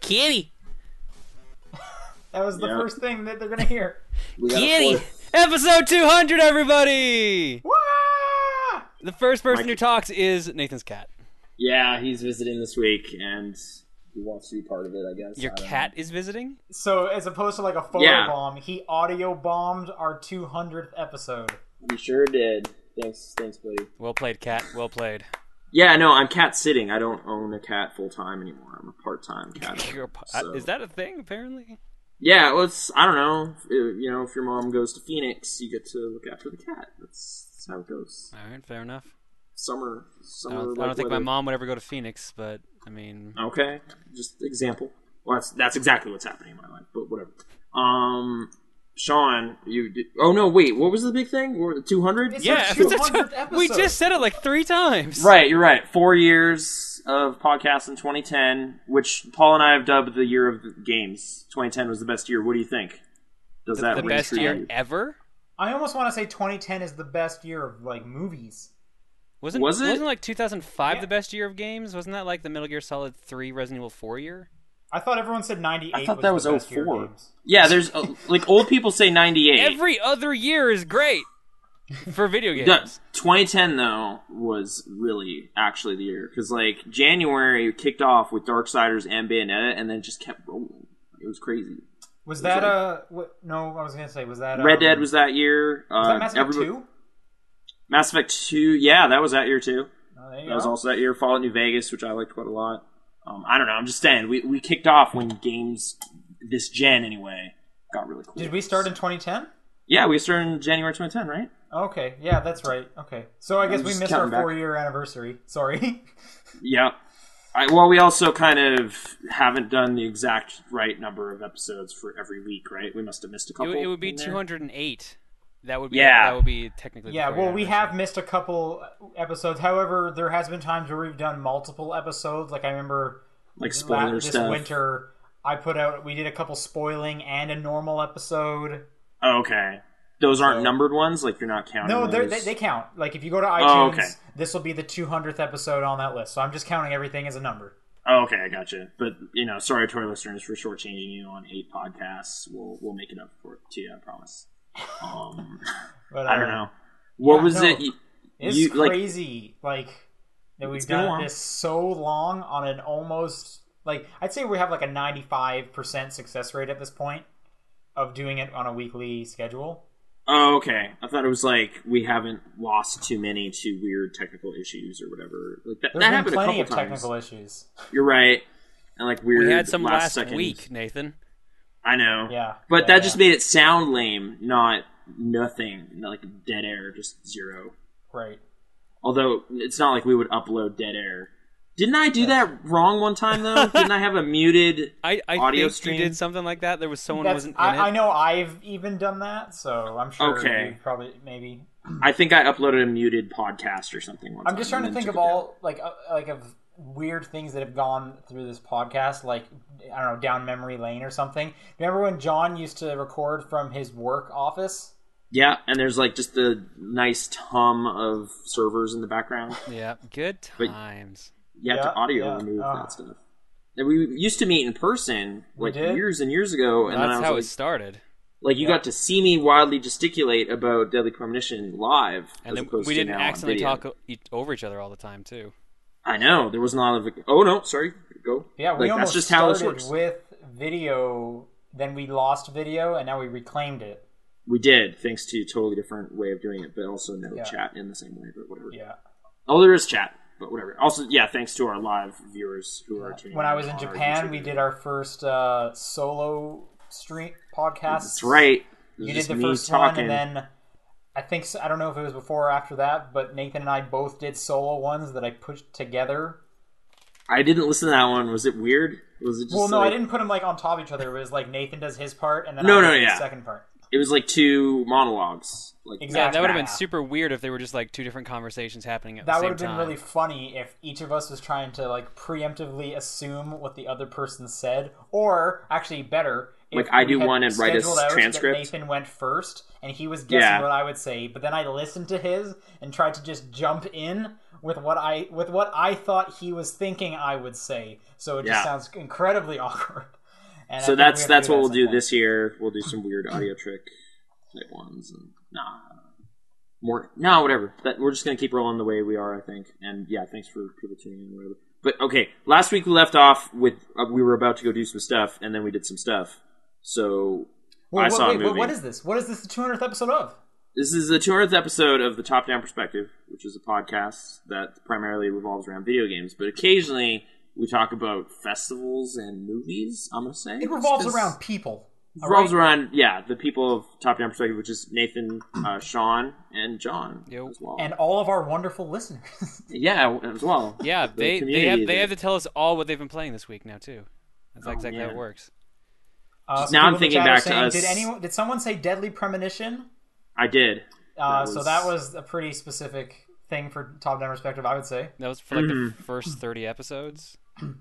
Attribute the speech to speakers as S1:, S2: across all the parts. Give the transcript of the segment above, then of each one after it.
S1: Kitty,
S2: That was the
S3: Yeah.
S2: first thing that they're gonna hear.
S3: We got a
S1: kitty.
S3: fourth.
S4: Episode 200, everybody!
S2: Wah!
S4: The first person
S3: Mike.
S4: who talks is Nathan's cat.
S3: Yeah, he's visiting this week, and he wants to be part of it. I guess
S4: Your
S3: I don't
S4: cat is visiting?
S2: So as opposed to like a photo
S3: Yeah.
S2: bomb, he audio bombed our 200th episode.
S3: know. He sure did. Thanks, thanks, buddy.
S4: Well played, cat. Well played.
S3: Yeah, no, I'm cat sitting. I don't own a cat full time anymore. I'm a part time cat.
S4: You're a
S3: owner,
S4: po-
S3: so-
S4: Is that a thing, apparently?
S3: Yeah, well, it's I don't know. If, uh, you know, if your mom goes to Phoenix, you get to look after the cat. That's, that's how it goes.
S4: All right, fair enough.
S3: Summer,
S4: I
S3: summer.
S4: don't, I
S3: like
S4: don't think my
S3: weather.
S4: mom would ever go to Phoenix, but I mean,
S3: Okay, just example. Well, that's that's exactly what's happening in my life, but whatever. Um, Sean, you. Did, oh no, wait. What was the big thing? Two hundred.
S2: It's
S4: yeah,
S2: our
S4: it's a-
S2: 200th
S4: we
S2: episode.
S4: just said it like three times.
S3: Right, you're right. Four years of podcasts in 2010, which Paul and I have dubbed the year of games. 2010 was the best year. What do you think? Does that
S4: The
S3: ring
S4: best
S3: true to
S4: year
S3: you?
S4: ever.
S2: I almost want to say 2010 is the best year of like movies.
S4: Wasn't
S3: Was it?
S4: wasn't like 2005
S2: Yeah.
S4: the best year of games? Wasn't that like the Metal Gear Solid 3 Resident Evil 4 year?
S2: I thought everyone said 98.
S3: I thought that was
S2: the best year of
S3: 04.
S2: games.
S3: Yeah, there's uh, like old people say 98.
S4: Every other year is great for video games.
S3: Yeah, 2010 though was really actually the year because like January kicked off with Darksiders and Bayonetta, and then just kept rolling. It was crazy.
S2: Was that uh? What, no, I was gonna say was that um,
S3: Red Dead was that year.
S2: was
S3: uh,
S2: that Mass Effect
S3: everybody-
S2: Two?
S3: Mass Effect 2. Yeah, that was that year too.
S2: Oh, there you
S3: That was
S2: go.
S3: also that year. Fallout New Vegas, which I liked quite a lot. Um, I don't know. I'm just saying we, we kicked off when games this gen anyway got really cool.
S2: Did we start in 2010?
S3: Yeah, we started in January 2010, right?
S2: Okay, yeah, that's right. Okay, so I guess we
S3: just
S2: missed our
S3: counting back.
S2: four-year anniversary. Sorry.
S3: Yeah. I, well, we also kind of haven't done the exact right number of episodes for every week, right? We must have missed a
S4: It,
S3: couple.
S4: would- it would be
S3: in there.
S4: 208. That would be
S3: Yeah.
S4: that would be technically
S2: yeah,
S4: the four-year
S2: well, we
S4: anniversary.
S2: have missed a couple episodes. However, there has been times where we've done multiple episodes. Like I remember
S3: like
S2: la-
S3: spoiler
S2: this
S3: stuff.
S2: winter, I put out we did a couple spoiling and a normal episode.
S3: Oh, okay, those aren't
S2: So-
S3: numbered ones. Like you're not counting.
S2: No, they're-
S3: those.
S2: they they count. Like if you go to iTunes,
S3: Oh, okay.
S2: this will be the 200th episode on that list. So I'm just counting everything as a number.
S3: Oh, okay, I gotcha. But you know, sorry to our listeners for shortchanging you on eight podcasts. We'll we'll make it up for it to you, I promise. Um,
S2: But
S3: I don't
S2: uh,
S3: know. What
S2: Yeah,
S3: was
S2: no.
S3: it? You,
S2: It's
S3: you, like-
S2: crazy, like, that we've
S3: It's been a
S2: done
S3: while.
S2: this so long on an almost like I'd say we have like a ninety-five percent success rate at this point of doing it on a weekly schedule.
S3: oh, okay. I thought it was like we haven't lost too many to weird technical issues or whatever. Like that,
S2: There's
S3: that
S2: been
S3: happened a
S2: plenty
S3: couple
S2: of
S3: times.
S2: technical issues.
S3: You're right. And like weird.
S4: we had some
S3: last,
S4: last,
S3: second-
S4: week, Nathan.
S3: I know.
S2: Yeah,
S3: But
S2: yeah,
S3: that
S2: yeah.
S3: just made it sound lame. Not nothing. Not like dead air. Just zero.
S2: right.
S3: Although it's not like we would upload dead air. Didn't I do that wrong one time though? Didn't I have a muted?
S4: I, I
S3: Audio
S4: think
S3: stream?
S4: you did something like that. There was someone who
S2: That's,
S4: wasn't in
S2: I,
S4: it.
S2: I know I've even done that, so I'm sure
S3: Okay.
S2: you probably maybe.
S3: I think I uploaded a muted podcast or something. One
S2: I'm just
S3: time
S2: trying to
S3: and
S2: think
S3: then took
S2: of
S3: it down.
S2: all like uh, like of weird things that have gone through this podcast, like I don't know, down memory lane or something. Remember when John used to record from his work office?
S3: Yeah, and there's like just the nice hum of servers in the background.
S4: Yeah, good
S3: But-
S4: times.
S3: You have
S2: Yeah,
S3: to audio
S2: yeah,
S3: remove
S2: uh.
S3: that stuff. And we used to meet in person
S2: We
S3: like
S2: did?
S3: years and years ago, and
S4: That's
S3: then I
S4: how it
S3: was
S4: started.
S3: like, like you got to see me wildly gesticulate about Deadly Premonition live,
S4: And
S3: as
S4: then
S3: opposed
S4: we
S3: to
S4: didn't
S3: now on
S4: accidentally
S3: video.
S4: talk o- e- over each other all the time too.
S3: I know there was not a. Oh no, sorry, go.
S2: Yeah, we
S3: like,
S2: almost
S3: that's just
S2: started
S3: how this works.
S2: with video. Then we lost video, and now we reclaimed it.
S3: We did, thanks to a totally different way of doing it, but also no
S2: Yeah.
S3: chat in the same way. But whatever.
S2: Yeah.
S3: Oh, there is chat, but whatever. Also, yeah, thanks to our live viewers who are tuning.
S2: When I was
S3: on
S2: in
S3: our
S2: Japan,
S3: YouTube
S2: we
S3: video.
S2: did our first uh, solo stream podcast.
S3: That's right. It was
S2: You did
S3: just
S2: the
S3: me
S2: first
S3: talking.
S2: one, and then I think so, I don't know if it was before or after that, but Nathan and I both did solo ones that I pushed together.
S3: I didn't listen to that one. Was it weird? Was it just
S2: well, no,
S3: like-
S2: I didn't put them like on top of each other. It was like Nathan does his part, and then
S3: No,
S2: I
S3: no,
S2: did
S3: yeah.
S2: the second part.
S3: It was like two monologues. Like
S2: Exactly.
S4: Yeah, that would have
S2: Nah.
S4: been super weird if they were just like two different conversations happening at the
S2: That
S4: same
S2: would have been
S4: time.
S2: really funny if each of us was trying to like preemptively assume what the other person said, or actually better, if
S3: Like, I
S2: we
S3: do
S2: had
S3: one and write a
S2: scheduled out that
S3: transcript.
S2: Nathan went first, and he was guessing
S3: Yeah.
S2: what I would say, but then I listened to his and tried to just jump in with what I with what I thought he was thinking I would say. So it just
S3: Yeah.
S2: sounds incredibly awkward. And I
S3: so
S2: think we
S3: that's
S2: have to
S3: that's
S2: that
S3: what we'll do
S2: sometime.
S3: this year. We'll do some weird audio trick type ones and nah. More nah, whatever. That we're just gonna keep rolling the way we are, I think. And yeah, thanks for people tuning in, whatever. But okay, last week we left off with uh, we were about to go do some stuff, and then we did some stuff. So
S2: Well,
S3: I
S2: what,
S3: saw a
S2: wait, what-
S3: movie.
S2: what is this? What is this? The two hundredth episode of?
S3: This is the 200th episode of the Top Down Perspective, which is a podcast that primarily revolves around video games, but occasionally we talk about festivals and movies. I'm gonna say
S2: It revolves
S3: Just 'cause-
S2: around people.
S3: it
S2: all
S3: revolves
S2: right?
S3: around yeah the people of Top Down Perspective, which is Nathan, uh, Sean, and John
S4: Yo.
S3: as well.
S2: and all of our wonderful listeners.
S3: yeah, as well.
S4: Yeah,
S3: The
S4: they they
S3: community
S4: have they
S3: that-
S4: have to tell us all what they've been playing this week now too. That's
S3: Oh,
S4: exactly how
S3: man.
S4: it works.
S2: Uh,
S3: Now
S2: people in
S3: I'm
S2: the
S3: thinking
S2: chat are
S3: back to
S2: saying,
S3: us-
S2: Did anyone? Did someone say deadly premonition?
S3: I did.
S2: Uh,
S3: That
S2: So
S3: was-
S2: that was a pretty specific thing for top down perspective, I would say.
S4: That was for like the
S3: Hmm.
S4: f- first thirty episodes.
S2: That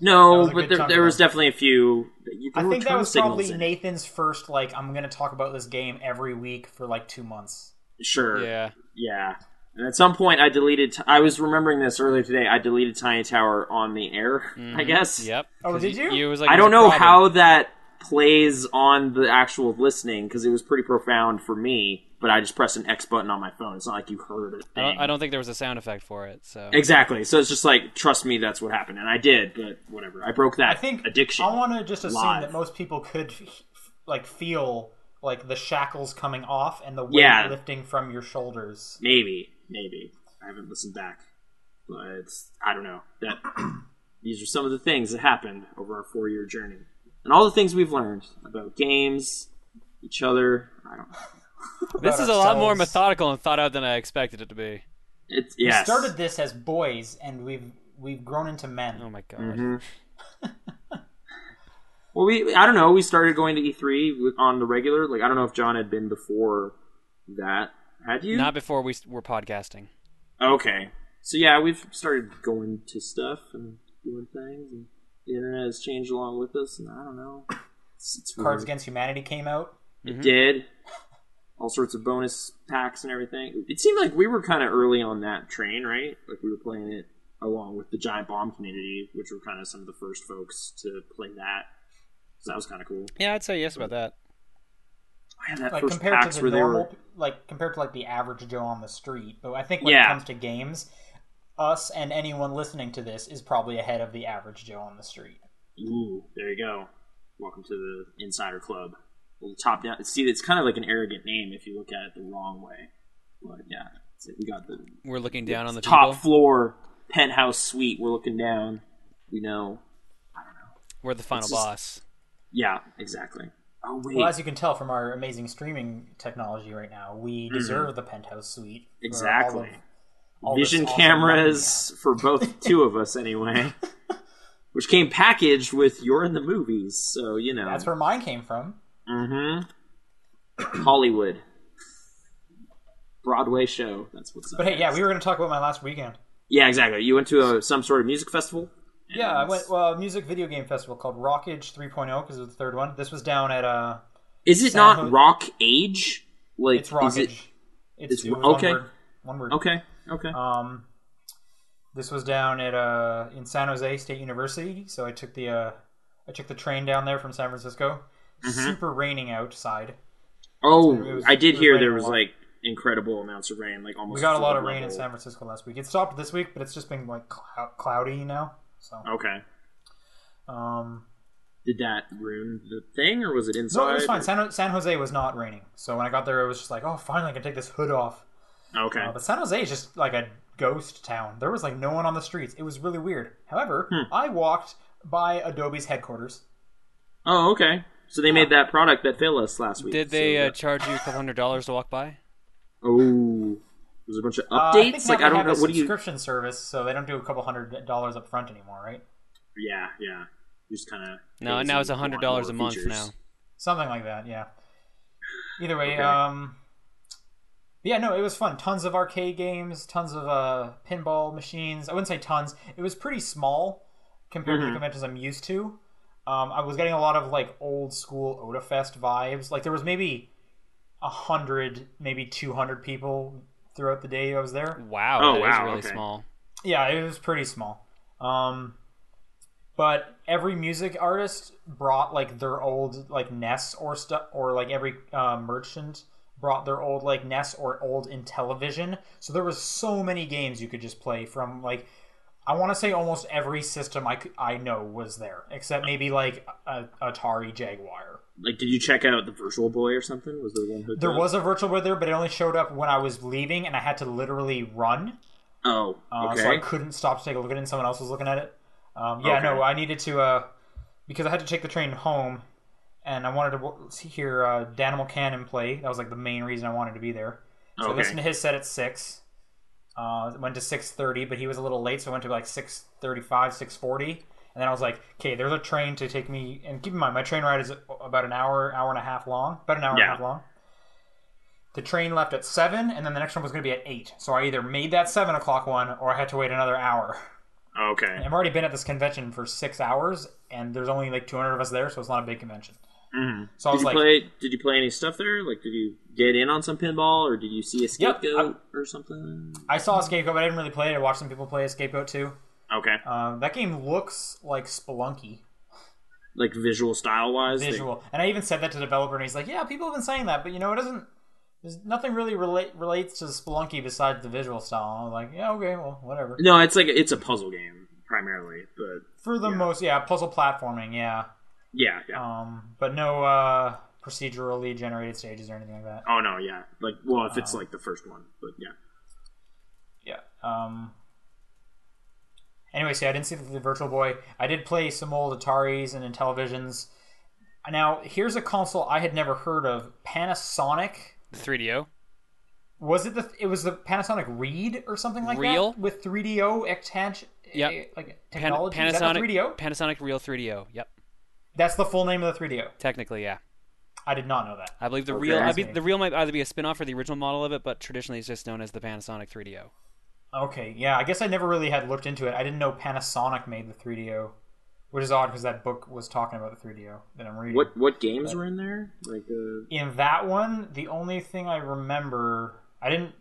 S3: No,
S2: was a
S3: but
S2: good
S3: there,
S2: chunk
S3: there
S2: of
S3: was
S2: them.
S3: definitely a few. You
S2: I
S3: can
S2: think that
S3: return
S2: was
S3: signals
S2: probably
S3: in.
S2: Nathan's first like I'm going to talk about this game every week for like two months.
S3: Sure. Yeah.
S4: Yeah,
S3: And at some point, I deleted. T- I was remembering this earlier today. I deleted Tiny Tower on the air. I guess.
S4: Mm-hmm. yep.
S2: Oh,
S4: 'Cause
S2: did
S4: y-
S2: you?
S4: It was like,
S3: I
S4: it was
S3: don't
S4: a
S3: know
S4: problem.
S3: how that plays on the actual listening because it was pretty profound for me. But I just pressed an X button on my phone. It's not like you heard a
S4: I
S3: thing.
S4: don't, I don't think there was a sound effect for it. So
S3: Exactly. So it's just like, trust me, that's what happened, and I did. But whatever, I broke that
S2: I think
S3: addiction.
S2: I want to just assume
S3: Live.
S2: that most people could f- like feel like the shackles coming off and the weight
S3: Yeah.
S2: lifting from your shoulders.
S3: Maybe, maybe I haven't listened back, but it's, I don't know. That these are some of the things that happened over our four-year journey, and all the things we've learned about games, each other. I don't.
S4: this is a lot more
S2: ourselves.
S4: methodical and thought out than I expected it to be.
S3: It's yes.
S2: We started this as boys and we've we've grown into men.
S4: Oh my god.
S3: Mm-hmm. Well, we I don't know. We started going to E3 with- on the regular. Like I don't know if John had been before that. Had you?
S4: Not before we s- were podcasting.
S3: Okay. So yeah, we've started going to stuff and doing things, and the internet has changed along with us. And I don't know. It's, it's
S2: Cards Mm-hmm.
S3: weird.
S2: Against Humanity came out.
S3: It did all sorts of bonus packs and everything. It seemed like we were kind of early on that train, right? Like we were playing it along with the Giant Bomb community, which were kind of some of the first folks to play that. So that was kind of cool.
S4: Yeah, I'd say yes about that.
S3: I had that
S2: Like
S3: first
S2: compared
S3: packs
S2: to
S3: where
S2: the
S3: they
S2: normal
S3: were
S2: like compared to like the average Joe on the street. But I think when
S3: Yeah.
S2: it comes to games, us and anyone listening to this is probably ahead of the average Joe on the street.
S3: Ooh, there you go. Welcome to the Insider Club. Well, the top down. See, it's kind of like an arrogant name if you look at it the wrong way. But yeah, it's like we got the
S4: We're looking down on the
S3: top
S4: people.
S3: floor penthouse suite. We're looking down. We know.
S4: We're the final
S3: It's just-
S4: boss.
S3: Yeah, exactly. Oh wait,
S2: Well, as you can tell from our amazing streaming technology right now, we deserve the penthouse suite. for all
S3: Mm-hmm. Exactly.
S2: of- all this
S3: vision
S2: awesome
S3: cameras for both two of us anyway, which came packaged with "You're in the movies," so you know
S2: That's where mine came from.
S3: Mm-hmm. Hollywood. Broadway show. That's what's up.
S2: But hey, yeah, we were going to talk about my last weekend.
S3: Yeah, exactly. You went to a, some sort of music festival?
S2: Yeah, I went well, a music video game festival called Rockage 3.0 because it was the third one. This was down at uh,
S3: Is it
S2: San
S3: not
S2: Jose-
S3: Rock Age? Like
S2: it's
S3: is
S2: Rockage.
S3: it
S2: it's
S3: it's-
S2: it was one
S3: okay.
S2: word. One word.
S3: Okay. Okay.
S2: Um, this was down at uh in San Jose State University, so I took the uh I took the train down there from San Francisco. Super raining outside. it
S3: oh,
S2: was-
S3: I
S2: it
S3: did
S2: was
S3: hear
S2: raining
S3: there
S2: a
S3: was
S2: lot.
S3: like incredible amounts of rain, like almost
S2: We got a lot
S3: flood
S2: of rain in
S3: level.
S2: San Francisco last week. It stopped this week, but it's just been like clou- cloudy now. So
S3: Okay.
S2: um,
S3: Did that ruin the thing or was it inside?
S2: no, it was fine. San, San Jose was not raining, so when I got there, it was just like, oh, finally I can take this hood off.
S3: Okay.
S2: Uh, but San Jose is just like a ghost town. There was like no one on the streets. It was really weird. However, I walked by Adobe's headquarters.
S3: oh, okay. So they made that product that failed us last week.
S4: Did they
S3: so
S4: uh,
S3: that-
S4: charge you a couple hundred dollars to walk by?
S3: Oh, there's a bunch of
S2: Uh, I think
S3: updates.
S2: now
S3: like
S2: they
S3: I don't
S2: have
S3: know.
S2: a
S3: What do you?
S2: subscription service, so they don't do a couple hundred dollars up front anymore, right?
S3: Yeah, yeah. You just kind of.
S4: No, now it's a hundred dollars a month now.
S2: something like that yeah either way
S3: Okay.
S2: um yeah no it was fun tons of arcade games tons of uh pinball machines i wouldn't say tons it was pretty small compared to
S3: Mm-hmm.
S2: the conventions i'm used to um, i was getting a lot of like old school odafest vibes like there was maybe a hundred maybe 200 people throughout the day I was there.
S4: Wow.
S3: Oh,
S4: that is
S3: wow,
S4: really
S3: okay.
S4: small.
S2: Yeah, it was pretty small. Um, but every music artist brought like their old like NES or stuff, or like every uh, merchant brought their old like NES or old in television. So there was so many games you could just play from like. I want to say almost every system I, could, I know was there, except maybe like a, Atari Jaguar.
S3: Like, did you check out the Virtual Boy or something? Was there one hooked
S2: There
S3: up?
S2: was a Virtual Boy there, but it only showed up when I was leaving, and I had to literally run
S3: Oh,
S2: Uh,
S3: okay.
S2: So I couldn't stop to take a look at it, and someone else was looking at it. Um, yeah, no,
S3: Okay.
S2: I needed to uh, because I had to take the train home, and I wanted to w- see- hear uh, Danimal Cannon play. That was like the main reason I wanted to be there. So I
S3: Okay.
S2: listened to his set at six. Uh, it went to six thirty, but he was a little late, so I went to like six thirty-five, six forty, and then I was like, "Okay, there's a train to take me." And keep in mind, my train ride is about an hour, hour and a half long, about an hour and
S3: Yeah.
S2: a half long. The train left at seven, and then the next one was going to be at eight. So I either made that seven o'clock one, or I had to wait another hour.
S3: okay.
S2: And I've already been at this convention for six hours, and there's only like 200 of us there, so it's not a big convention.
S3: Mhm.
S2: So I
S3: Did
S2: was
S3: you
S2: like,
S3: play? Did you play any stuff there? Like, did you get in on some pinball, or did you see a
S2: Yep,
S3: scapegoat or something?
S2: I saw Escape Goat, but I didn't really play it. I watched some people play Escape Goat too.
S3: Okay,
S2: Um, that game looks like Spelunky
S3: like visual style wise.
S2: visual, and I even said that to the developer, and he's like, "Yeah, people have been saying that, but you know, it doesn't. There's nothing really relate relates to Spelunky besides the visual style." And I was like, "Yeah, okay, well, whatever."
S3: No, it's like it's a puzzle game primarily, but
S2: For the
S3: Yeah.
S2: most, yeah, puzzle platforming, yeah.
S3: yeah, yeah.
S2: Um, but no uh, procedurally generated stages or anything like that.
S3: oh no, yeah. Like, well, if it's
S2: uh,
S3: like the first one, but yeah.
S2: Yeah. Um. Anyway, so I didn't see the, the Virtual Boy. I did play some old Ataris and Intellivisions. Now, here's a console I had never heard of: Panasonic.
S4: The 3DO.
S2: Was it the? It was the Panasonic Reed or something like
S4: Reel?
S2: that with 3DO attached.
S4: Yep.
S2: eh, Like
S4: Pan-
S2: technology. Is that the
S4: Panasonic
S2: 3DO.
S4: Panasonic Real 3DO. Yep.
S2: That's the full name of the 3DO.
S4: Technically, yeah.
S2: I did not know that.
S4: I believe the real I be,
S2: fascinating.
S4: the real might either be a spin-off or the original model of it, but traditionally it's just known as the Panasonic 3DO.
S2: Okay, yeah, I guess I never really had looked into it. I didn't know Panasonic made the 3DO, which is odd because that book was talking about the 3DO that I'm reading.
S3: What what games were in there? Like, uh,
S2: in that one, the only thing I remember, I didn't.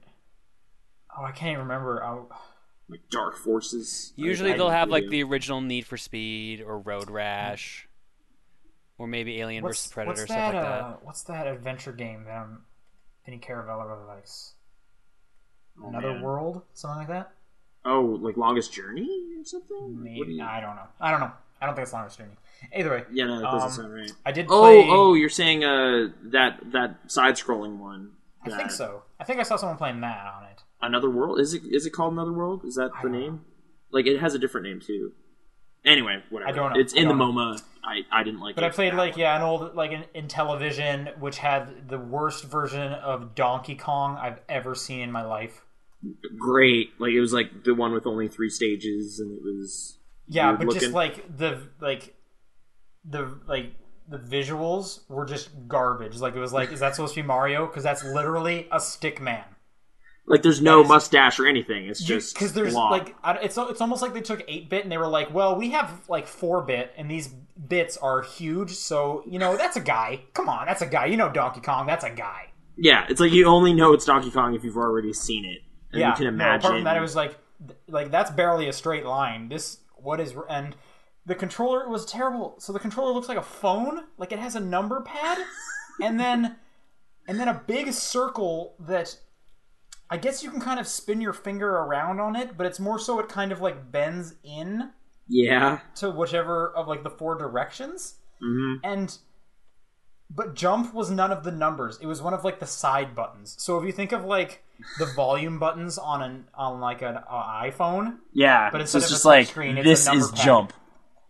S2: Oh, I can't even remember. uh, I,
S3: like Dark Forces.
S4: Usually
S3: I- I
S4: they'll have like
S3: yeah.
S4: the original Need for Speed or Road Rash, or maybe Alien
S2: what's,
S4: vs Predator
S2: what's
S4: stuff
S2: that?
S4: like
S2: uh,
S4: that.
S2: what's that adventure game that um, Vinny Caravella likes?
S3: Oh,
S2: Another
S3: man.
S2: World, something like that.
S3: Oh, like Longest Journey or something. What do
S2: Maybe
S3: you-
S2: I don't know. I don't know. I don't think it's Longest Journey. Either way,
S3: Yeah, no, that doesn't
S2: Um,
S3: sound right.
S2: I did
S3: Oh,
S2: play.
S3: oh, you're saying uh that that side-scrolling one.
S2: I think
S3: that-
S2: so. I think I saw someone playing that on it.
S3: Another World is it? Is it called Another World? Is that the
S2: don't
S3: name? Like it has a different name too. Anyway, whatever.
S2: I don't know.
S3: It's
S2: I
S3: in
S2: don't
S3: the
S2: know.
S3: MoMA. I, I didn't like
S2: But
S3: it.
S2: I played like yeah, an old like an in television, which had the worst version of Donkey Kong I've ever seen in my life.
S3: great. Like it was like the one with only three stages, and it was
S2: Yeah,
S3: weird
S2: but just
S3: looking.
S2: like the like the like the visuals were just garbage. Like it was like, is that supposed to be Mario? Because that's literally a stick man.
S3: like there's no mustache or anything. It's just
S2: Because there's
S3: long.
S2: like I, it's it's almost like they took eight bit and they were like, well, we have like four bit and these bits are huge, so you know that's a guy. Come on, that's a guy. You know Donkey Kong, that's a guy.
S3: yeah. It's like you only know it's Donkey Kong if you've already seen it. And
S2: yeah.
S3: you can
S2: no,
S3: imagine.
S2: apart from that, it was like th- like that's barely a straight line. This what is and the controller was terrible. So the controller looks like a phone. Like it has a number pad, and then and then a big circle that. I guess you can kind of spin your finger around on it, but it's more so it kind of like bends in
S3: yeah.
S2: to whichever of like the four directions.
S3: Mhm.
S2: And but jump was none of the numbers. It was one of like the side buttons. So if you think of like the volume buttons on an on like an uh, iPhone,
S3: Yeah.
S2: But
S3: so
S2: instead
S3: it's
S2: of a
S3: just
S2: touch
S3: like
S2: screen, it's a
S3: this
S2: number
S3: is
S2: pad.
S3: jump.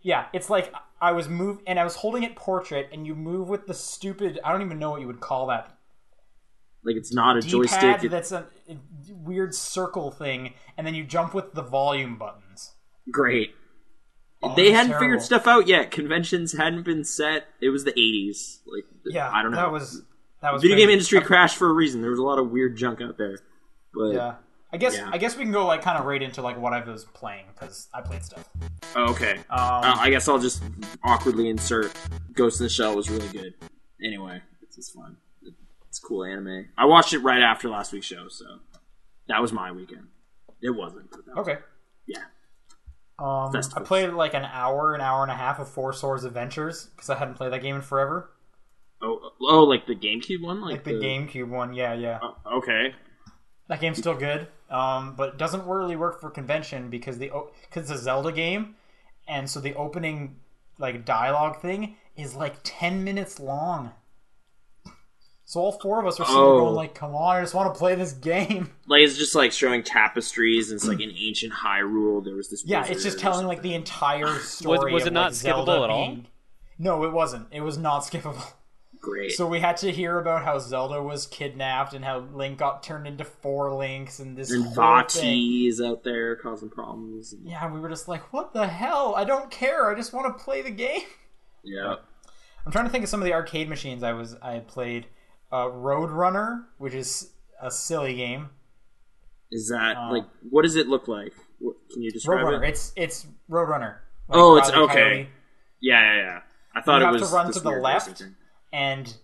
S2: yeah, it's like I was move and I was holding it portrait, and you move with the stupid I don't even know what you would call that
S3: Like it's not a
S2: D-pad
S3: joystick. It-
S2: that's a weird circle thing, and then you jump with the volume buttons.
S3: great.
S2: it
S3: they
S2: was
S3: hadn't
S2: Oh, terrible.
S3: figured stuff out yet. Conventions hadn't been set. It was the 80s. Like
S2: Yeah,
S3: I don't know.
S2: That was that was
S3: Video
S2: crazy.
S3: game industry crashed for a reason. There was a lot of weird junk out there. But
S2: Yeah. I guess
S3: Yeah.
S2: I guess we can go like kind of right into like what I was playing because I played stuff. Um,
S3: Oh, okay. Uh, I guess I'll just awkwardly insert Ghost in the Shell was really good. Anyway, it's, it's fun. It's cool anime. I watched it right after last week's show, so That was my weekend. It wasn't. but that was-
S2: Okay.
S3: Oh. Yeah.
S2: Um, I
S3: Festivals.
S2: played like an hour, an hour and a half of Four Swords Adventures because I hadn't played that game in forever.
S3: Oh, oh, like the GameCube one, like,
S2: Like the GameCube one, yeah, yeah.
S3: Oh, okay.
S2: That game's still good, um, but it doesn't really work for convention because the because it's a Zelda game, and so the opening like dialogue thing is like ten minutes long. So all four of us are sitting there
S3: Oh.
S2: going like, "Come on, I just want to play this game."
S3: Like it's just like showing tapestries, and it's like an ancient Hyrule. There was this.
S2: Mm. Yeah, it's just
S3: wizard.
S2: telling like the entire story.
S4: was
S2: of,
S4: it not
S2: like, Zelda
S4: skippable at all?
S2: being- No, it wasn't. It was not skippable.
S3: Great.
S2: So we had to hear about how Zelda was kidnapped and how Link got turned into four Links and this
S3: and
S2: whole thing.
S3: Vati is out there causing problems. and-
S2: Yeah, we were just like, what the hell? I don't care. I just want to play the game.
S3: Yeah.
S2: I'm trying to think of some of the arcade machines I was I had played. Uh, Road Runner, which is a silly game.
S3: Is that
S2: Uh,
S3: like what does it look like? What, can you describe
S2: Roadrunner.
S3: it?
S2: It's it's Roadrunner. Like
S3: Oh, it's-
S2: Wile E.
S3: okay.
S2: Coyote.
S3: Yeah, yeah, yeah. I thought
S2: You
S3: it
S2: have
S3: was
S2: to run
S3: this
S2: to the
S3: weird
S2: left.
S3: racing thing.
S2: and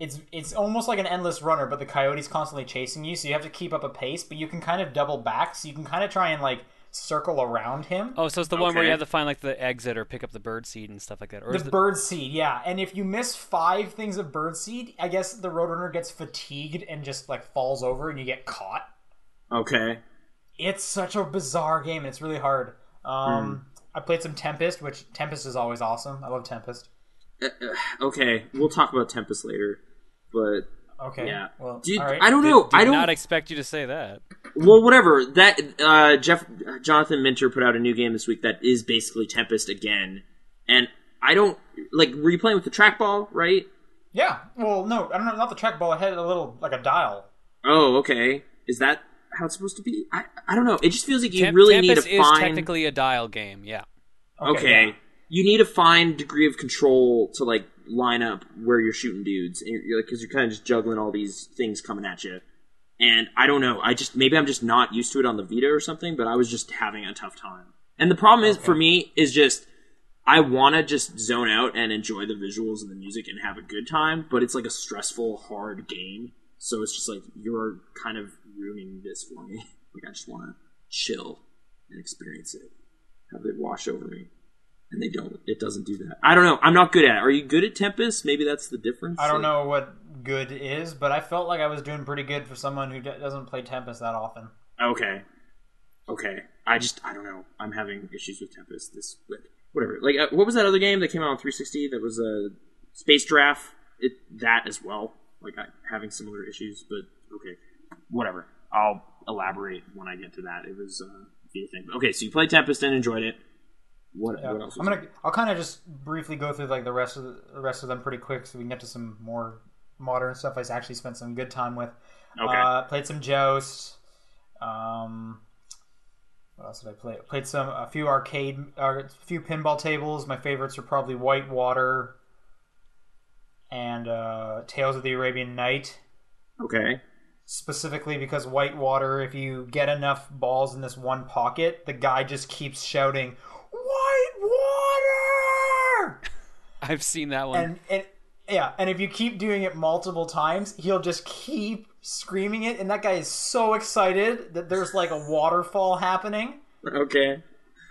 S2: it's it's almost like an endless runner, but the coyote's constantly chasing you, so you have to keep up a pace, but you can kind of double back, so you can kind of try and like circle around him.
S4: Oh, so it's the one where
S3: Okay.
S4: you have to find like the exit or pick up the bird seed and stuff like that. Or
S2: the
S4: is it-
S2: bird seed, yeah. And if you miss five things of bird seed, I guess the roadrunner gets fatigued and just like falls over and you get caught.
S3: Okay.
S2: It's such a bizarre game and it's really hard. Um,
S3: Hmm.
S2: I played some Tempest, which Tempest is always awesome. I love Tempest.
S3: Uh, uh, okay, we'll talk about Tempest later, but
S2: Okay.
S3: yeah.
S2: Well,
S3: Dude,
S2: all right.
S3: I don't
S4: did-
S3: know.
S4: did
S3: I don't.
S4: not expect you to say that.
S3: Well, whatever. That uh, Jeff Jonathan Minter put out a new game this week that is basically Tempest again, and I don't like. Were you playing with the trackball, right?
S2: Yeah. Well, no, I don't know. Not the trackball. It had a little like a dial.
S3: Oh, okay. Is that how it's supposed to be? I I don't know. It just feels like you
S4: Tem-
S3: really
S4: Tempest
S3: need to
S4: is
S3: find.
S4: technically a dial game. Yeah.
S3: okay,
S2: yeah.
S3: you need to find degree of control to like line up where you're shooting dudes, and you're like because you're kind of just juggling all these things coming at you. And I don't know. I just maybe I'm just not used to it on the Vita or something, but I was just having a tough time. And the problem is for me is just I want to just zone out and enjoy the visuals and the music and have a good time, but it's like a stressful, hard game. So it's just like you're kind of ruining this for me. Like I just want to chill and experience it, have it wash over me, and they don't. It doesn't do that. I don't know. I'm not good at. it. Are you good at Tempest? Maybe that's the difference.
S2: I don't
S3: Like,
S2: know what good is, but I felt like I was doing pretty good for someone who d- doesn't play Tempest that often.
S3: Okay, okay. I just I don't know. I'm having issues with Tempest. This with whatever. Like uh, what was that other game that came out on 360 that was a Space Draft? It that as well. Like I having similar issues, but okay, whatever. I'll elaborate when I get to that. It was uh, Vita thing. Okay, so you played Tempest and enjoyed it. What,
S2: Yeah.
S3: what else?
S2: I'm
S3: was
S2: gonna. I'll kind of just briefly go through like the rest of the, the rest of them pretty quick, so we can get to some more modern stuff. I actually spent some good time with.
S3: Okay.
S2: Uh, played some Joust. Um, what else did I play? Played some a few arcade, or a few pinball tables. My favorites are probably Whitewater and uh, Tales of the Arabian Night.
S3: Okay.
S2: specifically because Whitewater, if you get enough balls in this one pocket, the guy just keeps shouting, Whitewater!
S4: I've seen that one.
S2: And, and yeah, and if you keep doing it multiple times, he'll just keep screaming it. And that guy is so excited that there's like a waterfall happening.
S3: Okay.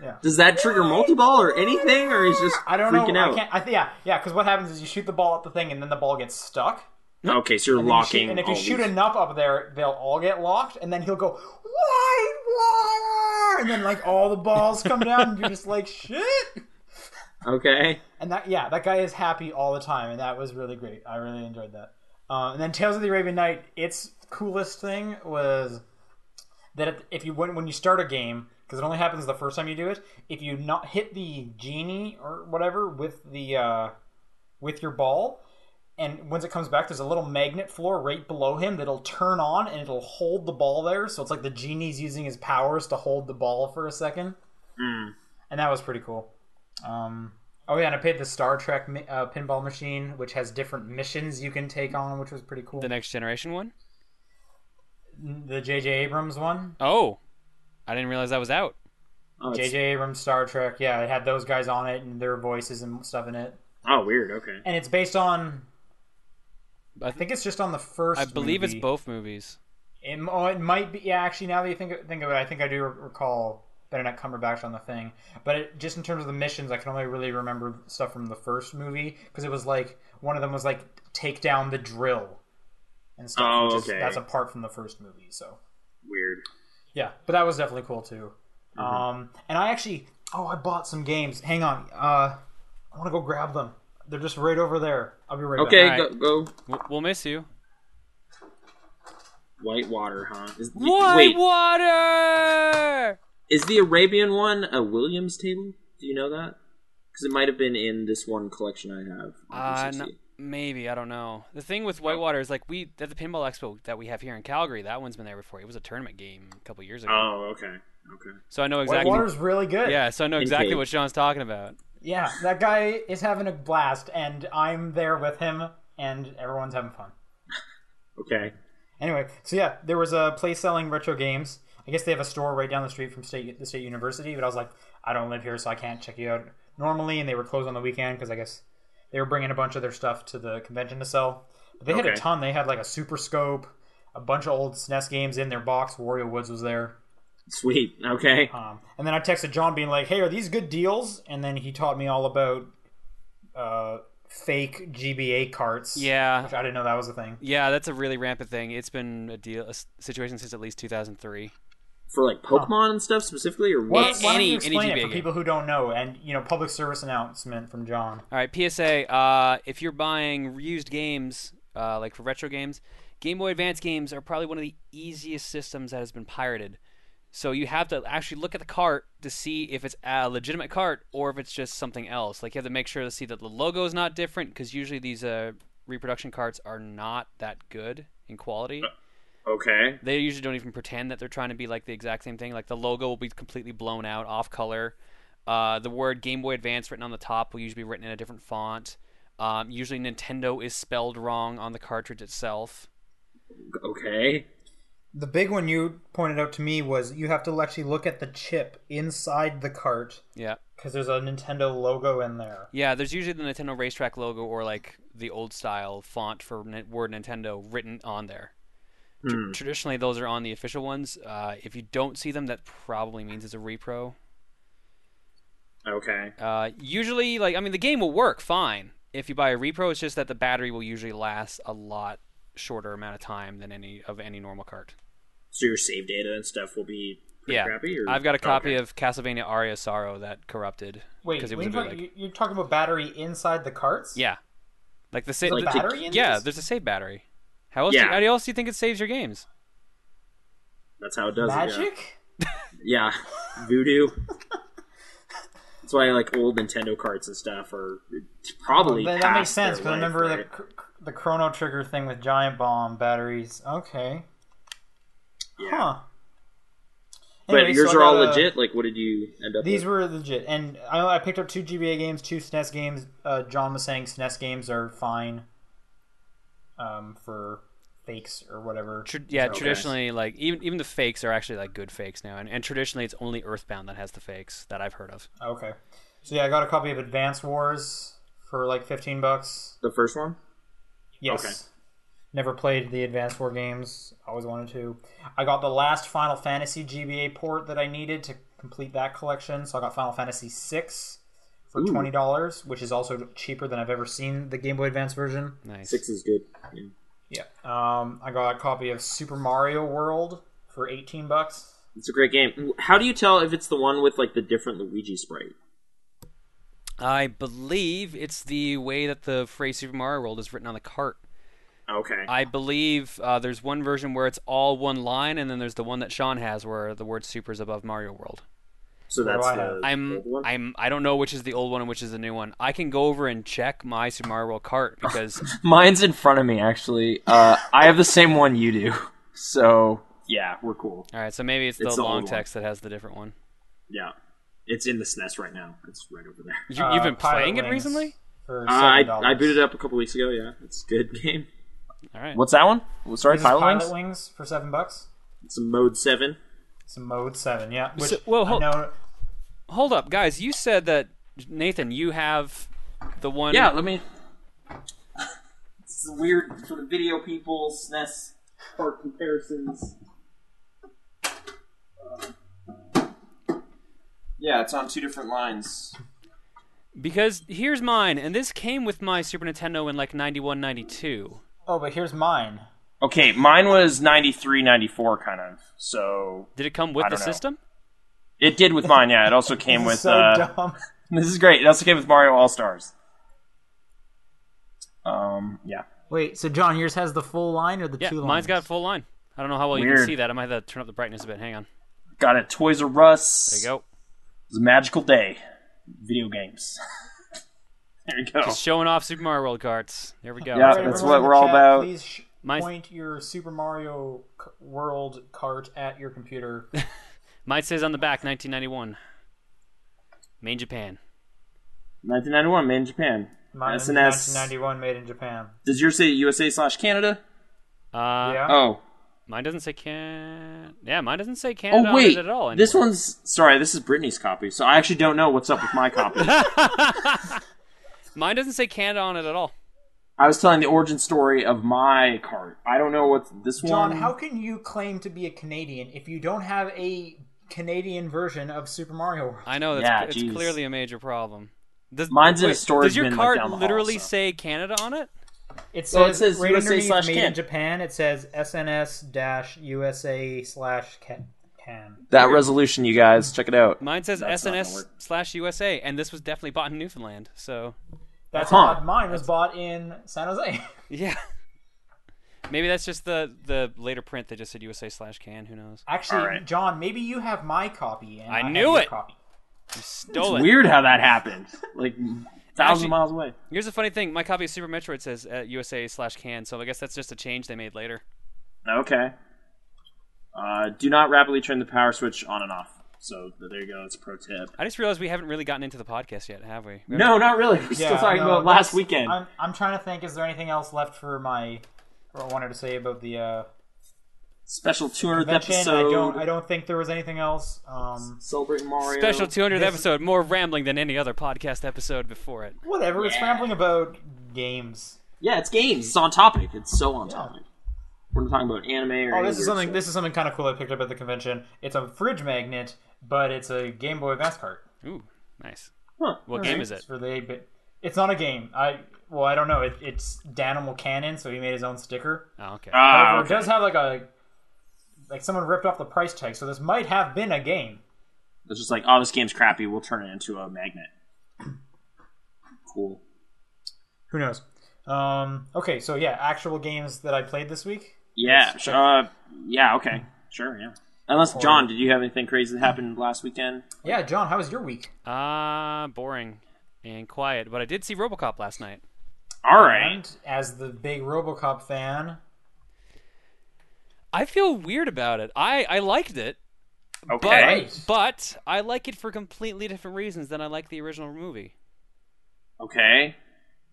S2: Yeah.
S3: Does that trigger multi-ball or anything, or is just
S2: I don't
S3: freaking
S2: know.
S3: out?
S2: I can't. I th- yeah, yeah. Because what happens is you shoot the ball at the thing, and then the ball gets stuck.
S3: Okay, so you're
S2: You shoot-
S3: locking.
S2: and if you
S3: all
S2: shoot
S3: these-
S2: enough up there, they'll all get locked, and then he'll go white water, and then like all the balls come down, and you're just like shit.
S3: okay.
S2: And that yeah, that guy is happy all the time, and that was really great. I really enjoyed that. Uh, and then Tales of the Arabian Night, its coolest thing was that if- if you when, when you start a game, because it only happens the first time you do it, if you not hit the genie or whatever with the uh, with your ball, and once it comes back, there's a little magnet floor right below him that'll turn on and it'll hold the ball there. So it's like the genie's using his powers to hold the ball for a second,
S3: Mm.
S2: and that was pretty cool. Um, oh yeah, and I played the Star Trek mi- uh, pinball machine, which has different missions you can take on, which was pretty cool.
S4: The next generation one?
S2: The J.J. Abrams one.
S4: Oh, I didn't realize that was out.
S3: Oh, it's-
S2: J.J. Abrams Star Trek. Yeah, it had those guys on it and their voices and stuff in it.
S3: oh, weird. Okay.
S2: And it's based on.
S4: I,
S2: I think it's just on the first.
S4: I believe it's
S2: movie.
S4: both movies.
S2: It, oh, it might be. Yeah, actually, now that you think think of it, I think I do re- recall Benedict Cumberbatch on the thing. But it, just in terms of the missions, I can only really remember stuff from the first movie because it was like one of them was like take down the drill and stuff.
S3: Oh,
S2: which is-
S3: okay.
S2: That's apart from the first movie, so
S3: Weird.
S2: yeah. But that was definitely cool too. Um, and I actually, oh, I bought some games. Hang on, uh, I want to go grab them. They're just right over there. I'll be right back.
S3: Okay,
S4: Alright.
S3: go, go.
S4: We'll, we'll miss you.
S3: White water, huh? Is,
S4: White
S3: wait,
S4: water.
S3: is the Arabian one a Williams table? Do you know that? Because it might have been in this one collection I have.
S4: Uh,
S3: on
S4: no,
S3: 360.
S4: maybe I don't know. The thing with Whitewater is like we at the pinball expo that we have here in Calgary. That one's been there before. It was a tournament game a couple years ago,
S3: Oh, okay, okay.
S4: so I know exactly.
S2: Whitewater's really good.
S4: Yeah, so I know
S3: In
S4: exactly
S3: case.
S4: what Sean's talking about.
S2: Yeah, that guy is having a blast, and I'm there with him, and everyone's having fun.
S3: Okay.
S2: Anyway, so yeah, there was a place selling retro games. I guess they have a store right down the street from state the state university, but I was like, I don't live here, so I can't check you out normally. And they were closed on the weekend because I guess they were bringing a bunch of their stuff to the convention to sell. But they had a
S3: Okay.
S2: ton. They had like a Super Scope, a bunch of old SNES games in their box. Wario Woods was there.
S3: Sweet. Okay.
S2: Um, and then I texted John, being like, "Hey, are these good deals?" And then he taught me all about uh, fake GBA carts.
S4: Yeah,
S2: which I didn't know that was a thing.
S4: yeah, that's a really rampant thing. It's been a deal a s- situation since at least 2003.
S3: For like Pokemon and stuff specifically, or
S2: Why,
S3: what?
S2: why don't
S4: any-
S2: you
S4: any
S2: explain it
S4: GBA
S2: for
S4: game.
S2: people who don't know? And you know, public service announcement from John.
S4: All right, PSA. Uh, if you're buying reused games, uh, like for retro games, Game Boy Advance games are probably one of the easiest systems that has been pirated. So you have to actually look at the cart to see if it's a legitimate cart or if it's just something else. Like you have to make sure to see that the logo is not different because usually these uh, reproduction carts are not that good in quality.
S3: Okay.
S4: They usually don't even pretend that they're trying to be like the exact same thing. Like the logo will be completely blown out, off color. Uh, the word Game Boy Advance written on the top will usually be written in a different font. Um, usually Nintendo is spelled wrong on the cartridge itself.
S3: Okay.
S2: The big one you pointed out to me was you have to actually look at the chip inside the cart
S4: Yeah,
S2: because there's a Nintendo logo in there.
S4: yeah. There's usually the Nintendo racetrack logo or like the old style font for Nin- word Nintendo written on there. Tr- Traditionally, those are on the official ones. Uh, if you don't see them, that probably means it's a repro.
S3: Okay.
S4: Uh, usually, like I mean, the game will work fine if you buy a repro. It's just that the battery will usually last a lot shorter amount of time than any of any normal cart.
S3: So your save data and stuff will be pretty
S4: yeah,
S3: crappy. Or...
S4: I've got a copy
S3: Okay.
S4: of Castlevania Aria of Sorrow that corrupted
S2: Wait,
S4: because it
S2: when
S4: was a
S2: you
S4: bootleg.
S2: talk- you- you're talking about battery inside the carts?
S4: Yeah, like the save.
S2: There's a
S3: Like the-
S2: battery in
S4: yeah,
S2: this?
S4: there's a save battery. How else?
S3: Yeah.
S4: Do, how else do you think it saves your games?
S3: That's how it does it. yeah.
S2: magic.
S3: Yeah, voodoo. That's why like old Nintendo carts and stuff are probably.
S2: Well, that, that
S3: past
S2: makes sense
S3: their
S2: because I
S3: life,
S2: remember the
S3: right?
S2: the the Chrono Trigger thing with giant bomb batteries. Okay,
S3: Yeah.
S2: huh?
S3: But
S2: Anyway,
S3: yours
S2: so I
S3: are all
S2: got a-
S3: legit. Like, what did you end up?
S2: These
S3: with?
S2: were legit, and I, I picked up two GBA games, two SNES games. Uh, John was saying SNES games are fine um, for fakes or whatever.
S4: Tr- yeah,
S3: Okay.
S4: traditionally, like even even the fakes are actually like good fakes now, and, and traditionally it's only Earthbound that has the fakes that I've heard of.
S2: Okay, so yeah, I got a copy of Advance Wars for like fifteen bucks.
S3: the first one.
S2: Yes.
S3: Okay.
S2: Never played the Advance War games. Always wanted to. I got the last Final Fantasy GBA port that I needed to complete that collection. So I got Final Fantasy VI for
S3: Ooh.
S2: twenty dollars, which is also cheaper than I've ever seen the Game Boy Advance version.
S4: Nice.
S3: Six is good. Yeah.
S2: Yeah. Um, I got a copy of Super Mario World for eighteen bucks.
S3: It's a great game. How do you tell if it's the one with like the different Luigi sprite?
S4: I believe it's the way that the phrase Super Mario World is written on the cart.
S3: Okay.
S4: I believe uh, there's one version where it's all one line, and then there's the one that Sean has where the word "Super" is above Mario World.
S3: so that's
S2: Right.
S3: the
S4: I'm
S3: old one.
S4: I'm I don't know which is the old one and which is the new one. I can go over and check my Super Mario World cart because
S1: Mine's in front of me, actually. Uh, I have the same one you do. So,
S3: yeah, we're cool.
S4: all right, so maybe it's the
S3: It's the
S4: long
S3: old one.
S4: text that has the different one.
S3: Yeah, it's in the SNES right now. It's right over there.
S4: You,
S2: Uh,
S4: you've been
S2: Pilot
S4: playing it
S2: Wings
S4: recently?
S2: For
S3: Uh, I
S2: $7.
S3: I booted it up a couple weeks ago. Yeah, it's a good game.
S4: All right.
S1: what's that one? Well, Sorry,
S2: This is Pilot,
S1: Pilot
S2: Wings?
S1: Wings?
S2: for seven bucks.
S3: It's a mode seven.
S2: It's a mode seven. Yeah. Which
S4: So- well,
S2: I
S4: hold-
S2: know.
S4: Hold up, guys. You said that Nathan, you have the one.
S1: Yeah, let me.
S5: E
S3: It's weird for the video people SNES part comparisons.
S5: Uh, Yeah, it's on two different lines.
S4: Because here's mine, and this came with my Super Nintendo in like 91, 92.
S2: Oh, but here's mine.
S5: Okay, mine was 93, 94 kind of. So
S4: Did it come with
S5: I
S4: the
S5: don't know.
S4: system?
S5: it did with mine. Yeah, it also came
S2: This
S5: with.
S2: is so
S5: uh,
S2: dumb.
S5: This is great. It also came with Mario All Stars. Um, yeah.
S2: Wait, so John, yours has the full line or the
S4: Yeah,
S2: two lines?
S4: mine's got full line. I don't know how well you can
S5: Weird.
S4: see that. I might have to turn up the brightness a bit. Hang on.
S5: Got it. Toys R Us.
S4: There you go.
S5: It was a magical day. Video games. there you go.
S3: Oh.
S4: Just showing off Super Mario World carts. There we go.
S5: Yeah,
S2: Everyone
S5: that's
S2: in
S5: what
S2: the
S5: we're all
S2: chat,
S5: about.
S2: Please sh-
S4: Mine's-
S2: point your Super Mario c- World cart at your computer.
S4: Mine says on the back, 1991. Main Japan.
S3: 1991, made in Japan.
S2: Mine is
S3: SNS.
S2: 1991, made in Japan.
S3: Does yours say USA slash Canada?
S4: Uh,
S2: yeah.
S3: Oh,
S4: Mine doesn't say can. Yeah, mine doesn't say
S3: oh
S4: Canada on
S3: wait,
S4: it at all. Anymore.
S3: this one's sorry. This is Brittany's copy, so I actually don't know what's up with my copy.
S4: Mine doesn't say Canada on it at all.
S3: I was telling the origin story of my cart. I don't know what's this
S2: John,
S3: one.
S2: how can you claim to be a Canadian if you don't have a Canadian version of Super Mario World?
S4: I know
S3: Yeah,
S4: that's it's
S3: jeez.
S4: clearly a major problem. Does,
S3: Mine's in a
S4: wait,
S3: storage
S4: Does your
S3: bin, like,
S4: card
S3: down the hall,
S4: literally
S3: so.
S4: say Canada on it?
S2: It says,
S3: Well, it says
S2: right
S3: USA
S2: underneath
S3: slash
S2: made in
S3: can.
S2: Japan. It says SNS dash USA slash can. can.
S3: that resolution, you guys, check it out.
S4: Mine says
S3: That's not gonna
S4: SNS slash USA, and this was definitely bought in Newfoundland. So
S2: That's
S3: Huh.
S2: how mine was bought in San Jose.
S4: yeah, maybe that's just the the later print that just said USA slash Can. Who knows?
S2: Actually,
S3: All right.
S2: John, maybe you have my copy. And
S4: I
S2: I, have
S4: knew
S2: your
S4: it.
S2: Copy.
S4: You stole it.
S3: Weird how that happened. Like thousand
S4: Actually-
S3: miles away.
S4: Here's the funny thing: my copy of Super Metroid says uh, USA slash Can, so I guess that's just a change they made later.
S3: Okay. Uh, do not rapidly turn the power switch on and off. So there you go. That's a pro tip.
S4: I just realized we haven't really gotten into the podcast yet, have we? We haven't-
S3: No, not really. We're still
S2: Yeah,
S3: talking
S2: no,
S3: about
S2: that's-
S3: last weekend.
S2: I'm, I'm trying to think. Is there anything else left for my? What I wanted to say about the uh,
S3: Special 200th
S2: convention.
S3: episode.
S2: I don't. I don't think there was anything else. Um,
S3: Celebrating Mario.
S4: Special 200th
S2: This-
S4: episode, more rambling than any other podcast episode before it.
S2: whatever. It's rambling about games.
S3: Yeah, it's games. It's on topic. It's so on topic. We're not talking about anime or.
S2: Oh,
S3: any
S2: this is
S3: weird
S2: something.
S3: shit.
S2: This is something kind of cool I picked up at the convention. It's a fridge magnet, but it's a Game Boy Advance cart.
S4: Ooh, nice.
S3: Huh.
S4: What game is it?
S2: It's for the 8-bit. It's not a game. I well, I don't know. It, it's Danimal Cannon, so he made his own sticker.
S4: Oh, okay.
S3: Ah,
S2: However, It does have like a like someone ripped off the price tag, so this might have been a game.
S3: It's just like, oh, this game's crappy. We'll turn it into a magnet. Cool.
S2: Who knows? Um, okay, so yeah, actual games that I played this week.
S3: Yeah. sh- Uh, yeah. Okay. Sure. Yeah. Unless John, did you have anything crazy that happened last weekend?
S2: Yeah, John, how was your week?
S4: Ah, boring and quiet. But I did see RoboCop last night.
S3: All right.
S2: And as the big RoboCop fan,
S4: I feel weird about it. I I liked it, but
S3: Okay.
S4: but I like it for completely different reasons than I like the original movie.
S3: Okay.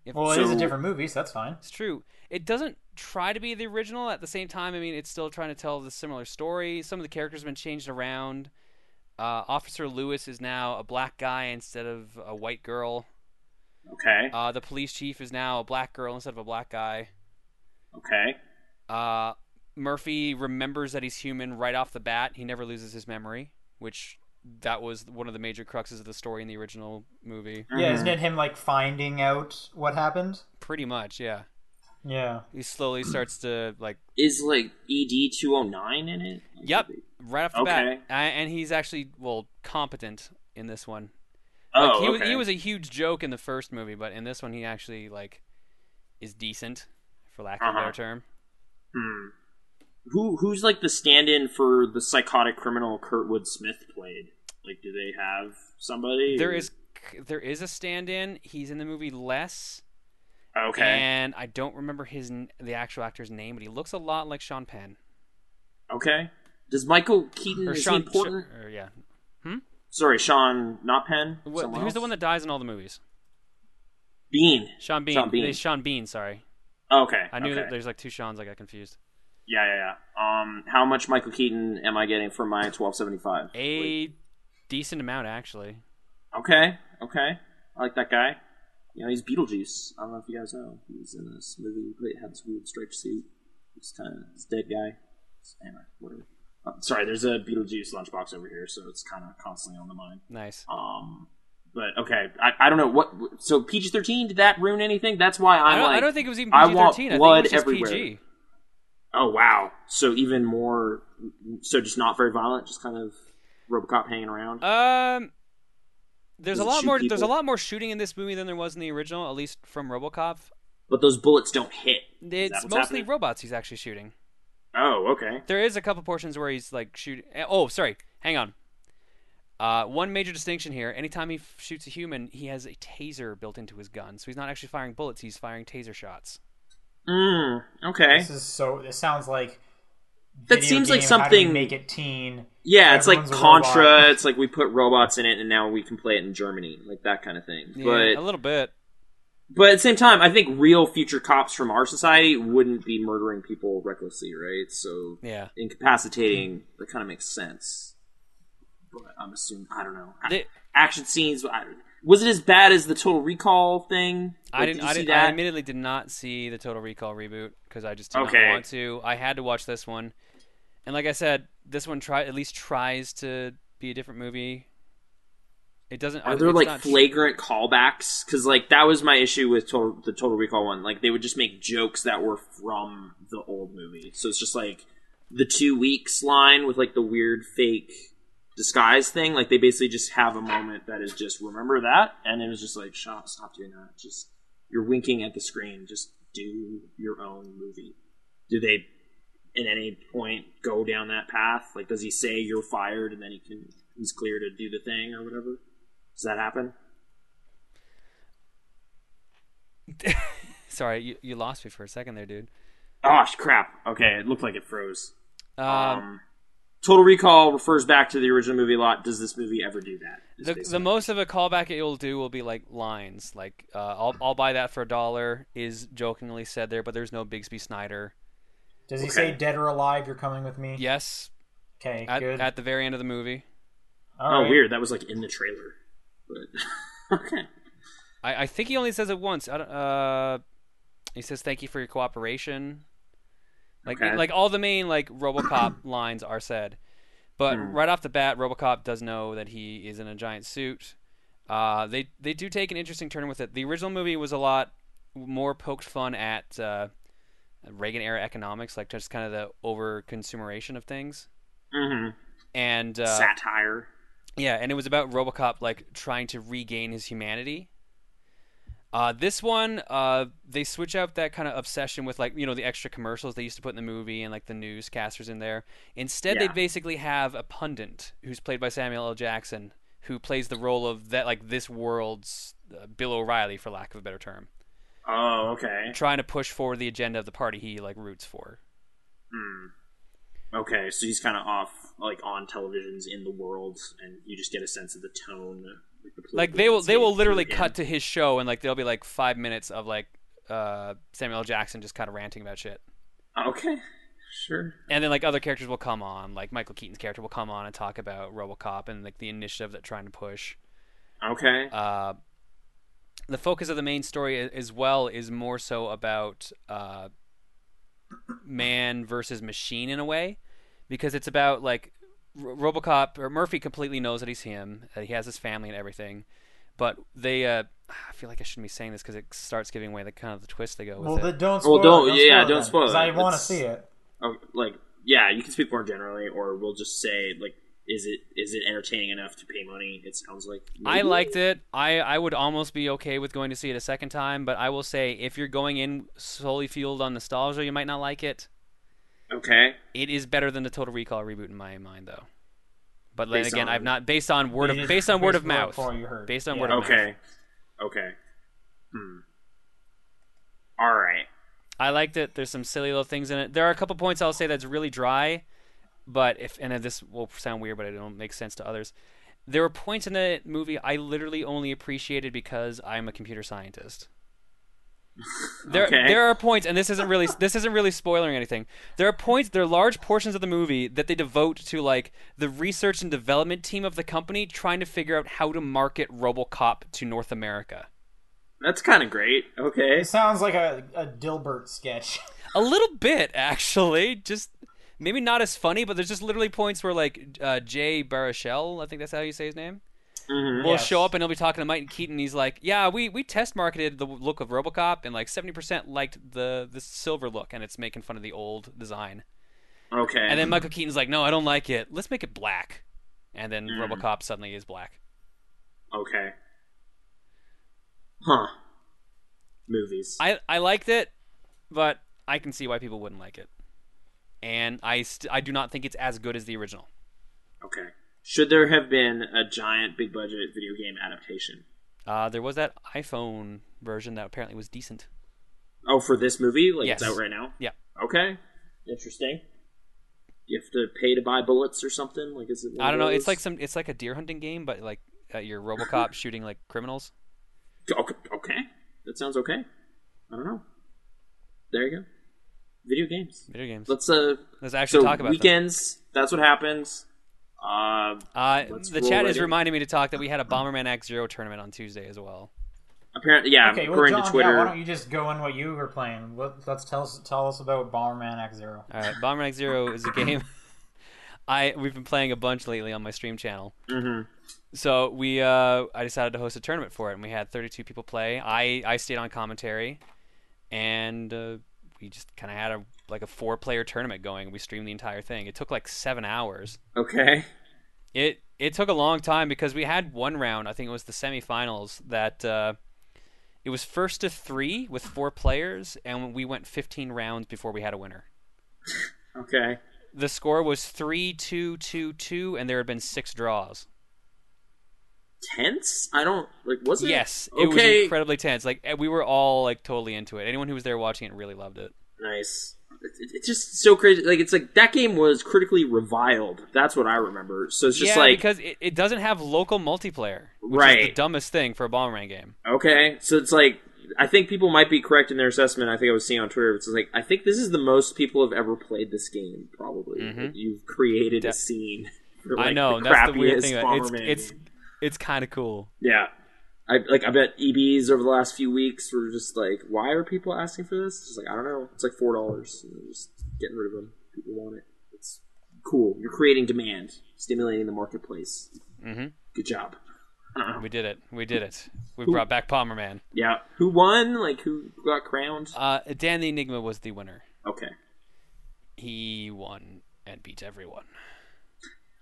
S4: If
S2: well, it is a
S3: So-
S2: different movie, so that's fine.
S4: It's true. It doesn't try to be the original. At the same time, I mean, it's still trying to tell the similar story. Some of the characters have been changed around. Uh, Officer Lewis is now a black guy instead of a white girl.
S3: Okay.
S4: Uh, the police chief is now a black girl instead of a black guy.
S3: Okay.
S4: Uh, Murphy remembers that he's human right off the bat. He never loses his memory, which that was one of the major cruxes of the story in the original movie.
S2: Yeah,
S3: Mm-hmm.
S2: isn't it him like finding out what happened?
S4: Pretty much, yeah.
S2: Yeah.
S4: He slowly starts to like
S3: Is like ED two oh nine in it?
S4: Yep, right off the bat,
S3: Okay.
S4: A- and he's actually well competent in this one.
S3: Oh,
S4: like, he was
S3: okay.
S4: he was a huge joke in the first movie, but in this one he actually like is decent, for lack of a
S3: Uh-huh.
S4: better term.
S3: Hmm. Who who's like the stand-in for the psychotic criminal Kurtwood Smith played? Like, do they have somebody?
S4: There is c- there is a stand-in. He's in the movie less,
S3: okay,
S4: and I don't remember his n- the actual actor's name, but he looks a lot like Sean Penn
S3: okay. Does Michael Keaton
S4: or
S3: Hmm, is he
S4: Sean. Sh-
S3: important?
S4: or, yeah,
S3: Sorry, Sean, not Penn.
S4: Wha-
S3: someone
S4: who's
S3: else?
S4: the one that dies in all the movies?
S3: Bean?
S4: Sean Bean.
S3: Sean Bean.
S4: It's Sean Bean. Sorry,
S3: Okay,
S4: I knew
S3: okay.
S4: that there's like two Seans. I got confused.
S3: Yeah, yeah, yeah. Um, how much Michael Keaton am I getting for my twelve seventy five?
S4: A decent amount actually.
S3: Okay, okay. I like that guy. You know, he's Beetlejuice. I don't know if you guys know. He's in this movie. He played- had this weird striped suit. It's kind of this dead guy. It's- Anyway, whatever. Uh, sorry, there's a Beetlejuice lunchbox over here, so it's kind of constantly on the mind.
S4: Nice.
S3: Um, but okay, I, I don't know what. So PG thirteen did that ruin anything? That's why I'm
S4: I don't,
S3: like,
S4: I don't think it was even
S3: I
S4: PG-13. I
S3: want
S4: think it
S3: blood
S4: was just
S3: everywhere.
S4: PG.
S3: oh wow, so even more, so just not very violent, just kind of RoboCop hanging around.
S4: Um, there's
S3: Does
S4: a
S3: it
S4: lot
S3: shoot
S4: more. There's a
S3: people?
S4: lot more shooting in this movie than there was in the original, at least from RoboCop.
S3: but those bullets don't hit.
S4: It's
S3: what's
S4: mostly
S3: happening?
S4: robots he's actually shooting.
S3: Oh, okay.
S4: There is a couple portions where he's like shooting. eh, Oh, sorry. Hang on. Uh, one major distinction here: anytime he f- shoots a human, he has a taser built into his gun, so he's not actually firing bullets; he's firing taser shots.
S3: Mm, okay.
S2: This is so. This sounds like.
S3: That
S2: video
S3: seems like
S2: game, how do we
S3: something-
S2: Make it teen.
S3: Yeah, it's like
S2: Everyone's a robot.
S3: Contra. It's like we put robots in it, and now we can play it in Germany, like that kind of thing.
S4: Yeah,
S3: but
S4: a little bit.
S3: But at the same time, I think real future cops from our society wouldn't be murdering people recklessly, right? So
S4: Yeah.
S3: incapacitating that kind of makes sense. But I'm assuming I don't know
S4: They-
S3: action scenes. I, was it as bad as the Total Recall thing?
S4: I
S3: Like,
S4: didn't.
S3: you
S4: I,
S3: see
S4: didn't I
S3: that?
S4: admittedly did not see the Total Recall reboot because I just did
S3: Okay.
S4: not want to. I had to watch this one, and like I said, this one try at least tries to be a different movie. It doesn't.
S3: Are there
S4: it's
S3: like
S4: not-
S3: flagrant callbacks? Because like that was my issue with total, the Total Recall one. Like they would just make jokes that were from the old movie. So it's just like the two weeks line with like the weird fake disguise thing. Like they basically just have a moment that is just remember that, and it was just like stop, stop doing that. Just you're winking at the screen. Just do your own movie. Do they? At any point, go down that path. Like, does he say you're fired, and then he can he's clear to do the thing or whatever? Does that happen?
S4: Sorry, you, you lost me for a second there, dude.
S3: Oh crap! Okay, it looked like it froze.
S4: Um,
S3: Um, Total Recall refers back to the original movie a lot. Does this movie ever do that? Is
S4: the, the
S3: basically-
S4: most of a callback it will do will be like lines like uh, I'll I'll buy that for a dollar is jokingly said there, but there's no Bigsby Snyder.
S2: Does he
S3: Okay.
S2: say dead or alive? You're coming with me.
S4: Yes,
S2: Okay.
S4: at,
S2: good.
S4: at the very end of the movie,
S2: All
S3: oh
S2: right.
S3: weird, that was like in the trailer. But okay,
S4: I, I think he only says it once. I don't, uh, he says thank you for your cooperation. Like
S3: Okay.
S4: like all the main like RoboCop lines are said, but
S3: Hmm.
S4: right off the bat, RoboCop does know that he is in a giant suit. Uh, they they do take an interesting turn with it. The original movie was a lot more poked fun at uh, Reagan era economics, like just kind of the over consumeration of things.
S3: hmm
S4: And uh,
S3: satire.
S4: yeah, and it was about RoboCop like trying to regain his humanity. Uh, this one, uh, they switch out that kind of obsession with like you know the extra commercials they used to put in the movie and like the newscasters in there. Instead, they
S3: Yeah.
S4: basically have a pundit who's played by Samuel L. Jackson, who plays the role of that like this world's uh, Bill O'Reilly, for lack of a better term,
S3: Oh okay,
S4: trying to push forward the agenda of the party he like roots for.
S3: okay. So he's kind of off, like on televisions in the world, and you just get a sense of the tone. Like, the
S4: like
S3: political
S4: they will they will
S3: landscape
S4: literally
S3: through him.
S4: cut to his show and like there'll be like five minutes of like uh, Samuel L. Jackson just kind of ranting about shit,
S3: Okay, sure.
S4: and then like other characters will come on, like Michael Keaton's character will come on and talk about RoboCop and like the initiative that trying to push.
S3: Okay,
S4: Uh, the focus of the main story a- as well is more so about uh, man versus machine in a way, because it's about like R- RoboCop or Murphy completely knows that he's him. That he has his family and everything, but they. Uh, I feel like I shouldn't be saying this because it starts giving away the kind of the twist they go with
S2: Well,
S4: it.
S2: then don't
S3: Well,
S2: spoil. it,
S3: don't- yeah,
S2: it
S3: don't
S2: then,
S3: spoil
S2: 'cause
S3: it.
S2: I want to
S3: It's-
S2: see it.
S3: Oh, like yeah, you can speak more generally, or we'll just say like, is it is it entertaining enough to pay money? It sounds like
S4: I
S3: maybe.
S4: liked it. I, I would almost be okay with going to see it a second time, but I will say if you're going in solely fueled on nostalgia, you might not like it.
S3: Okay,
S4: It is better than the Total Recall reboot in my mind, though. But then
S3: Based
S4: again,
S3: on-
S4: I've not based on word
S2: You
S4: of
S2: just-
S4: based on word of
S2: based on
S4: mouth.
S2: what you heard.
S4: Based on
S2: Yeah.
S4: word of mouth.
S3: okay, okay. Hmm. All right.
S4: I liked it. There's some silly little things in it. There are a couple points I'll say that's really dry, but if and this will sound weird, but it'll make sense to others. There were points in the movie I literally only appreciated because I'm a computer scientist. There,
S3: Okay.
S4: there are points, and this isn't really this isn't really spoiling anything. There are points, there are large portions of the movie that they devote to like the research and development team of the company trying to figure out how to market RoboCop to North America.
S3: That's kind of great. Okay.
S2: It sounds like a, a Dilbert sketch.
S4: A little bit, actually. Just maybe not as funny, but there's just literally points where like uh, Jay Baruchel, I think that's how you say his name,
S3: Mm-hmm.
S4: will
S2: Yes.
S4: show up and he'll be talking to Mike Keaton. And he's like, "Yeah, we we test marketed the look of RoboCop, and like 70% liked the the silver look, and it's making fun of the old design."
S3: Okay.
S4: And then Michael Keaton's like, "No, I don't like it. Let's make it black." And then RoboCop suddenly is black.
S3: okay. Huh. Movies.
S4: I I liked it, but I can see why people wouldn't like it. And I st- I do not think it's as good as the original.
S3: okay. Should there have been a giant big budget video game adaptation?
S4: Uh, there was that iPhone version that apparently was decent.
S3: Oh, for this movie? Like
S4: Yes.
S3: it's out right now?
S4: Yeah.
S3: Okay. Interesting. You have to pay to buy bullets or something? Like is it one
S4: I
S3: of
S4: don't know. It's
S3: those?
S4: like some. It's like a deer hunting game, but like uh, you're RoboCop shooting like criminals.
S3: Okay, okay. That sounds okay. I don't know. There you go. Video games.
S4: Video games.
S3: Let's uh
S4: Let's actually
S3: so
S4: talk about them.
S3: weekends. That's what happens. Uh,
S4: Uh,
S3: let's
S4: the
S3: roll
S4: chat
S3: right
S4: is
S3: in.
S4: reminding me to talk that we had a Bomberman X Zero tournament on Tuesday as well.
S3: apparently, yeah.
S2: Okay, well,
S3: according
S2: John,
S3: to
S2: yeah,
S3: Twitter,
S2: why don't you just go on what you were playing? Let, let's tell us tell us about Bomberman X Zero.
S4: All right, Bomberman X Zero is a game I we've been playing a bunch lately on my stream channel.
S3: Mhm.
S4: So we uh, I decided to host a tournament for it, and we had 32 people play. I I stayed on commentary, and uh, we just kind of had a like a four player tournament going. We streamed the entire thing. It took like seven hours.
S3: okay.
S4: It it took a long time because we had one round. I think it was the semifinals that uh, it was first to three with four players, and we went 15 rounds before we had a winner.
S3: Okay.
S4: The score was three two two two, and there had been six draws.
S3: Tense? I don't like. Was it?
S4: Yes, it was
S3: Okay.
S4: incredibly tense. Like eh, we were all like totally into it. Anyone who was there watching it really loved it.
S3: nice. It- it- It's just so crazy. Like it's like that game was critically reviled. That's what I remember. So it's just
S4: yeah,
S3: like
S4: because it, it doesn't have local multiplayer, which is the
S3: Right.
S4: dumbest thing for a Bomberman game.
S3: Okay, so it's like I think people might be correct in their assessment. I think I was seeing on Twitter. It's like I think this is the most people have ever played this game. Probably Like, you've created
S4: Yeah.
S3: a scene. for,
S4: Mm-hmm. I
S3: like,
S4: know and that's the weird
S3: crappiest
S4: thing. about it. It's
S3: Bomberman
S4: it's
S3: game.
S4: it's kind of cool.
S3: yeah. I like I bet EBs over the last few weeks were just like, why are people asking for this? It's just like I don't know. It's like four dollars. Just getting rid of them. People want it. It's cool. You're creating demand, stimulating the marketplace.
S4: Mhm.
S3: Good job. I don't know.
S4: We did it. We did it. We brought back Bomberman.
S3: Yeah. Who won? Like who got crowned?
S4: Uh, Dan the Enigma was the winner.
S3: Okay.
S4: He won and beat everyone.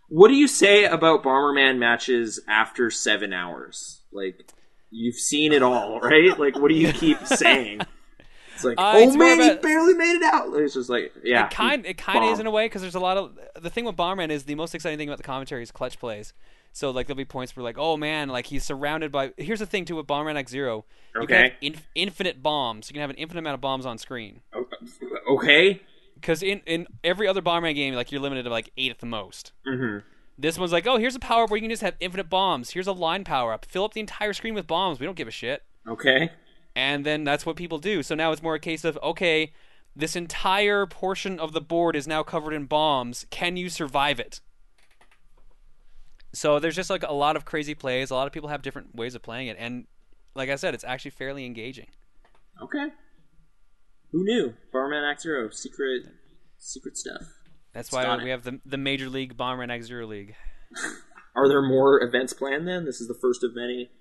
S3: What do you say about Bomberman matches after seven hours? Like, you've seen it all, right? Like, what do you keep saying? It's like,
S4: Uh,
S3: oh
S4: it's more
S3: man,
S4: about-
S3: he barely made it out. It's just like, yeah,
S4: It kind it kind
S3: bomb.
S4: of is in a way because there's a lot of the thing with Bomberman is the most exciting thing about the commentary is clutch plays. So like there'll be points where like oh man like he's surrounded by here's the thing too with Bomberman X Zero you can have
S3: Okay.
S4: inf- infinite bombs you can have an infinite amount of bombs on screen
S3: O- okay.
S4: because in in every other Bomberman game like you're limited to like eight at the most.
S3: hmm
S4: This one's like oh here's a power up where you can just have infinite bombs here's a line power up fill up the entire screen with bombs we don't give a shit
S3: Okay.
S4: and then that's what people do. So now it's more a case of okay, this entire portion of the board is now covered in bombs. Can you survive it? So there's just like a lot of crazy plays. A lot of people have different ways of playing it, and like I said, it's actually fairly engaging.
S3: Okay. Who knew? Bomberman X Zero, secret, secret stuff.
S4: That's why
S3: Stunning.
S4: we have the the Major League Bomber and X Zero League.
S3: Are there more events planned? Then this is the first of many.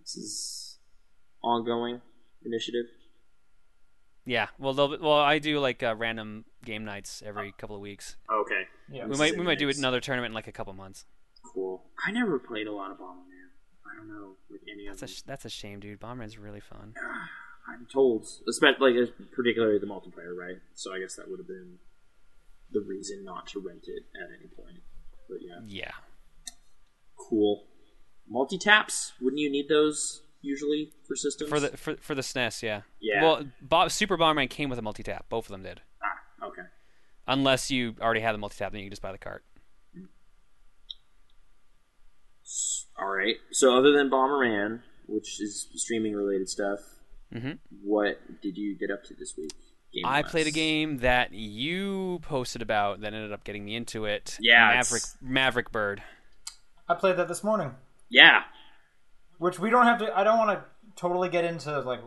S3: This is ongoing initiative.
S4: Yeah, well, they'll, well, I do like uh, random game nights every couple of weeks.
S3: Okay.
S2: Yeah.
S4: We might we might do
S3: Nice.
S4: another tournament in like a couple months.
S3: Cool. I never played a lot of Bomberman. I don't know like any of
S4: That's a
S3: them.
S4: sh- that's a shame, dude. Bomberman's really fun.
S3: I'm told, especially like uh, particularly the multiplayer, right? So I guess that would have been the reason not to rent it at any point. But yeah,
S4: Yeah.
S3: cool. Multi taps? Wouldn't you need those usually for systems?
S4: for the for, for the SNES, yeah.
S3: Yeah.
S4: Well, Bo- Super Bomberman came with a multi tap. Both of them did.
S3: ah, okay.
S4: Unless you already had the multi tap, then you can just buy the cart.
S3: All right. So other than Bomberman, which is streaming related stuff,
S4: Mhm.
S3: what did you get up to this week?
S4: I
S3: game-wise?
S4: played a game that you posted about that ended up getting me into it.
S3: Yeah,
S4: Maverick
S3: it's-
S4: Maverick Bird.
S2: I played that this morning,
S3: Yeah.
S2: which we don't have to. I don't want to totally get into like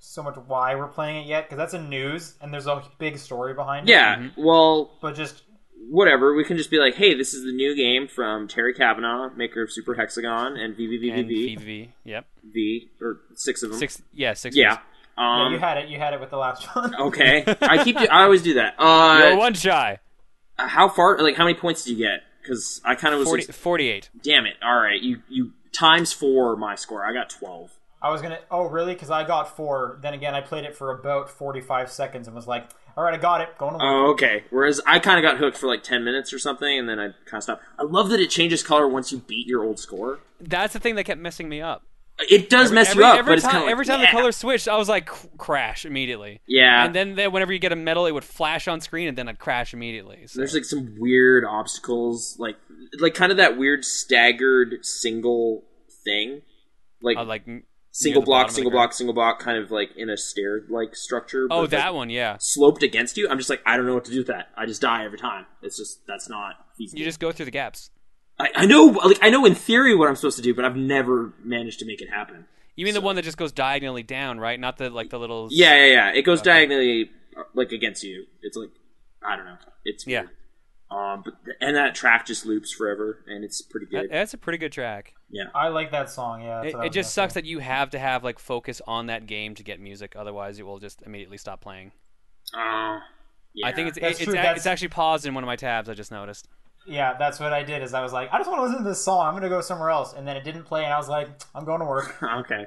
S2: so much why we're playing it yet because that's in news and there's a big story behind it.
S3: Yeah,
S4: Mm-hmm.
S3: well,
S2: But just
S3: whatever. We can just be like, hey, this is the new game from Terry Kavanaugh, maker of Super Hexagon and
S4: and
S3: VVVVV,
S4: VVV. Yep.
S3: V, or six of them.
S4: Six. Yeah. Six.
S3: Mm-hmm. yeah.
S4: minutes.
S2: yeah,
S3: Um, oh.
S2: you had it. You had it with the last one.
S3: okay. I keep. I always do that.
S4: You're
S3: Uh,
S4: one shy.
S3: how far? Like, how many points did you get? Because I kind of was
S4: 40,
S3: like,
S4: 48.
S3: damn it. All right, you you times four my score. I got twelve.
S2: I was gonna. Oh, really? Because I got four. Then again, I played it for about forty-five seconds and was like, "All right, I got it. Going to work."
S3: Oh, okay. Whereas I kind of got hooked for like ten minutes or something, and then I kind of stopped. I love that it changes color once you beat your old score.
S4: That's the thing that kept messing me up.
S3: It does mess
S4: every,
S3: you up,
S4: every
S3: but it's
S4: time,
S3: kind of like,
S4: every time
S3: yeah.
S4: the color switched, I was like c- crash immediately.
S3: Yeah.
S4: And then, then whenever you get a medal, it would flash on screen, and then I'd crash immediately. So.
S3: There's like some weird obstacles, like like kind of that weird staggered single thing, like
S4: I was like n-
S3: single
S4: near the bottom
S3: block,
S4: of
S3: single
S4: the ground.
S3: block, single block, kind of like in a stair like structure.
S4: Oh,
S3: but,
S4: that
S3: like,
S4: one, yeah.
S3: sloped against you. I'm just like I don't know what to do with that. I just die every time. It's just that's not feasible.
S4: You just go through the gaps.
S3: I, I know like I know in theory what I'm supposed to do, but I've never managed to make it happen.
S4: You mean the one that just goes diagonally down, right? Not the like the little.
S3: Yeah, yeah, yeah. It goes diagonally uh, like against you. It's like I don't know. It's
S4: Yeah.
S3: weird. Um, but and that track just loops forever, and it's pretty
S4: That-
S3: good.
S4: that's a pretty good track.
S2: I like that song. Yeah, that's
S4: It,
S2: what I
S4: it
S2: was
S4: just
S2: gonna
S4: sucks that you have to have like focus on that game to get music. Otherwise, it will just immediately stop playing.
S3: Oh, yeah.
S4: uh, I think it's
S2: That's
S4: it's,
S2: true,
S4: a-
S2: that's-
S4: it's actually paused in one of my tabs. I just noticed.
S2: say. Yeah, that's what I did. Is I was like, "I just want to listen to this song. I'm going to go somewhere else." And then it didn't play, and I was like, "I'm going to work."
S3: okay.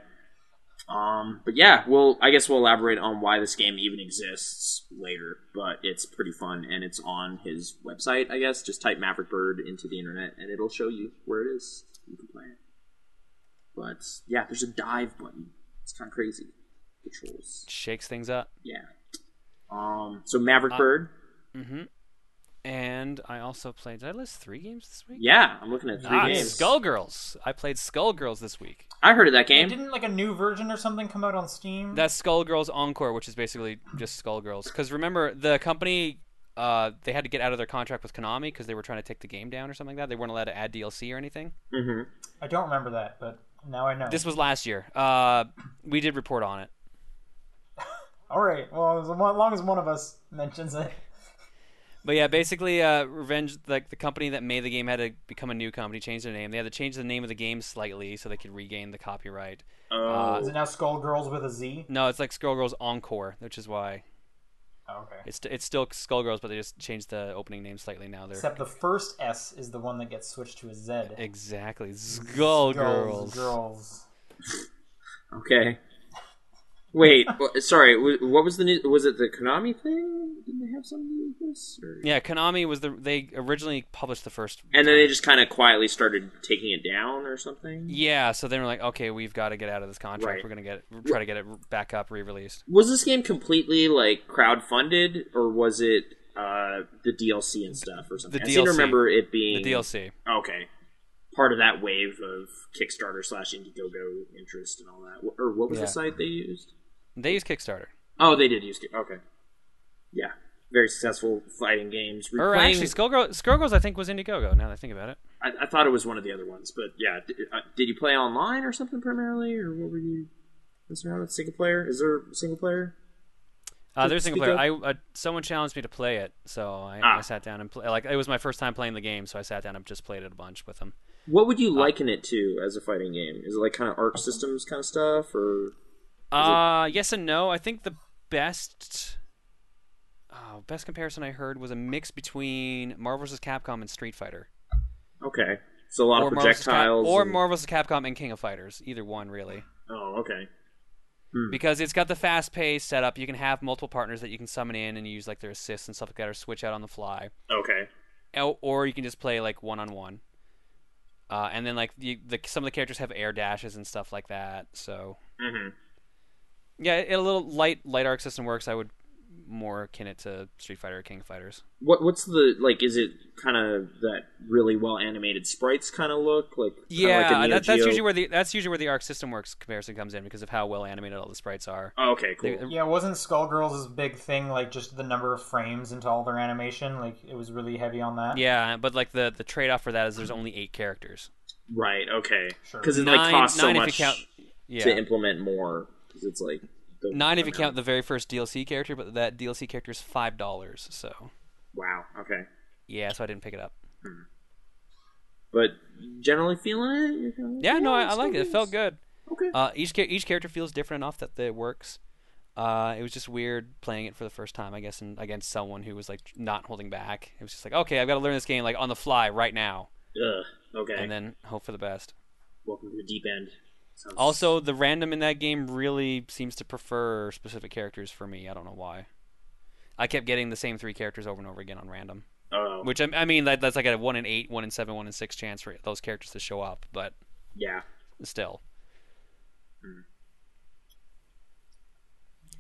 S3: Um, but yeah, we'll I guess we'll elaborate on why this game even exists later. But it's pretty fun, and it's on his website. I guess just type Maverick Bird into the internet, and it'll show you where it is. You can play it. But yeah, there's a dive button. It's kind of crazy. Controls.
S4: Shakes things up.
S3: Yeah. Um. So Maverick
S4: Uh,
S3: Bird.
S4: hmm And I also played. Did I list three games this week?
S3: Yeah, I'm looking at three
S4: Ah,
S3: games.
S4: Skullgirls. I played Skullgirls this week.
S3: I heard of that game.
S2: Didn't like a new version or something come out on Steam?
S4: That's Skullgirls Encore, which is basically just Skullgirls. Because remember, the company uh, they had to get out of their contract with Konami because they were trying to take the game down or something like that. They weren't allowed to add DLC or anything.
S3: Mm-hmm.
S2: I don't remember that, but now I know.
S4: This was last year. Uh, we did report on it.
S2: All right. Well, as lo- long as one of us mentions it.
S4: But yeah, basically, uh, Revenge, like the company that made the game, had to become a new company, change their name. They had to change the name of the game slightly so they could regain the copyright. Uh,
S3: Oh.
S2: Is it now Skullgirls with a Z?
S4: No, it's like Skullgirls Encore, which is why
S2: Oh, okay.
S4: it's it's still Skullgirls, but they just changed the opening name slightly now. They're
S2: Except the first S is the one that gets switched to a Z.
S4: exactly Skullgirls.
S2: Girls.
S3: Okay. Wait, wh- sorry. wh- What was the new? Was it the Konami thing? Did they have something to do with this? Or...
S4: Yeah, Konami was the they originally published the first.
S3: And then they just kind of quietly started taking it down or something.
S4: Yeah, so they were like, okay, we've got to get out of this contract.
S3: Right.
S4: We're gonna get try to get it back up, re-released.
S3: Was this game completely like crowdfunded, or was it uh, the DLC and stuff or something?
S4: The
S3: I seem to
S4: DLC.
S3: remember it
S4: The
S3: being
S4: DLC.
S3: Okay, part of that wave of Kickstarter slash Indiegogo interest and all that. Wh- Or what was the
S4: Yeah.
S3: site they used?
S4: They use Kickstarter,
S3: Oh, they did use. Ki- Okay, yeah, very successful fighting games.
S4: or
S3: Replaying-
S4: actually, Skullgirl, Skullgirls I think was Indiegogo. Now that I think about it,
S3: I, I thought it was one of the other ones, but yeah. Did, uh, did you play online or something primarily, or what were you? Was there not a single player? Is there a single player?
S4: uh,
S3: Did-
S4: there's a single
S3: did
S4: player. I uh, someone challenged me to play it, so I,
S3: Ah.
S4: I sat down and play. Like it was my first time playing the game, so I sat down and just played it a bunch with them.
S3: What would you
S4: Uh,
S3: liken it to as a fighting game? Is it like kind of arc systems kind of stuff, or
S4: Uh, yes and no. I think the best. Oh, best comparison I heard was a mix between Marvel vs. Capcom and Street Fighter.
S3: okay? So a lot of
S4: Marvel vs. Cap-
S3: projectiles.
S4: or
S3: and-
S4: Marvel vs. Capcom and King of Fighters, either one really,
S3: Oh, okay. Hmm.
S4: because it's got the fast pace setup. You can have multiple partners that you can summon in and use like their assists and stuff like that, or switch out on the fly,
S3: Okay.
S4: Or- or you can just play like one on one. Uh, and then like the, the some of the characters have air dashes and stuff like that. So
S3: hmm
S4: yeah, it, a little light light arc system works. I would more akin it to Street Fighter or King of Fighters.
S3: What What's the like? Is it kind of that really well animated sprites kind of look? Like kinda like
S4: Yeah,
S3: a Neo
S4: that, that's
S3: Geo-
S4: usually where the that's usually where the arc system works comparison comes in because of how well animated all the sprites are.
S3: Oh, okay, cool.
S4: They-
S2: Yeah, wasn't Skullgirls' big thing like just the number of frames into all their animation? Like it was really heavy on that.
S4: Yeah, but like the the trade off for that is there's only eight characters.
S3: Right. Okay.
S2: Sure.
S3: Because it
S4: Nine-
S3: like costs so
S4: nine if
S3: much
S4: you count- Yeah,
S3: to implement more. Because it's like the
S4: Nine if you count the very first DLC character, but that DLC character is five dollars. So
S3: Wow. Okay.
S4: yeah, so I didn't pick it up.
S3: But generally feeling it. You're feeling
S4: Yeah, no, I, I
S3: it's
S4: liked it. It
S3: good.
S4: felt good.
S3: Okay.
S4: Uh, each cha- each character feels different enough that it works. Uh, it was just weird playing it for the first time, I guess, and against someone who was like not holding back. It was just like, okay, I've got to learn this game like on the fly right now,
S3: Ugh, okay.
S4: Uh, and then hope for the best.
S3: Welcome to the deep end. Sounds-
S4: Also, the random in that game really seems to prefer specific characters for me. I don't know why. I kept getting the same three characters over and over again on random,
S3: Oh.
S4: which I, I mean, that, that's like a one in eight, one in seven, one in six chance for those characters to show up, but
S3: Yeah.
S4: still,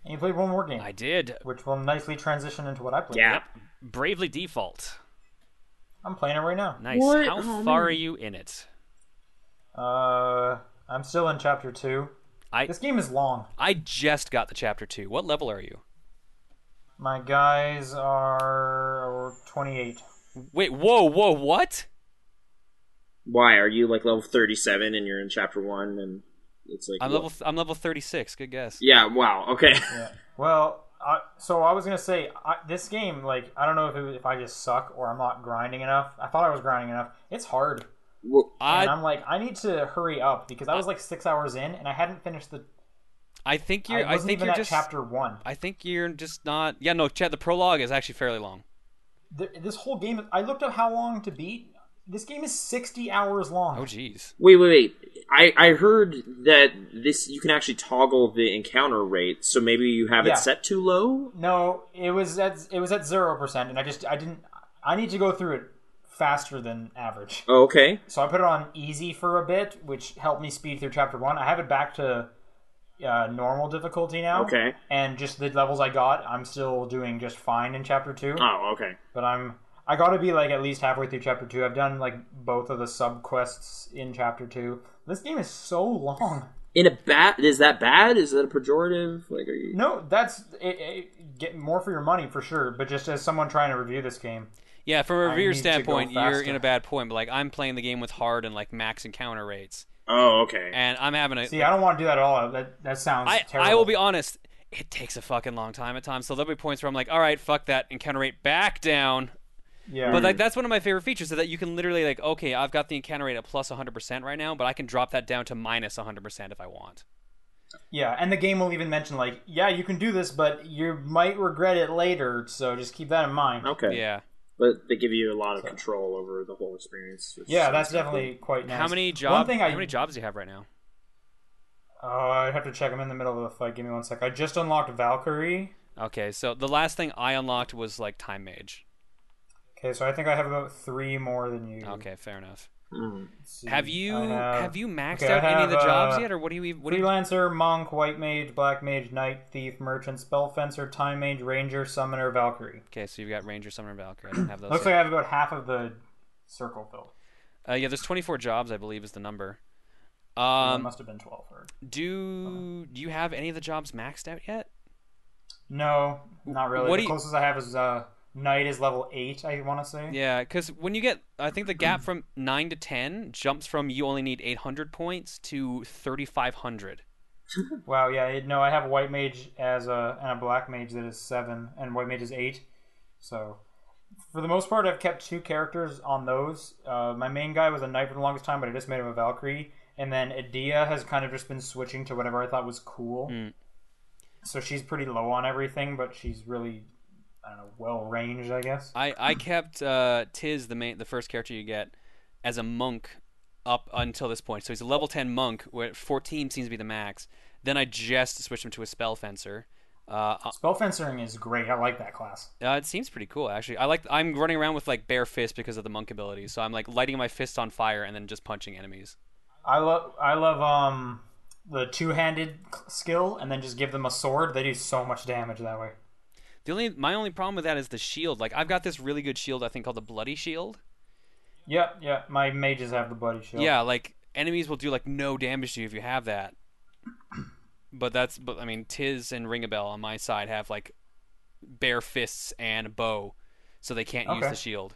S2: And you played one more game,
S4: I did
S2: which will nicely transition into what I played.
S3: Yeah.
S4: bravely default.
S2: I'm playing it right now.
S4: Nice.
S3: What?
S4: How far
S3: Oh, man.
S4: are you in it?
S2: Uh, I'm still in chapter two.
S4: I
S2: This game is long.
S4: I just got the chapter two. What level are you?
S2: My guys are 28.
S4: Wait, whoa, whoa, what?
S3: Why are you like level thirty-seven and you're in chapter one and it's like
S4: I'm
S3: what-
S4: level I'm level thirty six. Good guess.
S3: Yeah. Wow. Okay.
S2: Yeah. Well, I, so I was gonna say I, this game, like, I don't know if it, if I just suck or I'm not grinding enough. I thought I was grinding enough. It's hard,
S3: Well,
S2: and
S4: I
S2: I'm like, I need to hurry up because I was like six hours in and I hadn't finished the.
S4: I think
S2: I
S4: you're.
S2: wasn't
S4: I, think
S2: even
S4: you're
S2: at
S4: just.
S2: chapter one.
S4: I think you're just not. Yeah, no. Chad, the prologue is actually fairly long.
S2: Th this whole game, I looked up how long to beat. This game is 60 hours long.
S4: Oh, jeez.
S3: wait, wait, wait. I I heard that this you can actually toggle the encounter rate, so maybe you have
S2: Yeah.
S3: it set too low.
S2: No, it was at it was at zero percent, and I just I didn't. I need to go through it faster than average.
S3: Oh, okay.
S2: So I put it on easy for a bit, which helped me speed through chapter one. I have it back to uh, normal difficulty now.
S3: Okay.
S2: And just the levels I got, I'm still doing just fine in chapter two.
S3: Oh, okay.
S2: But I'm I got to be like at least halfway through chapter two. I've done like both of the sub quests in chapter two. This game is so long.
S3: In a bat is that bad? Is that a pejorative? Like, are you?
S2: No, that's it, it, get more for your money for sure. But just as someone trying to review this game,
S4: Yeah, from a
S2: I
S4: reviewer
S2: need to go
S4: standpoint, you're in
S2: faster.
S4: a bad point. But like, I'm playing the game with hard and like max encounter rates,
S3: Oh, okay.
S4: and I'm having a.
S2: see, I don't want to do that at all. That that sounds
S4: I,
S2: terrible.
S4: I will be honest. It takes a fucking long time at times. So there'll be points where I'm like, all right, fuck that encounter rate back down.
S2: yeah.
S4: But like that's one of my favorite features is that you can literally like okay I've got the encounter rate at plus 100% right now but I can drop that down to minus 100% if I want.
S2: Yeah, and the game will even mention like, yeah, you can do this, but you might regret it later. So just keep that in mind.
S3: Okay.
S4: Yeah.
S3: But they give you a lot of control over the whole experience. which
S2: Yeah,
S3: sounds
S2: that's
S3: cool.
S2: definitely quite nice.
S4: How many
S2: One
S4: jobs
S2: thing I
S4: how many jobs do you have right now?
S2: oh, I have to check. I'm in the middle of a fight. Give me one sec. I just unlocked Valkyrie.
S4: Okay, so the last thing I unlocked was like time mage.
S2: Okay, so I think I have about three more than you.
S4: Okay, fair enough.
S3: Mm.
S2: Let's see.
S4: Have you
S2: Mm-hmm. I
S4: have,
S2: have,
S4: you maxed
S2: okay, I
S4: out any of the
S2: have,
S4: jobs
S2: uh,
S4: yet or what do you even- what do you
S2: Freelancer, monk, white mage, black mage, knight, thief, merchant, spellfencer, time mage, ranger, summoner, Valkyrie.
S4: Okay, so you've got ranger, summoner, and valkyrie. I don't have those.
S2: Looks
S4: yet.
S2: like I have about half of the circle filled.
S4: Uh, yeah, there's 24 jobs I believe is the number.
S2: Um,
S4: Um
S2: must have been twelve. Or...
S4: do do you have any of the jobs maxed out yet?
S2: No, not really.
S4: What do
S2: the
S4: you-
S2: closest I have is uh, knight is level eight. I want to say.
S4: Yeah, because when you get, I think the gap from nine to ten jumps from you only need eight hundred points to thirty five hundred.
S2: Wow, yeah, it- no, I have a white mage as a and a black mage that is seven, and white mage is eight. So, for the most part, I've kept two characters on those. Uh, my main guy was a knight for the longest time, but I just made him a Valkyrie, and then Adia has kind of just been switching to whatever I thought was cool.
S4: Mm.
S2: So she's pretty low on everything, but she's really, I don't know, well ranged, I guess.
S4: I I kept uh, Tiz the main the first character you get as a monk up until this point. So he's a level ten monk where fourteen seems to be the max. Then I just switched him to a spell fencer. Uh, uh,
S2: Spell fencing is great. I like that class.
S4: uh, it seems pretty cool actually. I like I'm running around with like bare fists because of the monk ability. So I'm like lighting my fists on fire and then just punching enemies.
S2: I love I love um the two handed skill, and then just give them a sword. They do so much damage that way.
S4: The only my only problem with that is the shield. Like I've got this really good shield I think called the bloody shield.
S2: Yeah, yeah. My mages have the bloody shield.
S4: Yeah, like enemies will do like no damage to you if you have that. But that's but I mean Tiz and Ringabel on my side have like bare fists and a bow, so they can't use
S2: Okay.
S4: the shield.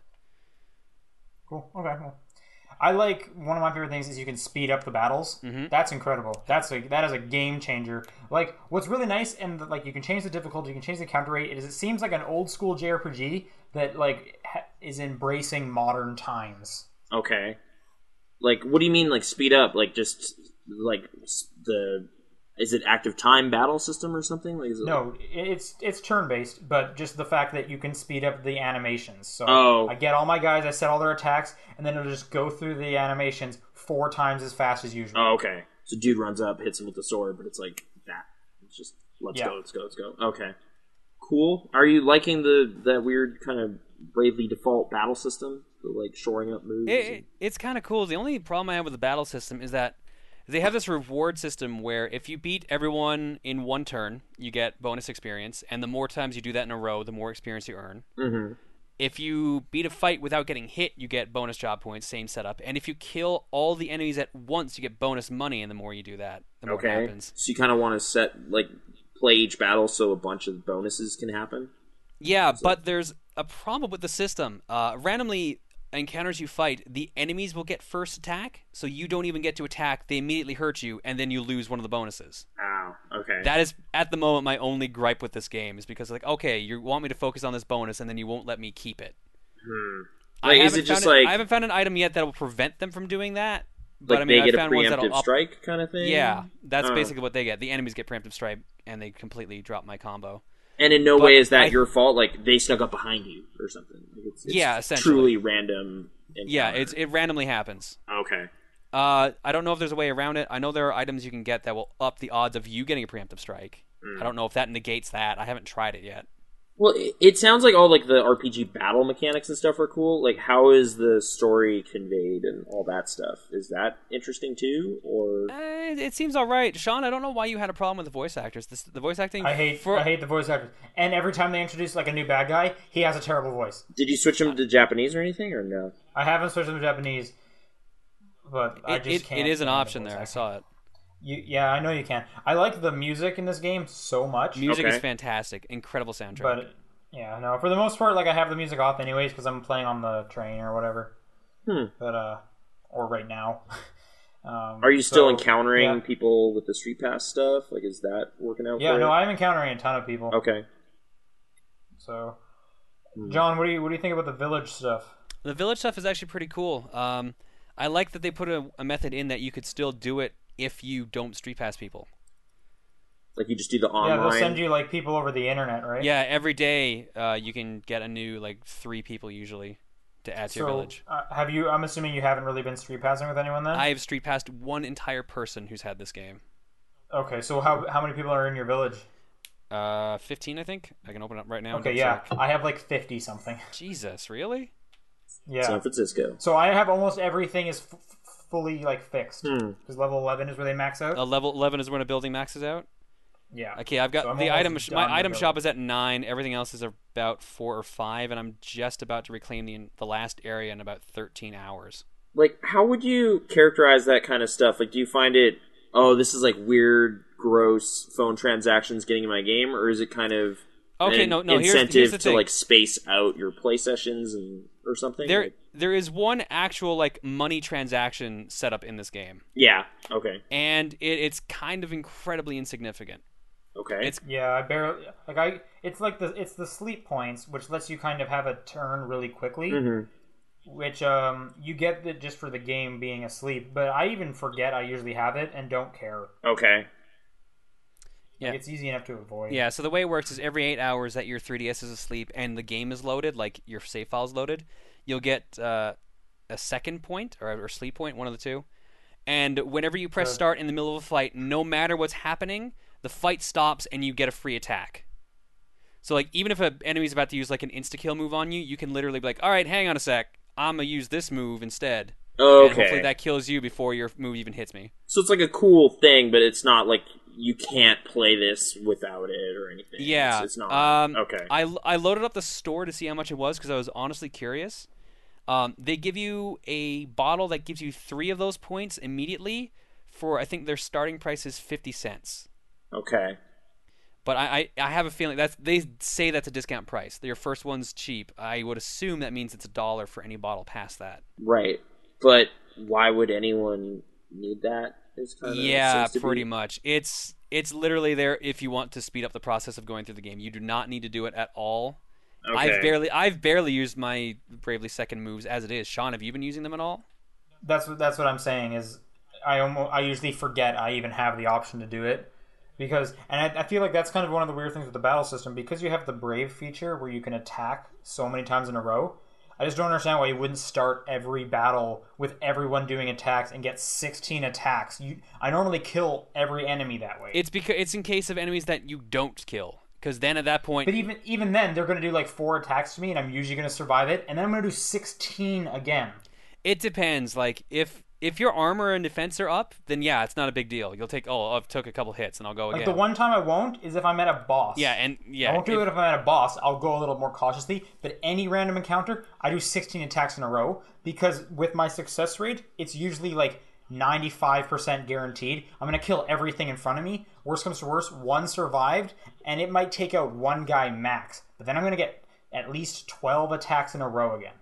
S2: Cool. Okay. Cool. I like one of my favorite things is you can speed up the battles. That's incredible. That's a that is a game changer. Like what's really nice and like you can change the difficulty, you can change the counter rate. It is it seems like an old school JRPG that like ha- is embracing modern times.
S3: Okay. Like, what do you mean? Like speed up? Like just like s- the is it active time battle system or something? Like is it
S2: No, i- it's it's turn based, but just the fact that you can speed up the animations. So
S3: Oh.
S2: I get all my guys, I set all their attacks, and then it'll just go through the animations four times as fast as usual.
S3: Oh, okay. So dude runs up, hits him with the sword, but it's like that. It's just let's
S2: Yeah.
S3: go, let's go, let's go. Okay. Cool. Are you liking the that weird kind of bravely default battle system? The like shoring up moves.
S4: It,
S3: and-
S4: it- it's kind of cool. The only problem I have with the battle system is that they have this reward system where if you beat everyone in one turn, you get bonus experience, and the more times you do that in a row, the more experience you earn. Mm-hmm. If you beat a fight without getting hit, you get bonus job points, same setup. And if you kill all the enemies at once, you get bonus money, and the more you do that, the more it
S3: okay.
S4: happens.
S3: So you kind of want to set like play each battle so a bunch of bonuses can happen.
S4: Yeah, but there's a problem with the system. Uh, randomly encounters you fight, the enemies will get first attack, so you don't even get to attack. They immediately hurt you, and then you lose one of the bonuses.
S3: Ow. Okay.
S4: That is at the moment my only gripe with this game is because like, okay, you want me to focus on this bonus, and then you won't let me keep it. I
S3: Hmm. Like, is
S4: haven't
S3: it just
S4: found
S3: like
S4: I haven't found an item yet that will prevent them from doing that. But
S3: like
S4: I mean,
S3: they
S4: I
S3: get a
S4: found ones that'll
S3: preemptive
S4: up-
S3: strike kind of thing?
S4: Yeah, that's
S3: Oh.
S4: basically what they get. The enemies get preemptive strike, and they completely drop my combo.
S3: And in no
S4: But
S3: way is that
S4: I-
S3: your fault. Like they snuck up behind you or something. Like, it's, it's
S4: Yeah, essentially.
S3: truly random. Encounter.
S4: Yeah, it's it randomly happens.
S3: okay.
S4: Uh, I don't know if there's a way around it. I know there are items you can get that will up the odds of you getting a preemptive strike.
S3: Hmm.
S4: I don't know if that negates that. I haven't tried it yet.
S3: Well, it, it sounds like all like the RPG battle mechanics and stuff are cool. Like, how is the story conveyed and all that stuff? Is that interesting too? Or
S4: Eh, it seems all right, Sean. I don't know why you had a problem with the voice actors. This, the voice acting.
S2: I hate
S4: for,
S2: I hate the voice actors. And every time they introduce like a new bad guy, he has a terrible voice.
S3: did you switch them to Japanese or anything? Or no?
S2: I haven't switched them to Japanese, but I
S4: it,
S2: just
S4: it,
S2: can't.
S4: it is an
S2: stand the
S4: option
S2: voice
S4: there. I
S2: acting.
S4: saw it.
S2: You, yeah, I know you can. I like the music in this game so much,
S4: Music is
S3: Okay.
S4: fantastic. Incredible soundtrack.
S2: but yeah, no. For the most part, like I have the music off anyways because I'm playing on the train or whatever.
S3: Hmm.
S2: But uh, or right now. um,
S3: Are you still
S2: so,
S3: encountering
S2: yeah.
S3: people with the street pass stuff? Like, is that working out?
S2: Yeah,
S3: for
S2: no,
S3: you?
S2: I'm encountering a ton of people.
S3: Okay. Hmm.
S2: So, John, what do you what do you think about the village stuff?
S4: The village stuff is actually pretty cool. Um, I like that they put a, a method in that you could still do it if you don't street pass people.
S3: Like, you just do the
S2: Yeah, they'll
S3: online.
S2: send you like people over the internet, right?
S4: Yeah, every day uh, you can get a new like three people usually to add to your
S2: So,
S4: village.
S2: uh, have you? I'm assuming you haven't really been street passing with anyone then.
S4: I have street passed one entire person who's had this game.
S2: Okay, so how how many people are in your village?
S4: Uh, 15, I think. I can open it up right now. and
S2: Okay,
S4: double
S2: yeah,
S4: check.
S2: I have like fifty something.
S4: Jesus, really?
S2: Yeah.
S3: San Francisco.
S2: So I have almost everything is f- f- fully like fixed because level eleven is where they max out.
S4: Uh, level 11 is when a building maxes out.
S2: yeah.
S4: Okay, I've got
S2: So I'm
S4: the
S2: almost
S4: item. Sh- my
S2: done with
S4: item
S2: it.
S4: shop is at nine. Everything else is about four or five, and I'm just about to reclaim the the last area in about 13 hours.
S3: like how would you characterize that kind of stuff like do you find it oh this is like weird gross phone transactions getting in my game or is it kind of
S4: Okay,
S3: an
S4: no, no. Here's,
S3: incentive
S4: here's the
S3: to
S4: thing.
S3: like space out your play sessions and or something
S4: there,
S3: Like,
S4: there is one actual like money transaction set up in this game,
S3: yeah okay
S4: and it, it's kind of incredibly insignificant.
S3: okay
S4: It's-
S2: Yeah, I barely like I. It's like the it's the sleep points which lets you kind of have a turn really quickly,
S3: Mm-hmm.
S2: which um you get the, just for the game being asleep. But I even forget I usually have it and don't care.
S3: okay
S4: Yeah.
S2: It's easy enough to avoid.
S4: Yeah, so the way it works is every eight hours that your 3DS is asleep and the game is loaded, like your save file's loaded, you'll get uh, a second point or, or sleep point, one of the two. And whenever you press start in the middle of a fight, no matter what's happening, the fight stops and you get a free attack. So like even if an enemy's about to use like an insta kill move on you, you can literally be like, "All right, hang on a sec, I'm gonna use this move instead." And hopefully
S3: okay
S4: that kills you before your move even hits me.
S3: so it's like a cool thing but it's not like you can't play this without it or anything
S4: Yeah,
S3: it's, it's not
S4: Um,
S3: okay
S4: I, l- I loaded up the store to see how much it was because I was honestly curious. Um, they give you a bottle that gives you three of those points immediately for I think their starting price is fifty cents.
S3: okay
S4: But I, I, I have a feeling that's they say that's a discount price. Your first one's cheap. I would assume that means it's a dollar for any bottle past that.
S3: Right. But why would anyone need that? Is kinda-
S4: yeah,
S3: Uh, seems to be-
S4: pretty much. It's it's literally there if you want to speed up the process of going through the game. You do not need to do it at all. I've
S3: Okay.
S4: barely I've barely used my bravely second moves as it is. Sean, have you been using them at all?
S2: That's what that's what I'm saying is I almost I usually forget I even have the option to do it because and I, I feel like that's kind of one of the weird things with the battle system because you have the brave feature where you can attack so many times in a row. I just don't understand why you wouldn't start every battle with everyone doing attacks and get 16 attacks. You I normally kill every enemy that way.
S4: It's because it's in case of enemies that you don't kill because then at that point
S2: but even even then they're going to do like four attacks to me and I'm usually going to survive it and then I'm going to do 16 again.
S4: it depends. Like if if your armor and defense are up, then yeah, it's not a big deal. You'll take oh I've took a couple hits and I'll go
S2: Like
S4: again.
S2: the one time I won't is if I'm at a boss.
S4: yeah, and yeah,
S2: I won't do
S4: if-
S2: it if I'm at a boss. I'll go a little more cautiously. But any random encounter, I do 16 attacks in a row because with my success rate, it's usually like 95% guaranteed. I'm going to kill everything in front of me. Worst comes to worst, one survived, and it might take out one guy max. But then I'm going to get at least 12 attacks in a row again.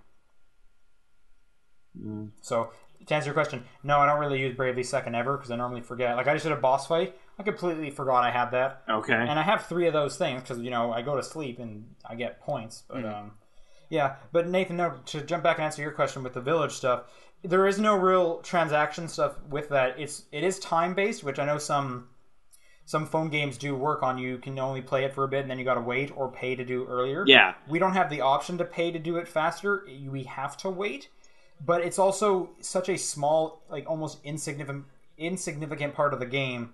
S4: Mm.
S2: So to answer your question, no, I don't really use Bravely Second ever because I normally forget. Like I just did a boss fight. I completely forgot I had that
S3: Okay.
S2: and I have three of those things because you know I go to sleep and I get points. But
S3: Mm-hmm.
S2: um, yeah, but Nathan, no, to jump back and answer your question with the village stuff, there is no real transaction stuff with that. It's it is time based, which I know some some phone games do work on. You can only play it for a bit and then you got to wait or pay to do earlier.
S3: Yeah.
S2: we don't have the option to pay to do it faster. We have to wait. But it's also such a small, like almost insignificant insignificant part of the game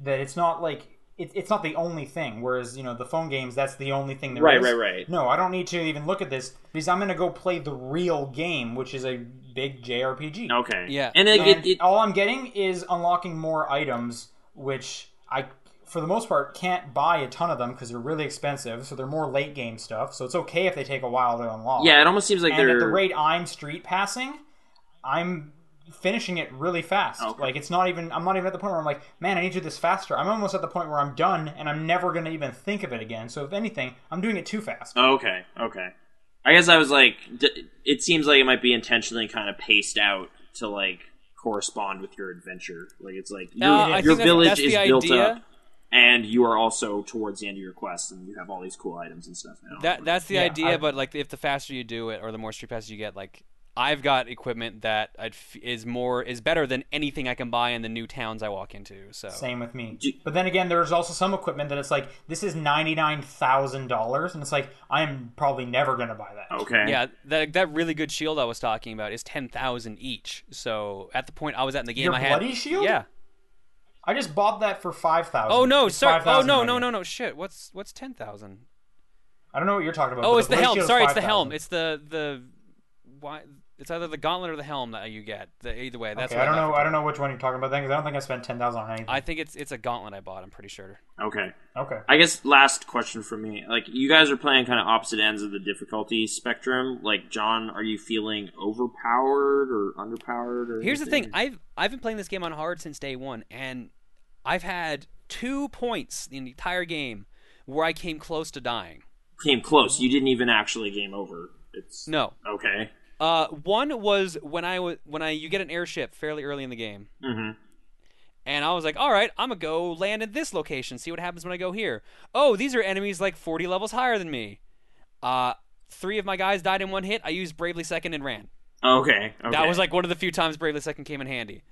S2: that it's not like it, it's not the only thing. Whereas you know the phone games, that's the only thing. there
S3: Right,
S2: is.
S3: right, right.
S2: No, I don't need to even look at this because I'm gonna go play the real game, which is a big JRPG.
S3: Okay.
S4: Yeah.
S3: And it,
S2: And
S3: it, it,
S2: all I'm getting is unlocking more items, which I, for the most part, can't buy a ton of them because they're really expensive. So they're more late game stuff. So it's okay if they take a while to unlock.
S3: yeah, it almost seems like
S2: And
S3: they're
S2: at the rate I'm street passing, I'm finishing it really fast.
S3: Okay.
S2: Like it's not even I'm not even at the point where I'm like, man, I need to do this faster. I'm almost at the point where I'm done and I'm never gonna even think of it again. So if anything, I'm doing it too fast.
S3: Okay, okay. I guess I was like, d- it seems like it might be intentionally kind of paced out to like correspond with your adventure. Like it's like your,
S4: Uh, I
S3: your
S4: think that's-
S3: village
S4: that's
S3: is
S4: the
S3: built
S4: idea.
S3: up, and you are also towards the end of your quest, and you have all these cool items and stuff now.
S4: That that's the
S2: Yeah,
S4: idea,
S2: I-
S4: but like if the faster you do it or the more street passes you get, like I've got equipment that I'd f- is more is better than anything I can buy in the new towns I walk into. So
S2: Same with me. But then again, there's also some equipment that it's like, this is ninety nine thousand dollars and it's like, I'm probably never gonna buy that.
S3: okay,
S4: yeah, that that really good shield I was talking about is ten thousand each. So at the point I was at in the game,
S2: Your
S4: I had
S2: bloody shield?
S4: Yeah.
S2: I just bought that for five thousand.
S4: Oh no, sorry. Oh no, no, no, no. Shit. What's what's ten thousand?
S2: I don't know what you're talking about.
S4: Oh,
S2: but
S4: it's the
S2: blade
S4: helm.
S2: shield's
S4: Sorry, it's the
S2: 5,000.
S4: helm. It's the the why? It's either the gauntlet or the helm that you get. The, either way, that's
S2: okay,
S4: what
S2: I don't
S4: got
S2: know.
S4: for-
S2: I don't know which one you're talking about then, because I don't think I spent ten thousand on anything.
S4: I think it's it's a gauntlet I bought. I'm pretty sure.
S3: okay.
S2: okay.
S3: I guess last question for me, like you guys are playing kind of opposite ends of the difficulty spectrum. Like John, are you feeling overpowered or underpowered? Or
S4: Here's the
S3: anything?
S4: thing. I've I've been playing this game on hard since day one, and I've had two points in the entire game where I came close to dying.
S3: came close. You didn't even actually game over. It's
S4: No.
S3: okay.
S4: Uh, one was when I was when I you get an airship fairly early in the game,
S3: hmm
S4: and I was like, all right, I'm gonna go land in this location, see what happens when I go here. Oh, these are enemies like 40 levels higher than me. Uh, three of my guys died in one hit. I used bravely second and ran.
S3: Okay, okay.
S4: That was like one of the few times Bravely Second came in handy.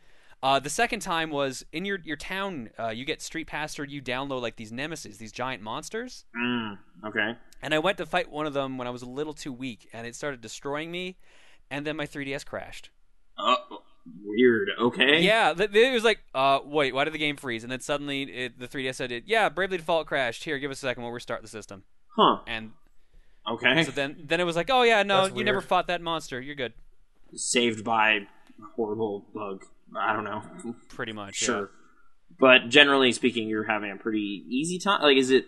S4: Uh, the second time was in your your town. Uh, you get street passed or you download like these nemesis, these giant monsters.
S3: Mm, okay.
S4: And I went to fight one of them when I was a little too weak, and it started destroying me. And then my 3ds crashed.
S3: Uh, weird. Okay.
S4: Yeah, th- th- it was like, uh, wait, why did the game freeze? And then suddenly it, the 3ds said, it, "Yeah, Bravely Default crashed. Here, give us a second. We'll restart the system."
S3: Huh.
S4: And
S3: Okay.
S4: so then then it was like, "Oh yeah, no,
S2: That's
S4: you never
S2: weird.
S4: fought that monster. You're good."
S3: Saved by horrible bug. I don't know.
S4: Pretty much. yeah.
S3: sure. But generally speaking, you're having a pretty easy time. Like, is it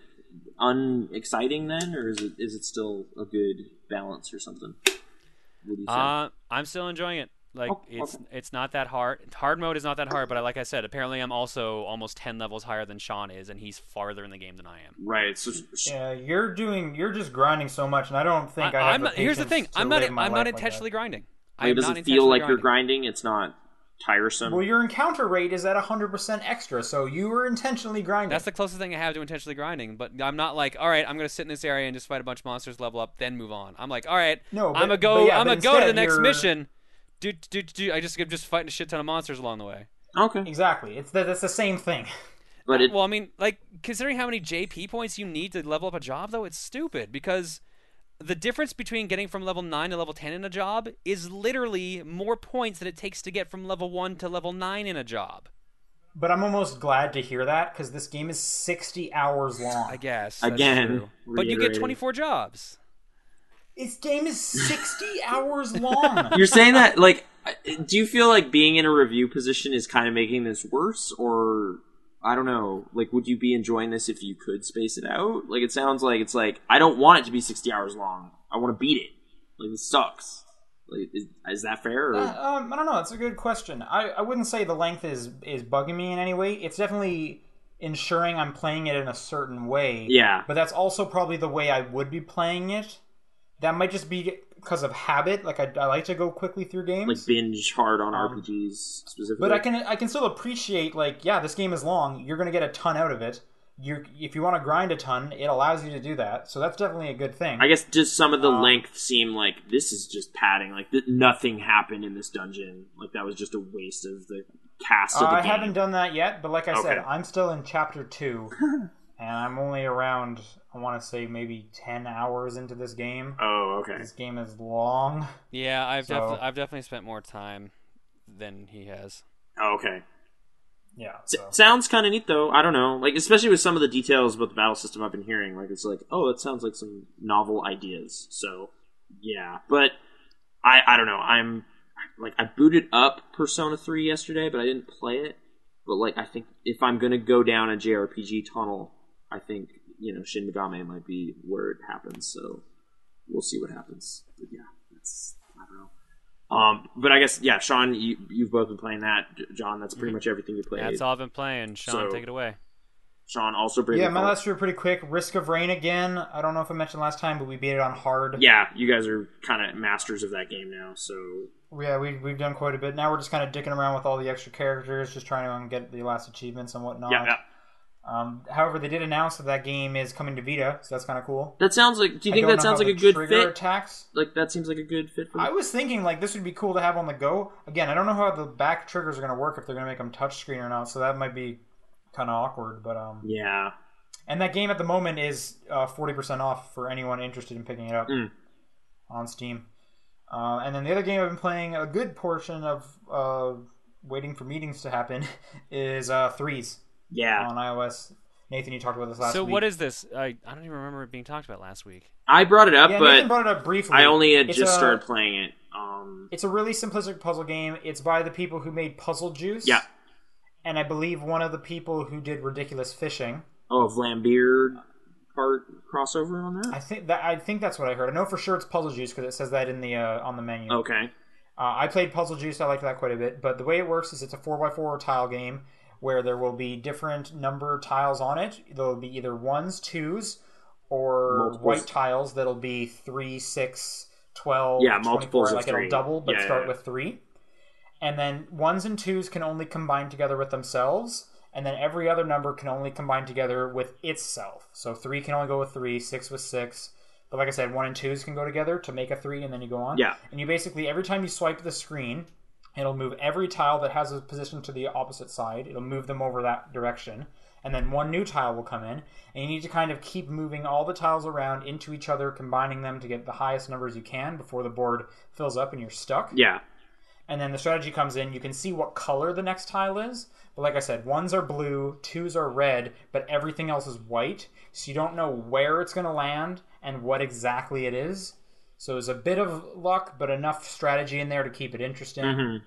S3: unexciting then, or is it is it still a good balance or something? What do you think?
S4: Uh, I'm still enjoying it. Like
S3: Oh,
S4: it's it's not that hard. Hard mode is not that hard, but I, like I said, apparently I'm also almost ten levels higher than Sean is, and he's farther in the game than I am.
S3: right. So,
S2: Yeah, you're doing. You're just grinding so much, and I don't think I, have
S4: I, am
S2: the
S4: not, here's the thing.
S2: patience to
S4: I'm not.
S2: live my
S4: I'm not
S2: life like that.
S4: intentionally grinding. I
S3: Like, it
S4: am not
S3: doesn't feel like
S4: intentionally
S3: you're grinding. It's not tiresome.
S2: Well, your encounter rate is at 100% extra, so you were intentionally grinding.
S4: That's the closest thing I have to intentionally grinding, but I'm not like, all right, I'm gonna sit in this area and just fight a bunch of monsters, level up, then move on. I'm like, all right,
S2: No, but-
S4: I'm gonna go,
S2: but yeah,
S4: I'm
S2: but
S4: gonna go to the
S2: instead
S4: next
S2: you're-
S4: mission. Do do do. I just I'm just fighting a shit ton of monsters along the way.
S3: okay,
S2: exactly. It's the, that's the same thing.
S3: but it,
S4: well, I mean, like considering how many JP points you need to level up a job, though, it's stupid because the difference between getting from level nine to level ten in a job is literally more points than it takes to get from level one to level nine in a job.
S2: But I'm almost glad to hear that because this game is 60 hours long.
S4: I guess that's
S3: Again,
S4: true. but you get
S3: reiterating.
S4: 24 jobs.
S2: This game is 60 hours long.
S3: you're saying that like, I- do you feel like being in a review position is kind of making this worse, or I don't know? Like, would you be enjoying this if you could space it out? Like, it sounds like it's like I don't want it to be 60 hours long. I want to beat it. Like, this sucks. Like, is, is that fair? Or?
S2: um, I don't know. It's a good question. I, I wouldn't say the length is, is bugging me in any way. It's definitely ensuring I'm playing it in a certain way.
S3: Yeah.
S2: But that's also probably the way I would be playing it. That might just be because of habit. Like, I, I like to go quickly through games.
S3: like binge hard on RPGs specifically.
S2: um, But I can I can still appreciate like yeah this game is long you're gonna get a ton out of it you if you want to grind a ton it allows you to do that so that's definitely a good thing
S3: I guess just some of the length seem like this is just padding. Like th- nothing happened in this dungeon. Like that was just a waste of the cast of
S2: Uh,
S3: the
S2: I
S3: game.
S2: haven't done that yet but like I said
S3: Okay.
S2: I'm still in chapter two and I'm only around I want to say maybe ten hours into this game
S3: oh, okay.
S2: this game is long
S4: Yeah, I've
S2: So-
S4: definitely I've definitely spent more time than he has.
S3: Oh, okay.
S2: yeah
S3: S-
S2: so.
S3: sounds kind of neat though. I don't know. Like especially with some of the details about the battle system I've been hearing. Like it's like oh, that sounds like some novel ideas. So yeah, but I I don't know. I'm like I booted up Persona Three yesterday, but I didn't play it. But like I think if I'm gonna go down a JRPG tunnel, I think you know Shin Megami might be where it happens. So we'll see what happens. But yeah, that's I don't know. Um, but I guess yeah, Sean, you you've both been playing that. J- John, that's pretty much everything you played.
S4: That's all I've been playing. Sean,
S3: So-
S4: take it away.
S3: Sean also bravely
S2: yeah my
S3: Fallen.
S2: last year pretty quick Risk of Rain again I don't know if I mentioned last time but we beat it on hard
S3: yeah, you guys are kind of masters of that game now. So
S2: Yeah, we, we've done quite a bit. Now we're just kind of dicking around with all the extra characters, just trying to um, get the last achievements and whatnot.
S3: yeah, yeah.
S2: Um, however, they did announce that that game is coming to Vita, so that's kind of cool.
S3: that sounds like. Do you
S2: I
S3: think
S2: don't
S3: that
S2: know
S3: sounds
S2: how
S3: like
S2: the
S3: a good
S2: trigger
S3: fit?
S2: Attacks.
S3: Like that seems like a good fit for.
S2: I was thinking like this would be cool to have on the go. Again, I don't know how the back triggers are going to work if they're going to make them touchscreen or not, so that might be kind of awkward. But um,
S3: yeah,
S2: and that game at the moment is uh, forty percent off for anyone interested in picking it up
S3: Mm.
S2: on Steam. Uh, and then the other game I've been playing a good portion of uh, waiting for meetings to happen is uh, Threes
S3: yeah.
S2: on iOS. Nathan, you talked about this last
S4: so
S2: week.
S4: what is this? I I don't even remember it being talked about last week.
S3: I brought it up,
S2: Yeah, Nathan
S3: but
S2: brought it up briefly.
S3: I only had
S2: It's
S3: just
S2: a-
S3: started playing it. Um,
S2: It's a really simplistic puzzle game. It's by the people who made Puzzle Juice.
S3: Yeah.
S2: And I believe one of the people who did Ridiculous Fishing.
S3: oh, Vlambeer part crossover on that.
S2: I think that I think that's what I heard. I know for sure it's Puzzle Juice because it says that in the uh, on the menu.
S3: Okay.
S2: Uh, I played Puzzle Juice. I liked that quite a bit. But the way it works is it's a 4x4 tile game where there will be different number tiles on it. There will be either ones, twos, or
S3: Multiples.
S2: white tiles that'll be 3, 6, 12,
S3: Yeah,
S2: 24.
S3: multiples of
S2: Like
S3: three.
S2: it'll double, but
S3: Yeah,
S2: start
S3: yeah, yeah.
S2: with 3. And then ones and twos can only combine together with themselves. And then every other number can only combine together with itself. So 3 can only go with 3, 6 with 6. But like I said, 1 and 2s can go together to make a 3, and then you go on
S3: Yeah.
S2: and you basically every time you swipe the screen it'll move every tile that has a position to the opposite side it'll move them over that direction and then one new tile will come in and you need to kind of keep moving all the tiles around into each other combining them to get the highest numbers you can before the board fills up and you're stuck
S3: Yeah.
S2: and then the strategy comes in you can see what color the next tile is but like i said ones are blue twos are red but everything else is white so you don't know where it's going to land and what exactly it is so it was a bit of luck but enough strategy in there to keep it interesting
S3: hmm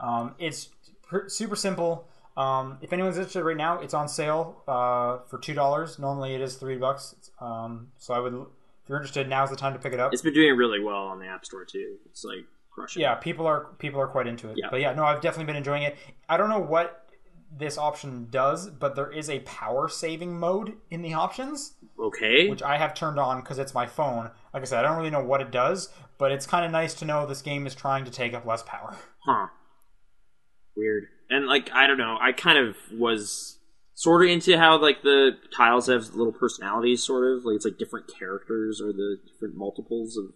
S2: um, it's pr- super simple um, if anyone's interested right now it's on sale uh, for two dollars normally it is three bucks um, so i would if you're interested now's the time to pick it up
S3: It's been doing really well on the App Store too. It's like crushing.
S2: yeah people are people are quite into it
S3: Yeah.
S2: but yeah no i've definitely been enjoying it i don't know what this option does but there is a power saving mode in the options
S3: Okay.
S2: which i have turned on because it's my phone i Like I said, I don't really know what it does, but it's kind of nice to know this game is trying to take up less power.
S3: Huh. Weird. And like I don't know, I kind of was sort of into how like the tiles have little personalities sort of like it's like different characters or the different multiples of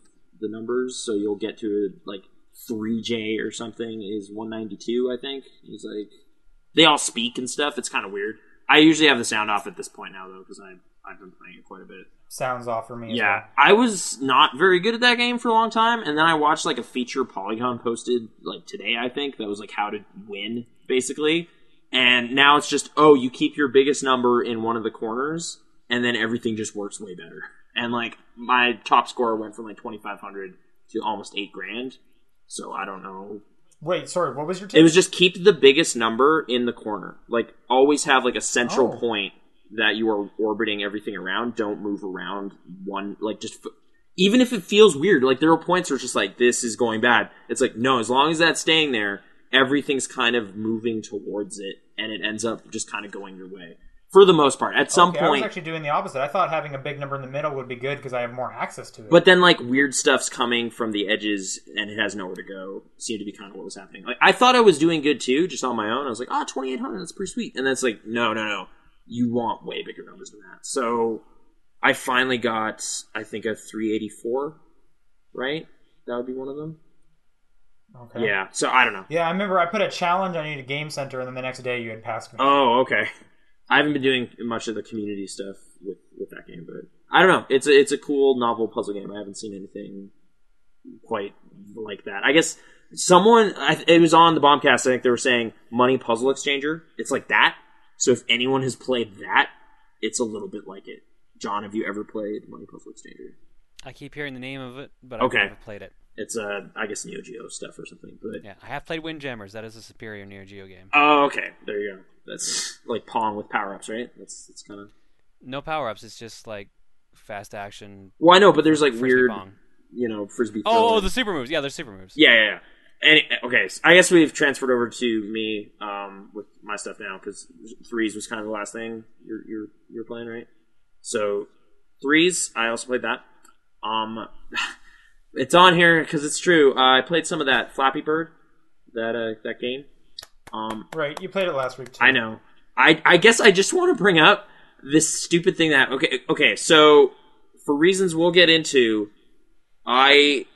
S3: the numbers so you'll get to like 3j or something is 192 i think he's like they all speak and stuff it's kind of weird i usually have the sound off at this point now though because i I've been playing it quite a bit.
S2: Sounds off for me. as
S3: Yeah,
S2: well.
S3: I was not very good at that game for a long time, and then I watched like a feature Polygon posted like today, I think, that was like how to win basically. And now it's just oh, you keep your biggest number in one of the corners, and then everything just works way better. And like my top score went from like twenty five hundred to almost eight grand. So I don't know
S2: Wait, sorry. What was your? Tip?
S3: it was just keep the biggest number in the corner. Like always have like a central
S2: Oh.
S3: point that you are orbiting everything around. Don't move around one like just f- even if it feels weird. Like there are points where it's just like this is going bad. It's like no, as long as that's staying there, everything's kind of moving towards it and it ends up just kind of going your way. For the most part. At some
S2: Okay, I was
S3: point
S2: actually doing the opposite. I thought having a big number in the middle would be good because I have more access to it.
S3: But then, like weird stuff's coming from the edges, and it has nowhere to go. Seemed to be kind of what was happening. Like I thought I was doing good too, just on my own. I was like, ah, twenty eight hundred, that's pretty sweet. And that's like, no, no, no, you want way bigger numbers than that. So I finally got, I think, a three eighty four. Right, that would be one of them.
S2: okay.
S3: Yeah. So I don't know.
S2: Yeah, I remember I put a challenge on you to Game Center, and then the next day you had passed me.
S3: Oh, okay. I haven't been doing much of the community stuff with, with that game, but I don't know. It's a, it's a cool novel puzzle game. I haven't seen anything quite like that. I guess someone I, it was on the bombcast. I think they were saying Money Puzzle Exchanger. It's like that. So if anyone has played that, it's a little bit like it. John, have you ever played Money Puzzle Exchanger?
S4: I keep hearing the name of it, but I've
S3: Okay.
S4: never played it.
S3: It's uh, I guess Neo Geo stuff or something. But
S4: Yeah, I have played Windjammers. That is a superior Neo Geo game.
S3: oh, okay, there you go. That's like Pong with power ups, right? That's that's kind of
S4: No power ups. It's just like fast action.
S3: well, I know, Oh, but there's like
S4: frisbee
S3: weird.
S4: pong.
S3: you know, frisbee.
S4: Oh,
S3: throwing.
S4: oh, the super moves. Yeah, there's super moves.
S3: yeah, yeah, yeah. Any, okay, so I guess we've transferred over to me um, with my stuff now because threes was kind of the last thing you're you're you're playing, right? So threes, I also played that. Um, it's on here because it's true. Uh, I played some of that Flappy Bird, that uh, that game. Um,
S2: Right, you played it last week too.
S3: I know. I I guess I just want to bring up this stupid thing that okay okay so for reasons we'll get into, I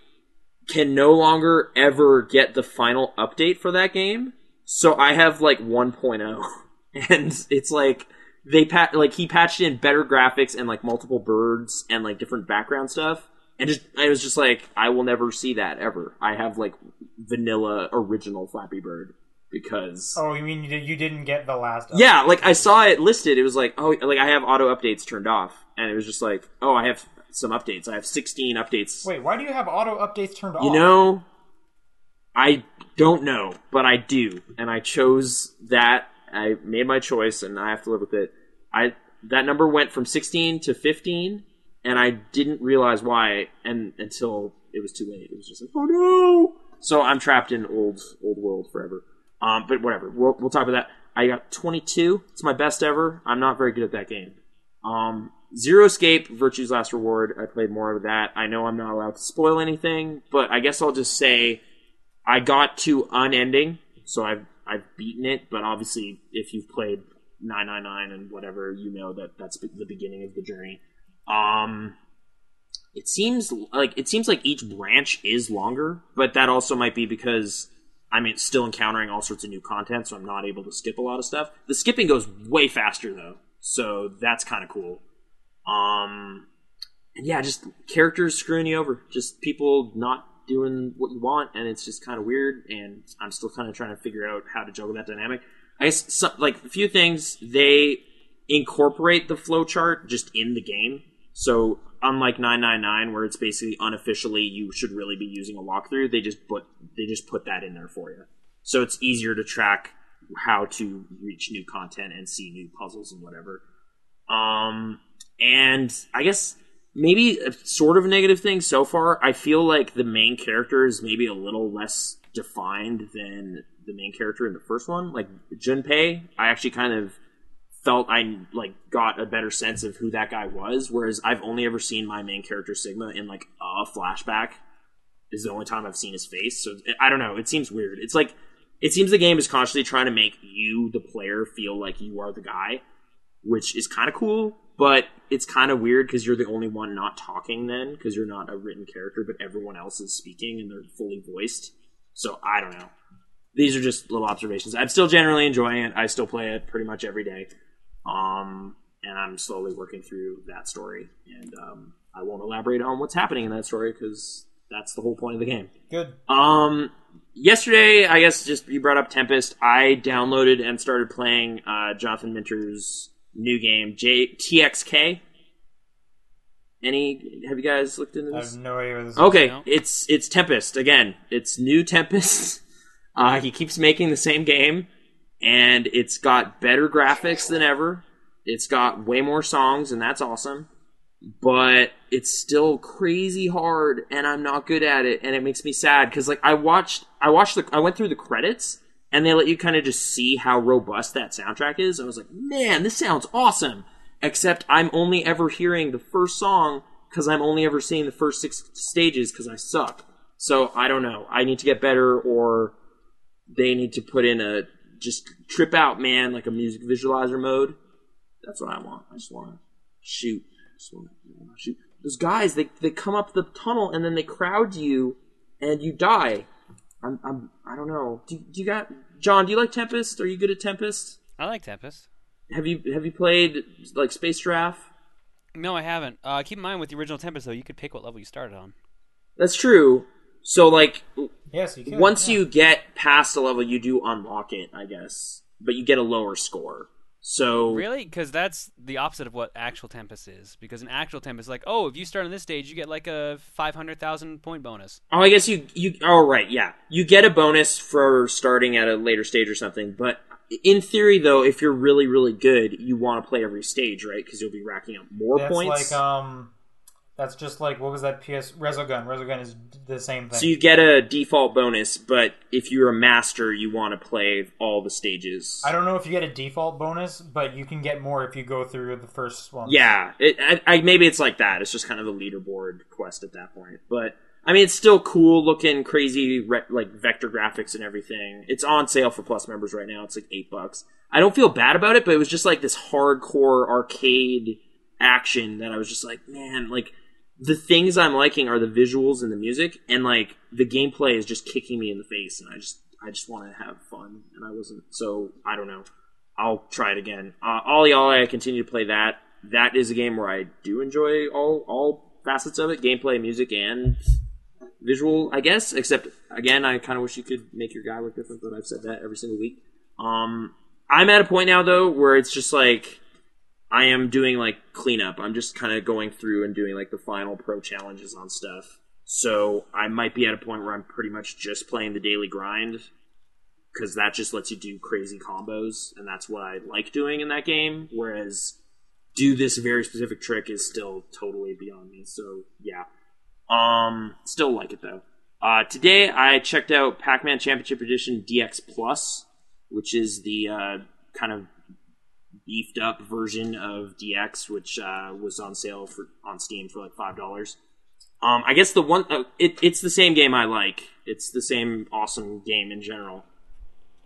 S3: can no longer ever get the final update for that game. So I have like 1.0 and it's like they pat like he patched in better graphics and like multiple birds and like different background stuff and just I was just like I will never see that ever. I have like vanilla original Flappy Bird because
S2: Oh, you mean you, did, you didn't get the last? update.
S3: yeah, like I saw it listed. It was like, oh, like I have auto updates turned off, and it was just like, oh, I have some updates. I have 16 updates.
S2: Wait, why do you have auto updates turned off?
S3: you know, I don't know, but I do, and I chose that. I made my choice, and I have to live with it. I that number went from 16 to 15, and I didn't realize why, and until it was too late. It was just like, oh no! So I'm trapped in old old world forever. Um, but whatever. We'll, we'll talk about that. I got 22. It's my best ever. I'm not very good at that game. Um, Zero Escape, Virtue's Last Reward. I played more of that. I know I'm not allowed to spoil anything, but I guess I'll just say I got to unending, so I've I've beaten it. But obviously, if you've played 999 and whatever, you know that that's the beginning of the journey. Um, it seems like it seems like each branch is longer, but that also might be because I'm still encountering all sorts of new content, so I'm not able to skip a lot of stuff. The skipping goes way faster though, so that's kind of cool. Um, and yeah, just characters screwing you over, just people not doing what you want, and it's just kind of weird. And I'm still kind of trying to figure out how to juggle that dynamic. I guess some, like a few things they incorporate the flowchart just in the game. So unlike 999, where it's basically unofficially you should really be using a walkthrough, they just put they just put that in there for you. So it's easier to track how to reach new content and see new puzzles and whatever. Um, and I guess maybe a sort of negative thing so far. I feel like the main character is maybe a little less defined than the main character in the first one. Like Junpei, I actually kind of felt I like got a better sense of who that guy was. Whereas I've only ever seen my main character Sigma in like a flashback. This is the only time I've seen his face. So I don't know. It seems weird. It's like it seems the game is constantly trying to make you the player feel like you are the guy, which is kind of cool. But it's kind of weird because you're the only one not talking then because you're not a written character, but everyone else is speaking and they're fully voiced. So I don't know these are just little observations. I'm still generally enjoying it. I still play it pretty much every day, um, and I'm slowly working through that story. And um, I won't elaborate on what's happening in that story because that's the whole point of the game.
S2: Good.
S3: Um, yesterday, I guess just you brought up Tempest. I downloaded and started playing uh, Jonathan Minter's new game, J- TXK. Any? Have you guys looked into
S2: I
S3: this?
S2: have no idea what this is.
S3: Okay,
S4: No.
S3: it's it's Tempest again. It's new Tempest. Uh, he keeps making the same game, and it's got better graphics than ever. It's got way more songs, and that's awesome. But it's still crazy hard, and I'm not good at it, and it makes me sad because like I watched, I watched the, I went through the credits, and they let you kind of just see how robust that soundtrack is. I was like, man, this sounds awesome. Except I'm only ever hearing the first song because I'm only ever seeing the first six stages because I suck. So I don't know. I need to get better, or they need to put in a just trip out, man, like a music visualizer mode. That's what I want. I just want to shoot. I just want to shoot. Those guys, they they come up the tunnel and then they crowd you, and you die. I'm I'm I don't know. Do, do you got John? Do you like Tempest? Are you good at Tempest?
S4: I like Tempest.
S3: Have you have you played like Space Giraffe?
S4: No, I haven't. Uh, keep in mind with the original Tempest though, you could pick what level you started on.
S3: That's true. So like
S2: Yes, you could.
S3: once
S2: yeah.
S3: you get past a level, you do unlock it, I guess, but you get a lower score. So
S4: Really? Because that's the opposite of what actual Tempest is. Because an actual Tempest is like, oh, if you start on this stage, you get like a 500,000 point bonus.
S3: Oh, I guess you you. Oh, right, yeah. You get a bonus for starting at a later stage or something. But in theory, though, if you're really really good, you want to play every stage, right? Because you'll be racking up more
S2: that's
S3: points.
S2: like um, that's just like what was that PS Resogun? Resogun is the same thing.
S3: so you get a default bonus, but if you're a master, you want to play all the stages.
S2: I don't know if you get a default bonus, but you can get more if you go through the first one.
S3: Yeah, it, I, I, maybe it's like that. It's just kind of a leaderboard quest at that point. But I mean, it's still cool looking, crazy re- like vector graphics and everything. It's on sale for Plus members right now. It's like eight bucks. I don't feel bad about it, but it was just like this hardcore arcade action that I was just like, man, like the things I'm liking are the visuals and the music, and like the gameplay is just kicking me in the face, and I just I just want to have fun, and I wasn't. So I don't know. I'll try it again. Uh, Ollie Ollie, I continue to play that. That is a game where I do enjoy all all facets of it: gameplay, music, and visual, I guess. Except again, I kind of wish you could make your guy look different, but I've said that every single week. Um, I'm at a point now though where it's just like I am doing like cleanup. I'm just kind of going through and doing like the final pro challenges on stuff. So I might be at a point where I'm pretty much just playing the daily grind because that just lets you do crazy combos, and that's what I like doing in that game. Whereas do this very specific trick is still totally beyond me. So yeah, um, still like it though. Uh, today I checked out Pac-Man Championship Edition DX Plus, which is the uh, kind of beefed up version of DX, which uh, was on sale for on Steam for like five dollars. Um, I guess the one uh, it, it's the same game I like. It's the same awesome game in general.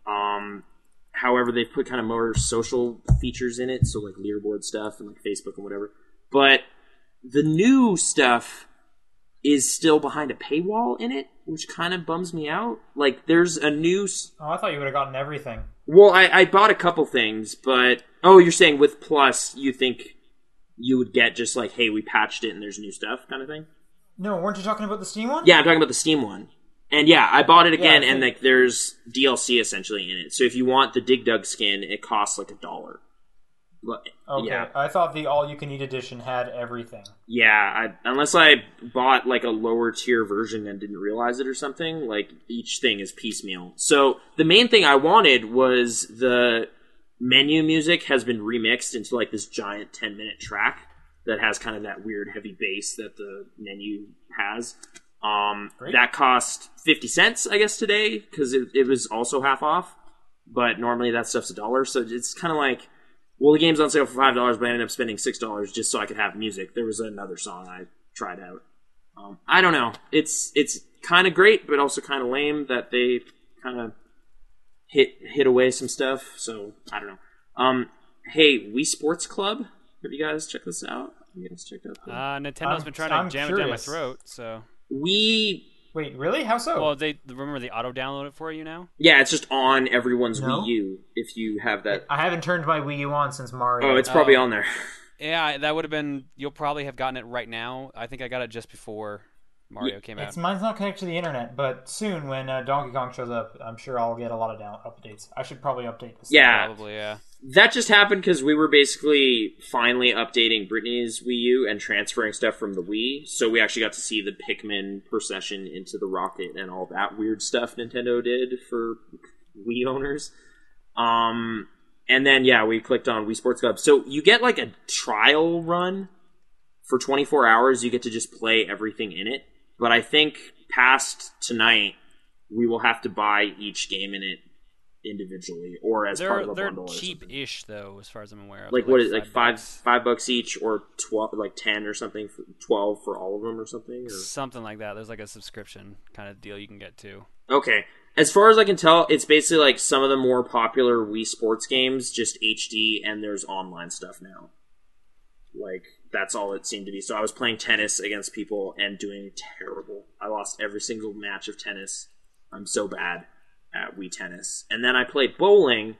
S3: Um, however, they've put kind of more social features in it, so like leaderboard stuff and like Facebook and whatever. But the new stuff is still behind a paywall in it, which kind of bums me out. Like, there's a new s-
S2: Oh, I thought you would have gotten everything.
S3: well, I, I bought a couple things, but oh, you're saying with Plus, you think you would get just like, hey, we patched it and there's new stuff, kind of thing.
S2: No, weren't you talking about the Steam one?
S3: Yeah, I'm talking about the Steam one. And yeah, I bought it again,
S2: I
S3: and
S2: think-
S3: like there's DLC essentially in it. So if you want the Dig Dug skin, it costs like a dollar. But-
S2: Okay.
S3: Yeah,
S2: I thought the All You Can Eat edition had everything.
S3: yeah. I, unless I bought like a lower tier version and didn't realize it or something, like each thing is piecemeal. So the main thing I wanted was the menu music has been remixed into like this giant 10 minute track that has kind of that weird heavy bass that the menu has. Um,
S2: Great.
S3: that cost 50 cents, I guess, today because it, it was also half off. But normally that stuff's a dollar. So it's kind of like well, the game's on sale for five dollars, but I ended up spending six dollars just so I could have music. There was another song I tried out. Um, I don't know. It's it's kind of great, but also kind of lame that they kind of hit hit away some stuff. So I don't know. Um, hey, Wii Sports Club. Have you guys checked this out? Have you guys checked out? the-
S4: Uh, Nintendo's
S2: I'm-
S4: been trying
S2: I'm
S4: to jam it down my
S2: curious.
S4: throat. So,
S3: Wii
S2: Wait, really? How so?
S4: well, they remember they auto download it for you now.
S3: Yeah, it's just on everyone's
S2: No?
S3: Wii U if you have that.
S2: I haven't turned my Wii U on since Mario.
S3: Oh, it's probably
S4: Oh.
S3: on there.
S4: Yeah, that would have been. You'll probably have gotten it right now. I think I got it just before Mario came out.
S2: It's mine's not connected to the internet, but soon when uh, Donkey Kong shows up, I'm sure I'll get a lot of down- updates. I should probably update this.
S3: Yeah,
S4: Probably, yeah.
S3: that just happened because we were basically finally updating Brittany's Wii U and transferring stuff from the Wii, so we actually got to see the Pikmin procession into the rocket and all that weird stuff Nintendo did for Wii owners. Um, and then yeah, we clicked on Wii Sports Club, so you get like a trial run for 24 hours. You get to just play everything in it, but I think past tonight we will have to buy each game in it individually or as part
S4: They're
S3: of a
S4: they're
S3: bundle. or something
S4: cheap-ish though, as far as I'm aware.
S3: like what is it, like five
S4: bucks.
S3: five bucks each or twelve like ten or something for twelve for all of them or something or...
S4: something like that. There's like a subscription kind of deal you can get too.
S3: okay as far as i can tell it's basically like some of the more popular wii sports games just hd and there's online stuff now like that's all it seemed to be so i was playing tennis against people and doing terrible i lost every single match of tennis i'm so bad at wii tennis and then i played bowling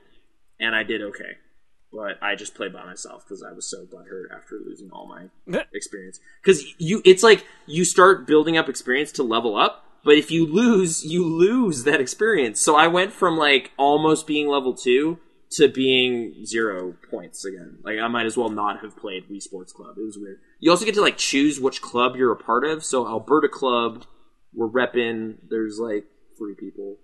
S3: and i did okay but i just played by myself because i was so butthurt after losing all my experience because you it's like you start building up experience to level up but if you lose you lose that experience so i went from like almost being level two to being zero points again like i might as well not have played wii sports club it was weird you also get to like choose which club you're a part of so alberta club we're repping there's like three people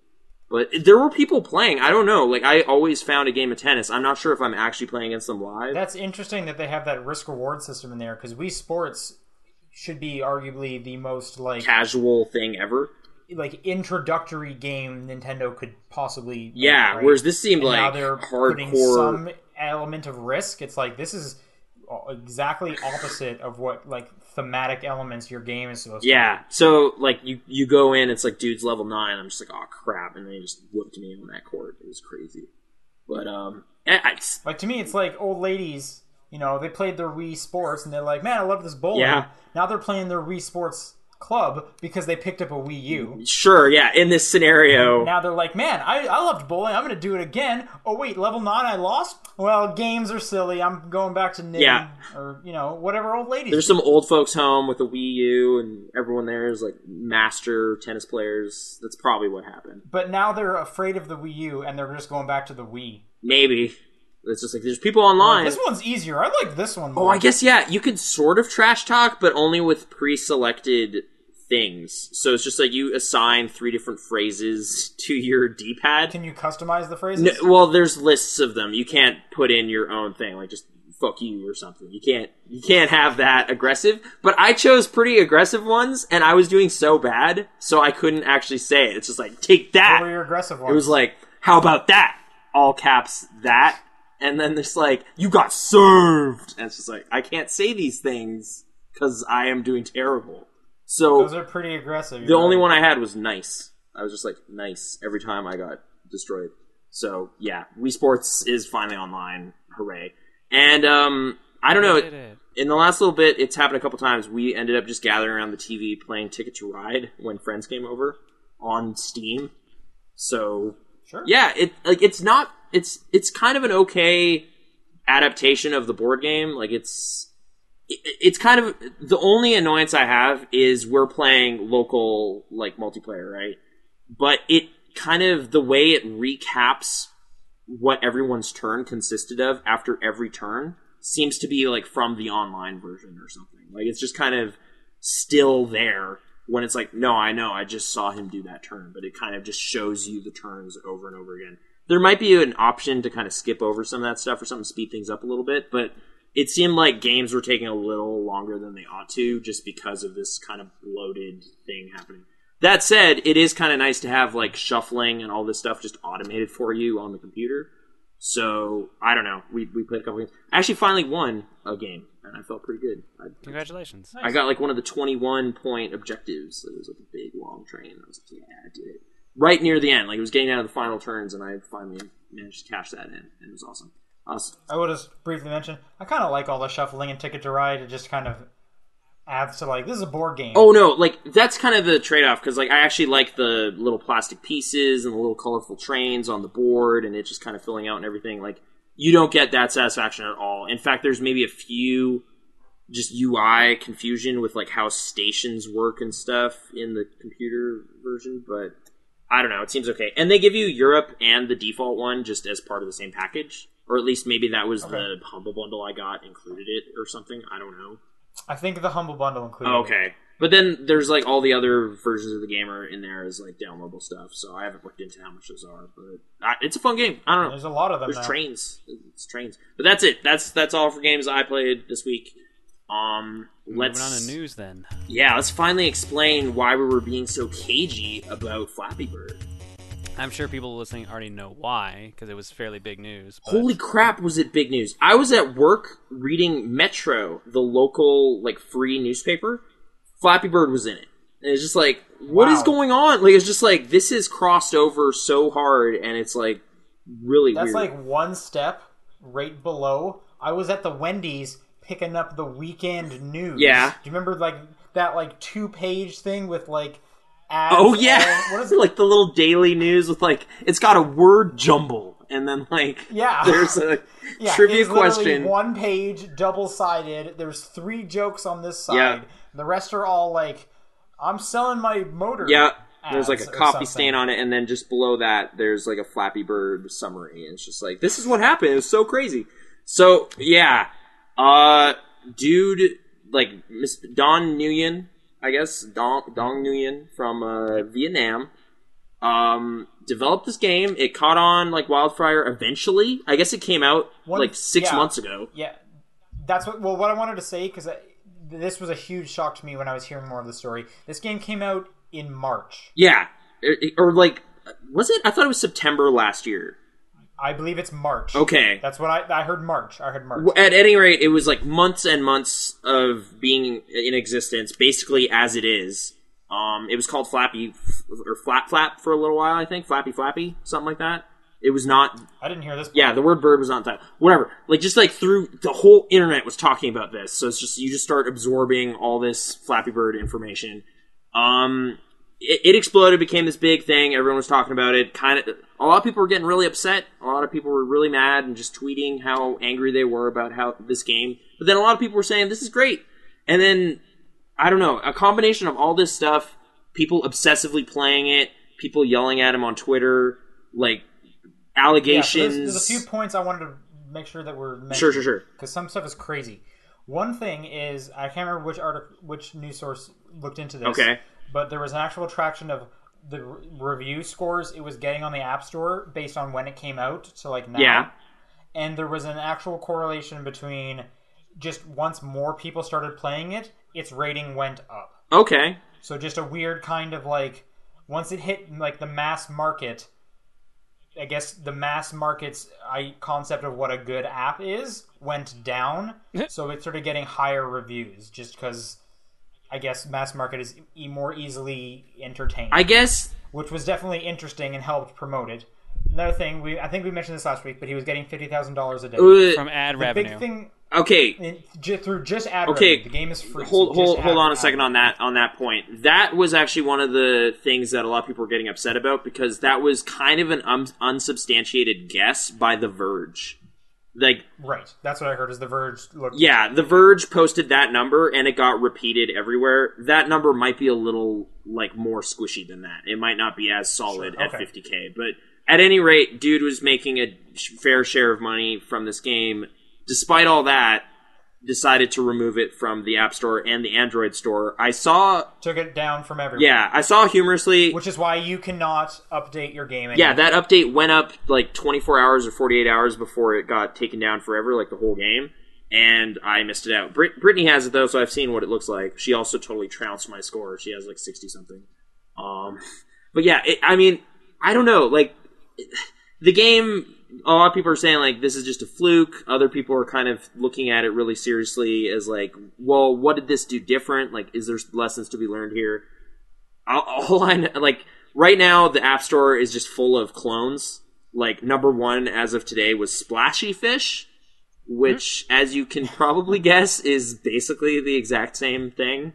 S3: but there were people playing i don't know like i always found a game of tennis i'm not sure if i'm actually playing against them live
S2: That's interesting that they have that risk reward system in there because Wii Sports should be arguably the most like
S3: casual thing ever
S2: like introductory game Nintendo could possibly. make,
S3: Yeah,
S2: right?
S3: whereas this seemed
S2: And now
S3: like
S2: they're putting
S3: hardcore.
S2: some element of risk. It's like this is uh, exactly opposite of what like thematic elements your game is supposed to.
S3: Yeah, so like you you go in, it's like dude's level nine. I'm just like, oh crap, and they just whooped me on that court. It was crazy. But um, I, I- it's-
S2: Like to me, it's like old ladies. You know, they played their Wii Sports and they're like, "Man, I love this bowling."
S3: Yeah.
S2: Now they're playing their Wii Sports Club because they picked up a Wii U.
S3: sure, yeah, in this scenario,
S2: Now they're like, "Man, I, I loved bowling. I'm going to do it again." Oh wait, level nine, I lost. Well, games are silly. I'm going back to knitting
S3: Yeah.
S2: or you know whatever old ladies.
S3: there's some old folks home with a Wii U, and everyone there is like master tennis players. That's probably what happened.
S2: but now they're afraid of the Wii U and they're just going back to the Wii.
S3: Maybe it's just like there's people online.
S2: This one's easier. I like this one
S3: Oh,
S2: more.
S3: I guess yeah. You could sort of trash talk, but only with pre-selected things. So it's just like you assign three different phrases to your D-pad.
S2: Can you customize the phrases?
S3: No, well, there's lists of them. You can't put in your own thing, like just "fuck you" or something. You can't. You can't have that aggressive. But I chose pretty aggressive ones, and I was doing so bad, so I couldn't actually say it. It's just like take that.
S2: What were your aggressive ones?
S3: It was like, how about that? All caps, that. And then it's like, you got served. And it's just like, I can't say these things because I am doing terrible.
S2: those
S3: So
S2: are pretty aggressive.
S3: the only one I had was nice. I was just like, nice every time I got destroyed. So yeah, Wii Sports is finally online. Hooray. And um, I don't know
S4: Did it.
S3: in the last little bit, it's happened a couple times. We ended up just gathering around the TV playing Ticket to Ride when friends came over on Steam. So
S2: Sure.
S3: yeah, it like it's not it's it's kind of an okay adaptation of the board game. Like it's it, it's kind of the only annoyance I have is we're playing local like multiplayer, right? But it kind of the way it recaps what everyone's turn consisted of after every turn seems to be like from the online version or something. Like it's just kind of still there when it's like, no, I know, I just saw him do that turn, but it kind of just shows you the turns over and over again. There might be an option to kind of skip over some of that stuff or something, speed things up a little bit, but it seemed like games were taking a little longer than they ought to just because of this kind of bloated thing happening. That said, it is kind of nice to have like shuffling and all this stuff just automated for you on the computer. So I don't know. We we played a couple games. I actually finally won a game, and I felt pretty good. I,
S4: Congratulations.
S3: I got like one of the 21 point objectives. It was like a big long train. I was like, yeah, I did it. Right near the end, like it was getting out of the final turns, and I finally managed to cash that in, and it was awesome. Awesome.
S2: I will just briefly mention. I kind of like all the shuffling and Ticket to Ride. It just kind of adds to like this is a board game.
S3: Oh no, like that's kind of the trade off because like I actually like the little plastic pieces and the little colorful trains on the board and it just kind of filling out and everything. Like you don't get that satisfaction at all. In fact, there's maybe a few just UI confusion with like how stations work and stuff in the computer version, but I don't know. It seems okay. And they give you Europe and the default one just as part of the same package. Or at least maybe that was the humble bundle I got included it or something. I don't know.
S2: I think the humble bundle included.
S3: Oh,
S2: it.
S3: okay. But then there's like all the other versions of the game are in there as like downloadable stuff. So I haven't looked into how much those are, but I, it's a fun game. I don't know.
S2: There's a lot of them.
S3: There's
S2: now.
S3: trains. It's trains. But that's it. That's that's all for games I played this week. Um, let's
S4: Moving on to news then.
S3: yeah, let's finally explain why we were being so cagey about Flappy Bird.
S4: I'm sure people listening already know why because it was fairly big news. But
S3: Holy crap, was it big news? I was at work reading Metro, the local like free newspaper. Flappy Bird was in it. And it's just like, what is
S2: Wow.
S3: going on? Like it's just like this is crossed over so hard and it's like really
S2: That's
S3: weird.
S2: like one step right below. I was at the Wendy's picking up the weekend news.
S3: Yeah.
S2: Do you remember like that like two page thing with like ads?
S3: oh yeah.
S2: and- what is it?
S3: like the little daily news with like it's got a word jumble and then like
S2: Yeah.
S3: there's a
S2: Yeah,
S3: trivia
S2: it's literally
S3: question.
S2: One page, double sided. There's three jokes on this side.
S3: Yeah.
S2: The rest are all like, I'm selling my motor.
S3: Yeah. There's like a
S2: ads or
S3: coffee
S2: uh, something.
S3: stain on it, and then just below that, there's like a Flappy Bird summary. And it's just like, this is what happened. It was so crazy. So, yeah. Uh, dude, like, Miss Don Nguyen, I guess, Don, Dong Nguyen from uh, Vietnam, um, developed this game. It caught on like wildfire eventually. I guess it came out
S2: One-
S3: like six
S2: yeah.
S3: months ago.
S2: Yeah, that's what. Well, what I wanted to say because this was a huge shock to me when I was hearing more of the story. This game came out in March.
S3: Yeah. It- it- or like, was it? I thought it was September last year.
S2: I believe it's March.
S3: Okay.
S2: That's what I I heard. March. I heard March.
S3: Well, at any rate, it was like months and months of being in existence, basically as it is. Um, it was called Flappy F- or Flap Flap for a little while, I think. Flappy Flappy, something like that. It was not.
S2: I didn't hear this.
S3: Yeah, the word bird was not that. Whatever. Like just like through the whole internet was talking about this, so it's just you just start absorbing all this Flappy Bird information. Um, it, it exploded, became this big thing. Everyone was talking about it. Kind of, a lot of people were getting really upset. A lot of people were really mad and just tweeting how angry they were about how this game. But then a lot of people were saying this is great. And then I don't know, a combination of all this stuff, people obsessively playing it, people yelling at him on Twitter, like
S2: Yeah,
S3: allegations.
S2: so there's, there's a few points I wanted to make sure that were mentioned.
S3: Sure, sure, sure.
S2: Because some stuff is crazy. One thing is I can't remember which article, which news source looked into this.
S3: Okay.
S2: But there was an actual traction of the re- review scores it was getting on the App Store based on when it came out to like now.
S3: Yeah.
S2: And there was an actual correlation between just once more people started playing it, its rating went up.
S3: Okay.
S2: So just a weird kind of like once it hit like the mass market, I guess the mass market's I concept of what a good app is went down. so it started getting higher reviews just because I guess mass market is e- more easily entertained,
S3: I guess
S2: which was definitely interesting and helped promote it. Another thing we I think we mentioned this last week, but he was getting fifty thousand dollars a day.
S3: uh,
S4: from ad
S2: the
S4: revenue.
S2: big thing
S3: okay,
S2: in, ju- through just ad
S3: Okay,
S2: revenue. The game is free. so
S3: hold
S2: just
S3: hold
S2: ad-
S3: hold on a
S2: ad
S3: second on that on that point. That was actually one of the things that a lot of people were getting upset about because that was kind of an un- unsubstantiated guess by The Verge. Like
S2: Right. That's what I heard. Is the Verge looked?
S3: Yeah, The Verge posted that number and it got repeated everywhere. That number might be a little like more squishy than that. It might not be as solid
S2: Sure, okay.
S3: at 50k, but at any rate, dude was making a sh- fair share of money from this game. Despite all that, decided to remove it from the App Store and the Android store. I saw
S2: took it down from everywhere.
S3: yeah, I saw humorously
S2: Which is why you cannot update your game.
S3: yeah,
S2: anymore.
S3: that update went up like 24 hours or 48 hours before it got taken down forever, like the whole game. And I missed it out. Brit- Brittany has it though, so I've seen what it looks like. She also totally trounced my score. She has like 60 something. Um, but yeah, it, I mean, I don't know. Like the game a lot of people are saying like this is just a fluke. Other people are kind of looking at it really seriously as like, well, what did this do different? Like, is there lessons to be learned here? All, all I know, like right now, the App Store is just full of clones. Like number one as of today was Splashy Fish, which, as you can probably guess, is basically the exact same thing.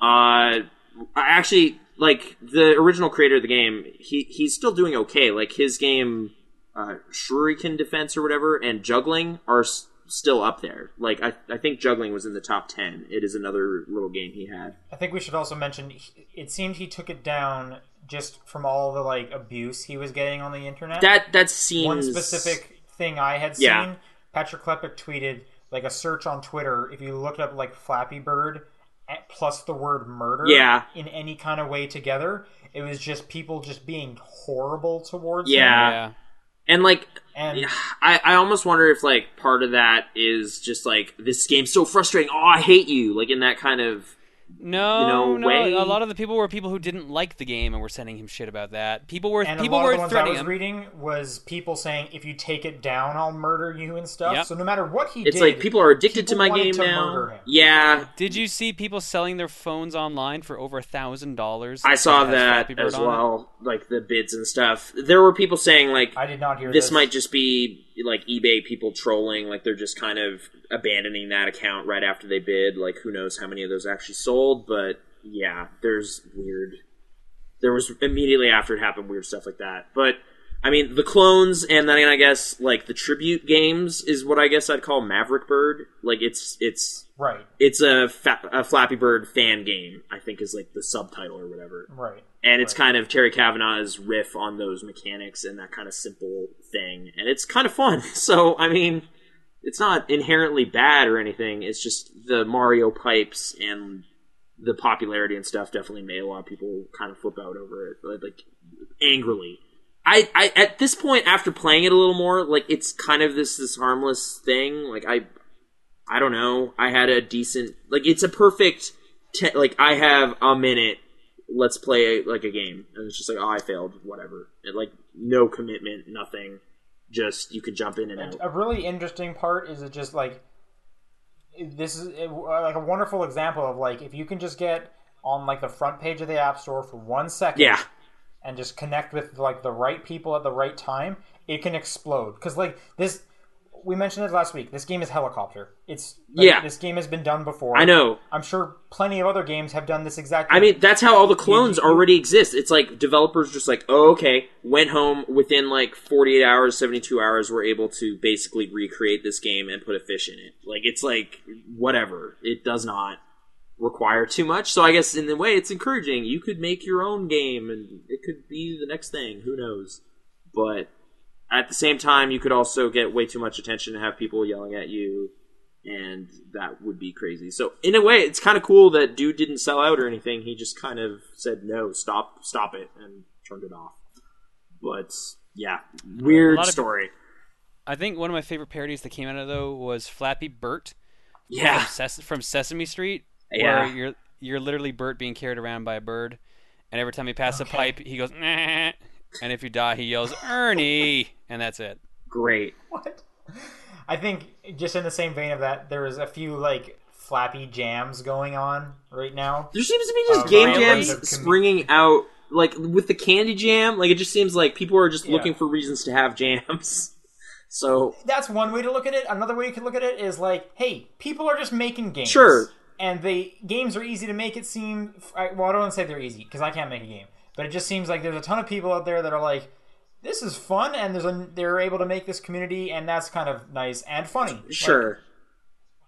S3: Uh, I actually like the original creator of the game. He he's still doing okay. Like his game, uh, Shuriken Defense or whatever, and juggling are s- still up there. Like I I think juggling was in the top ten. It is another little game he had.
S2: I think we should also mention he- it seemed he took it down just from all the like abuse he was getting on the internet.
S3: That that seems
S2: One specific thing I had seen,
S3: Yeah.
S2: Patrick Klepek tweeted like a search on Twitter. If you looked up like Flappy Bird at- plus the word murder
S3: Yeah.
S2: in any kind of way together, it was just people just being horrible towards him.
S3: Yeah.
S4: yeah.
S3: and like
S2: And
S3: Yeah, I, I almost wonder if like part of that is just like this game's so frustrating. Oh, I hate you. Like in that kind of
S4: No,
S3: know,
S4: no.
S3: way-
S4: A lot of the people were people who didn't like the game and were sending him shit about that. People were
S2: and
S4: people
S2: a lot
S4: were
S2: of the ones I
S4: threatening
S2: was
S4: him.
S2: reading was people saying, "If you take it down, I'll murder you" and stuff.
S4: Yep.
S2: So no matter what he
S3: it's
S2: did,
S3: like people are addicted
S2: people
S3: to my
S2: wanted
S3: game
S2: to murder
S3: now.
S2: him.
S3: Yeah,
S4: Did you see people selling their phones online for over a thousand dollars?
S3: I saw that
S4: Flappy Bird
S3: as
S4: on it?
S3: well. Like the bids and stuff. There were people saying like
S2: I did not hear
S3: this might just be like eBay people trolling. Like they're just kind of abandoning that account right after they bid. Like who knows how many of those actually sold? But yeah, there's weird. There was immediately after it happened weird stuff like that. But I mean the clones and then I guess like the tribute games is what I guess I'd call Maverick Bird. Like it's it's
S2: right,
S3: it's a, fa- a Flappy Bird fan game. I think is like the subtitle or whatever
S2: right.
S3: and it's kind of Terry Kavanaugh's riff on those mechanics and that kind of simple thing, and it's kind of fun. So I mean, it's not inherently bad or anything. It's just the Mario pipes and the popularity and stuff definitely made a lot of people kind of flip out over it, like- like angrily. I, I at this point after playing it a little more, like it's kind of this this harmless thing. Like I I don't know. I had a decent like it's a perfect te- like I have a minute. Let's play like a game, and it's just like oh I failed, whatever. It, like no commitment, nothing. Just you could jump in and out.
S2: a really interesting part is it just like this is uh, like a wonderful example of like if you can just get on like the front page of the app store for one second
S3: Yeah,
S2: and just connect with like the right people at the right time it can explode because like this we mentioned it last week this game is helicopter it's like,
S3: Yeah.
S2: this game has been done before
S3: I know.
S2: i'm sure plenty of other games have done this exactly
S3: I mean, that's how all the clones already exist. It's like developers just like, oh, okay, went home within like 48 hours, 72 hours, were able to basically recreate this game and put a fish in it. Like, it's like, whatever. It does not require too much. So I guess in the way, it's encouraging. You could make your own game and it could be the next thing. Who knows? But at the same time, you could also get way too much attention and have people yelling at you and that would be crazy. So in a way, it's kind of cool that dude didn't sell out or anything. He just kind of said no, stop, stop it, and turned it off. But yeah,
S4: A
S3: weird
S4: lot of-
S3: story.
S4: I think one of my favorite parodies that came out of though was Flappy Bert
S3: Yeah,
S4: from, Ses- from Sesame Street,
S3: Yeah.
S4: where you're you're literally Bert being carried around by a bird, and every time he passes a pipe, he goes nah, and if you die, he yells Ernie, and that's it.
S3: great.
S2: what? I think just in the same vein of that, there is a few like flappy jams going on right now.
S3: There seems to be just
S2: Uh,
S3: game
S4: Ryan
S2: Reynolds
S3: jams
S2: can-
S3: springing out, like with the candy jam. Like it just seems like people are just
S2: Yeah.
S3: looking for reasons to have jams. So
S2: That's one way to look at it. Another way you can look at it is like, hey, people are just making games.
S3: Sure.
S2: And they games are easy to make it seem. I- Well, I don't want to say they're easy because I can't make a game, but it just seems like there's a ton of people out there that are like, this is fun, and there's a they're able to make this community, and that's kind of nice and funny. Like,
S3: sure,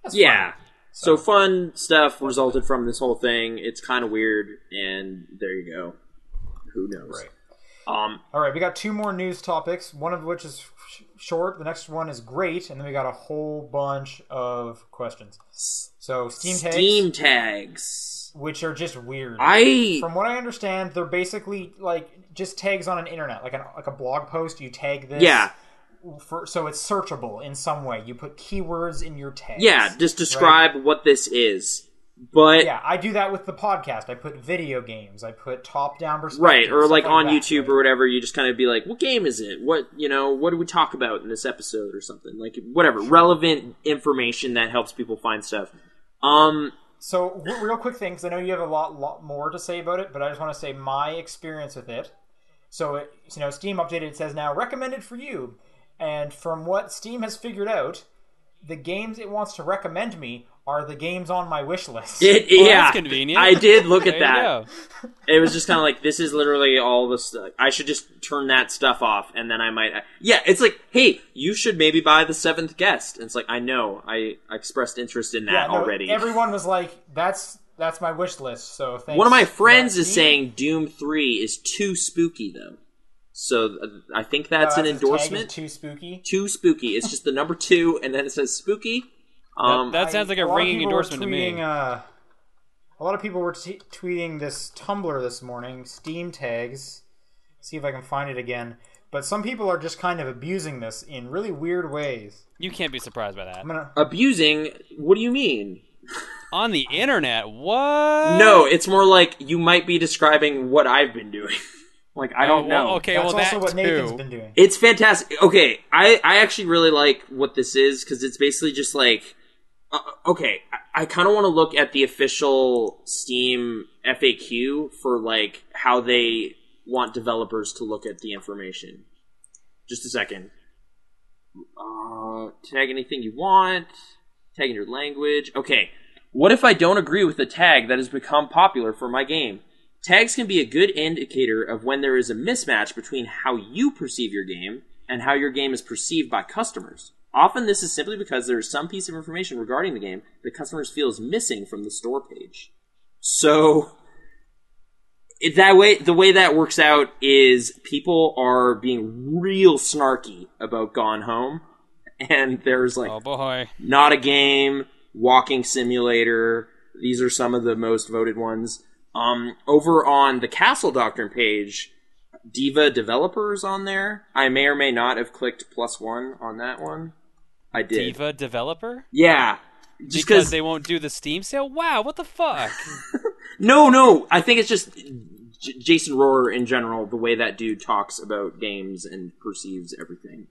S2: that's
S3: yeah.
S2: fun.
S3: So fun stuff resulted from this whole thing. It's kind of weird, and there you go. Who knows? Um,
S2: All right, we got two more news topics. One of which is sh- short. The next one is great, and then we got a whole bunch of questions. So Steam tags,
S3: Steam tags.
S2: which are just weird.
S3: I
S2: From what I understand, they're basically like just tags on an internet, like an like a blog post. You tag this,
S3: yeah
S2: for, so it's searchable in some way. You put keywords in your tags.
S3: yeah just describe what this is. But
S2: yeah, I do that with the podcast. I put video games. I put top-down perspective,
S3: right, or
S2: stuff
S3: like on
S2: that,
S3: YouTube
S2: right?
S3: or whatever, you just kind of be like, "What game is it? What you know? What do we talk about in this episode or something?" Like whatever relevant information that helps people find stuff. Um,
S2: So, w- real quick thing, because I know you have a lot, lot more to say about it, but I just want to say my experience with it. So, it, you know, Steam updated it says now recommended for you, and from what Steam has figured out, the games it wants to recommend me are the games on my wish list.
S3: it,
S4: Well,
S3: yeah,
S4: that's convenient.
S3: I did look
S4: There
S3: at
S4: you
S3: that.
S4: go.
S3: it was just kind of like this is literally all the stuff. I should just turn that stuff off, and then I might. Yeah, it's like, hey, you should maybe buy the seventh guest. And it's like, I know, I, I expressed interest in that
S2: Yeah, no,
S3: already.
S2: Everyone was like, "That's that's my wish list." So, thanks.
S3: One of my friends
S2: Matt
S3: is
S2: Steam.
S3: saying Doom Three is too spooky, though. So uh, I think that's
S2: Oh,
S3: an
S2: his tag is
S3: endorsement. Too-,
S2: Too spooky.
S3: spooky. It's just the number two, and then it says spooky. Um,
S4: that, that sounds like a
S2: lot of
S4: ringing
S2: people were
S4: endorsement to me.
S2: tweeting, uh, a lot of people were t- tweeting this Tumblr this morning, Steam tags. See if I can find it again. But some people are just kind of abusing this in really weird ways.
S4: You can't be surprised by that.
S2: I'm gonna.
S3: abusing. What do you mean?
S4: On the internet, what?
S3: No, it's more like you might be describing what I've been doing.
S1: Like I don't
S4: Oh, well,
S1: know.
S4: Okay,
S2: That's
S4: well
S2: also
S4: that
S2: what
S4: too.
S2: Nathan's been doing.
S3: It's fantastic. Okay, I I actually really like what this is because it's basically just like, uh, okay, I, I kind of want to look at the official Steam FAQ for like how they want developers to look at the information. Just a second. Uh, tag anything you want. Tag in your language. Okay. What if I don't agree with the tag that has become popular for my game? Tags can be a good indicator of when there is a mismatch between how you perceive your game and how your game is perceived by customers. Often this is simply because there is some piece of information regarding the game that customers feel is missing from the store page. So it, that way the way that works out is people are being real snarky about Gone Home and there's like
S4: Oh boy.
S3: not a game, walking simulator. These are some of the most voted ones. Um, over on the Castle Doctrine page, Diva Developers on there. I may or may not have clicked plus one on that one. I did.
S4: Diva developer?
S3: Yeah. Just
S4: Because
S3: because
S4: they won't do the Steam sale? Wow, what the fuck?
S3: No, no. I think it's just J- Jason Rohrer in general, the way that dude talks about games and perceives everything.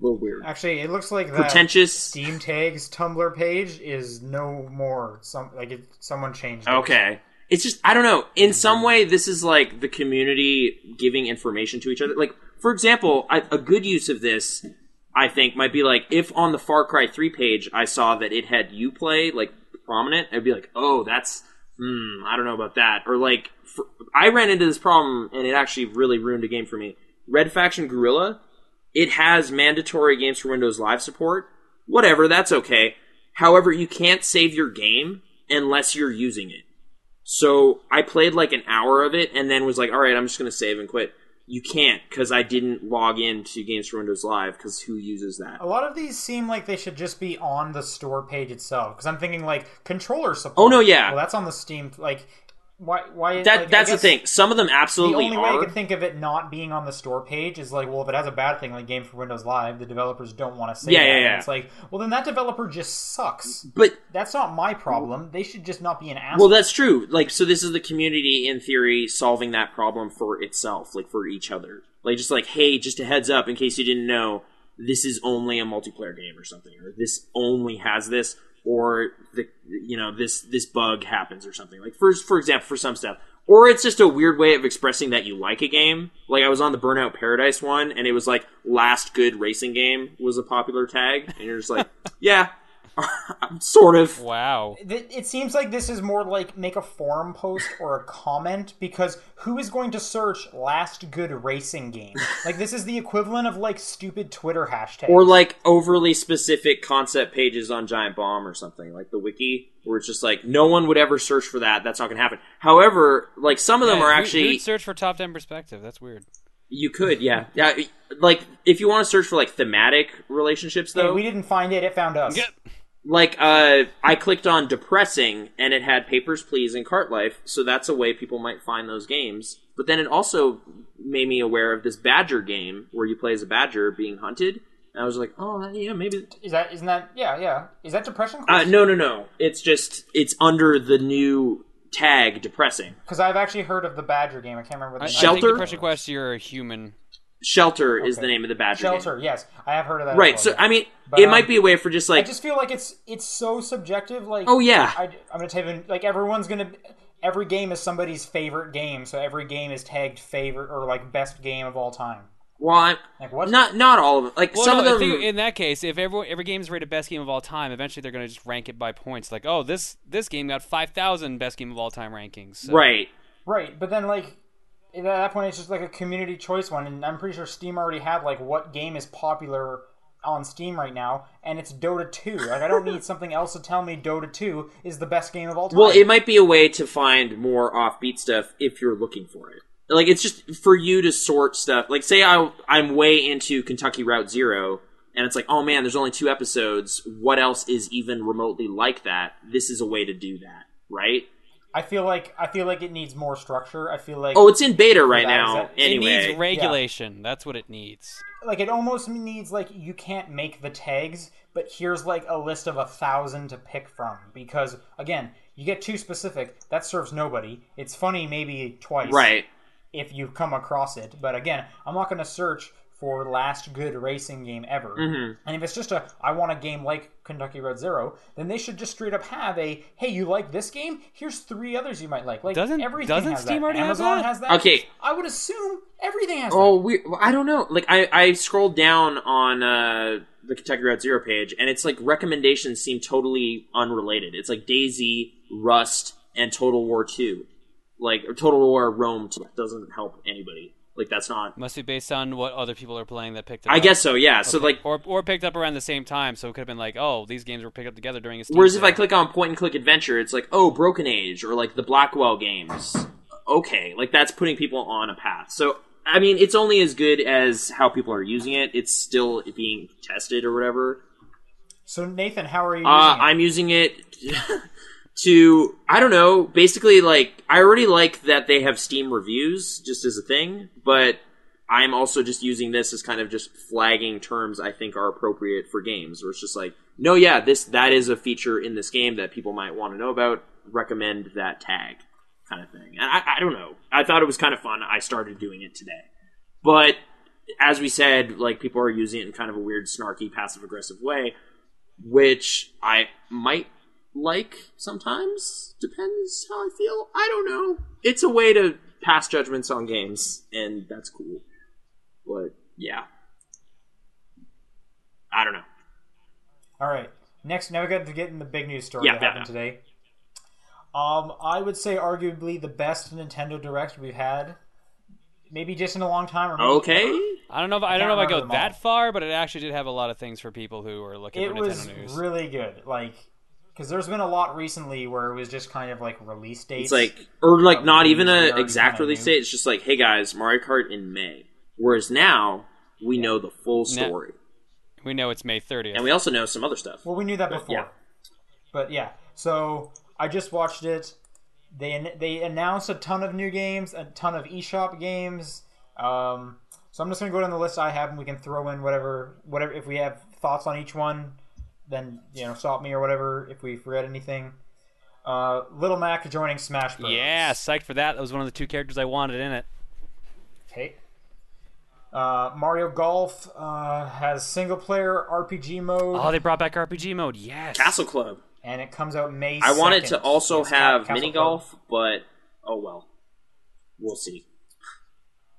S3: A little weird.
S2: Actually, it looks like that
S3: Pretentious.
S2: Steam tags Tumblr page is no more. Some like it, someone changed. it.
S3: Okay. It's just I don't know. In some way, this is like the community giving information to each other. Like for example, I, a good use of this, I think, might be like if on the Far Cry Three page I saw that it had you play like prominent, I'd be like, oh, that's hmm, I don't know about that. Or like for, I ran into this problem and it actually really ruined a game for me. Red Faction Gorilla, it has mandatory games for Windows Live support. Whatever, that's okay. However, you can't save your game unless you're using it. So I played like an hour of it and then was like, all right, I'm just going to save and quit. You can't because I didn't log into Games for Windows Live because who uses that?
S2: A lot of these seem like they should just be on the store page itself because I'm thinking like controller support.
S3: Oh, no, yeah.
S2: Well, that's on the Steam. Like, why? Why?
S3: That
S2: like, I
S3: that's the
S2: guess
S3: thing. Some of them
S2: The
S3: absolutely
S2: only way I
S3: are.
S2: could think of it not being on the store page is like, well, if it has a bad thing, like Game for Windows Live, the developers don't want to say
S3: Yeah,
S2: that.
S3: yeah,
S2: And
S3: yeah.
S2: It's like, well, then that developer just sucks.
S3: but
S2: That's not my problem. They should just not be an asshole.
S3: well, that's true. Like so, this is the community in theory solving that problem for itself, like for each other. Like just like, hey, just a heads up in case you didn't know, this is only a multiplayer game or something, or this only has this, or the you know this this bug happens or something. Like for for example, for some stuff. Or it's just a weird way of expressing that you like a game. Like I was on the Burnout Paradise one, and it was like last good racing game was a popular tag, and you're just like, yeah, sort of.
S4: Wow.
S2: Th- it seems like this is more like make a forum post or a comment because who is going to search last good racing game? Like this is the equivalent of like stupid Twitter hashtags.
S3: or like overly specific concept pages on Giant Bomb or something like the wiki, where it's just like no one would ever search for that. That's not going to happen. However, like some of them
S4: Yeah,
S3: are
S4: who-
S3: actually
S4: who'd search for top ten perspective. That's weird.
S3: you could yeah yeah like if you want to search for like thematic relationships
S2: Hey,
S3: though
S2: we didn't find it; it found us.
S3: like uh I clicked on depressing and it had Papers Please and Cart Life, so that's a way people might find those games. But then it also made me aware of this badger game where you play as a badger being hunted And I was like, oh yeah, maybe.
S2: Is that isn't that yeah yeah? Is that depression?
S3: Uh, no, no, no. It's just it's under the new tag depressing.
S2: Because I've actually heard of the Badger game. I can't remember
S4: I,
S2: the
S4: I think
S3: Shelter?
S4: Depression Quest, you're a human.
S3: Shelter is
S2: Okay.
S3: the name of the badger. game.
S2: Shelter. Yes, I have heard of that. as
S3: Right.
S2: well,
S3: So
S2: yeah.
S3: I mean,
S2: But,
S3: it
S2: um,
S3: might be a way for just
S2: I
S3: like,
S2: just feel like it's it's so subjective. Like
S3: oh yeah,
S2: I, I'm gonna tag in- like everyone's gonna every game is somebody's favorite game, so every game is tagged favorite or like best game of all time.
S3: well, I'm,
S2: Like what?
S3: not not all of them. Like
S4: Well,
S3: some
S4: no,
S3: of
S4: I
S3: them.
S4: think in that case, if everyone every game's rated best game of all time, eventually they're going to just rank it by points. Like, oh, this this game got five thousand best game of all time rankings. So-
S3: right.
S2: Right, but then like at that point it's just like a community choice one, and I'm pretty sure Steam already had like what game is popular on Steam right now, and it's Dota 2. Like I don't need something else to tell me Dota 2 is the best game of all time.
S3: Well, it might be a way to find more offbeat stuff if you're looking for it. Like it's just for you to sort stuff. Like say I I'm way into Kentucky Route Zero, and it's like, oh man, there's only two episodes. What else is even remotely like that? This is a way to do that, right?
S2: I feel like I feel like it needs more structure. I feel like
S3: Oh, it's in beta
S2: That
S3: right now.
S2: is it.
S4: It
S3: Anyway,
S4: needs regulation. That's what it needs.
S2: like it almost needs like you can't make the tags but here's like a list of a thousand to pick from because again you get too specific that serves nobody it's funny maybe twice
S3: right?
S2: if you come across it but again i'm not going to search for last good racing game ever
S3: Mhm.
S2: and if it's just a i want a game like kentucky road zero then they should just straight up have a hey you like this game here's three others you might like like
S4: Doesn't-
S2: everything
S4: doesn't
S2: has
S4: Steam
S2: that.
S4: already have
S2: amazon
S4: that?
S2: has that
S3: Okay.
S2: i would assume everything has
S3: Oh, we, well, I don't know. Like I, I scrolled down on uh, the Kentucky Route Zero page, and it's like recommendations seem totally unrelated. It's like Daisy, Rust, and Total War Two, like or Total War Rome Two. That doesn't help anybody. Like that's not.
S4: Must be based on what other people are playing that picked it
S3: I
S4: up.
S3: guess so. Yeah. So like,
S4: or or picked up around the same time, so it could have been like, oh, these games were picked up together during a. Steam
S3: whereas if
S4: sale.
S3: I click on Point and Click Adventure, it's like oh Broken Age or like the Blackwell games. Okay, like that's putting people on a path. So. I mean, it's only as good as how people are using it. It's still being tested or whatever.
S2: so nathan how are you
S3: Uh,
S2: using it?
S3: I'm using it to I don't know. Basically, like I already like that they have Steam reviews just as a thing, but I'm also just using this as kind of just flagging terms I think are appropriate for games. Where it's just like, no, yeah, this that is a feature in this game that people might want to know about. Recommend that tag kind of thing. And I, I don't know. I thought it was kind of fun. I started doing it today, but as we said, like people are using it in kind of a weird, snarky, passive aggressive way which I might like sometimes. Depends how I feel. I don't know. It's a way to pass judgments on games, and that's cool. But yeah, I don't know.
S2: All right. Next, now we got to get in the big news story
S3: Yeah,
S2: that
S3: yeah,
S2: happened today. Um, I would say arguably the best Nintendo Direct we've had, maybe just in a long time. Or maybe
S3: Okay,
S4: I don't know if I,
S2: I
S4: don't know if I
S2: can't
S4: go
S2: remember them
S4: that
S2: all.
S4: far, but it actually did have a lot of things for people who are looking
S2: it
S4: for
S2: was
S4: Nintendo news.
S2: really good. Like, because there's been a lot recently where it was just kind of like release dates.
S3: it's like or like not even
S2: we
S3: a
S2: already
S3: exact
S2: kinda
S3: release
S2: knew.
S3: date. It's just like, hey guys, Mario Kart in May. Whereas now we know the full
S4: Now-
S3: story,
S4: we know it's May 30th.
S3: and we also know some other stuff.
S2: well, we knew that before.
S3: yeah.
S2: But yeah, so I just watched it. They they announced a ton of new games, a ton of eShop games. Um, so I'm just gonna go down the list I have, and we can throw in whatever whatever if we have thoughts on each one, then you know stop me or whatever if we forget anything. Uh, Little Mac joining Smash Bros.
S4: yeah, psyched for that. That was one of the two characters I wanted in it.
S2: Okay. Uh, Mario Golf uh, has single player RPG mode,
S4: Oh, they brought back RPG mode. Yes.
S3: Castle Club.
S2: and it comes out May.
S3: I wanted
S2: 2nd.
S3: to also
S2: It's
S3: have
S2: Castle
S3: mini
S2: Club.
S3: golf, but oh well. We'll see.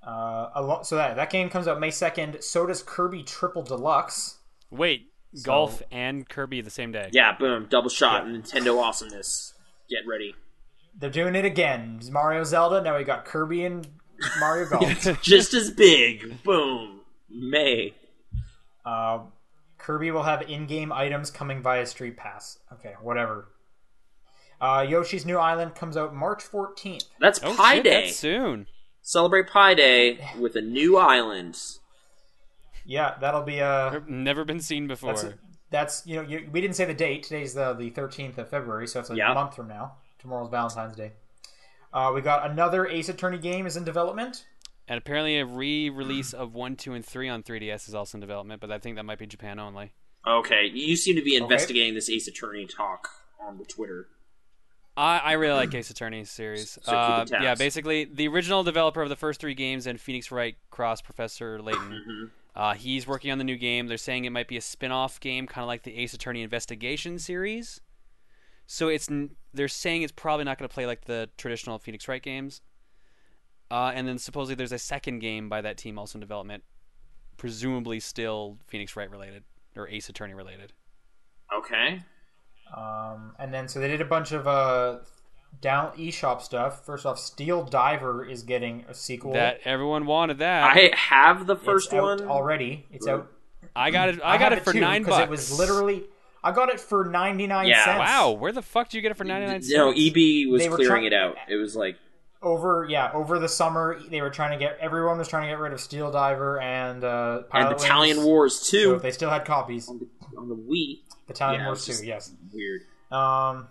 S2: Uh, alo- so that that game comes out May second. So does Kirby Triple Deluxe.
S4: Wait, golf and Kirby the same day.
S3: Yeah, boom, double shot, Nintendo awesomeness. Get ready.
S2: They're doing it again. It's Mario Zelda. Now we got Kirby and Mario Golf.
S3: Just as big. Boom. May.
S2: uh, Kirby will have in-game items coming via Street Pass. Okay, whatever. Uh, Yoshi's New Island comes out March fourteenth.
S3: That's
S4: Oh,
S3: Pi
S4: shit,
S3: Day.
S4: That's soon.
S3: Celebrate Pi Day with a new island.
S2: Yeah, that'll be uh
S4: Never been seen before.
S2: That's that's you know you, we didn't say the date. Today's the the thirteenth of February, so it's a
S3: Yeah.
S2: month from now. Tomorrow's Valentine's Day. Uh, we got another Ace Attorney game is in development.
S4: And apparently, a re-release of one, two, and three on 3DS is also in development, but I think that might be Japan only.
S3: Okay, you seem to be investigating this Ace Attorney talk on the Twitter.
S4: I, I really like Ace Attorney series.
S3: So keep
S4: Uh,
S3: it tabs.
S4: yeah, basically the original developer of the first three games and Phoenix Wright Cross Professor Layton.
S3: Mm-hmm.
S4: Uh, he's working on the new game. They're saying it might be a spin-off game, kind of like the Ace Attorney Investigation series. So it's n- they're saying it's probably not going to play like the traditional Phoenix Wright games. Uh, and then supposedly there's a second game by that team also in development, presumably still Phoenix Wright related or Ace Attorney related.
S3: Okay.
S2: Um, and then so they did a bunch of uh, down eShop stuff. First off, Steel Diver is getting a sequel.
S4: That everyone wanted that.
S3: I have the
S2: Uh, It's
S3: first
S2: out
S3: one.
S2: already. It's out.
S4: I, got it. I, got
S2: have
S4: it for
S2: too,
S4: nine
S2: 'cause
S4: bucks.
S2: It was literally. I got it for ninety nine
S3: Yeah,
S2: cents.
S4: Wow, where the fuck do you get it for 99 cents?
S3: No, EB E was
S2: They were
S3: clearing
S2: try-
S3: it out. It was like
S2: Over yeah, over the summer they were trying to get everyone was trying to get rid of Steel Diver and uh,
S3: and
S2: Pilot
S3: Battalion
S2: Wings.
S3: Wars
S2: So
S3: two
S2: if they still had copies,
S3: on the Wii.
S2: Battalion
S3: Yeah,
S2: Wars
S3: it's just-
S2: two. Yes.
S3: Weird.
S2: Um,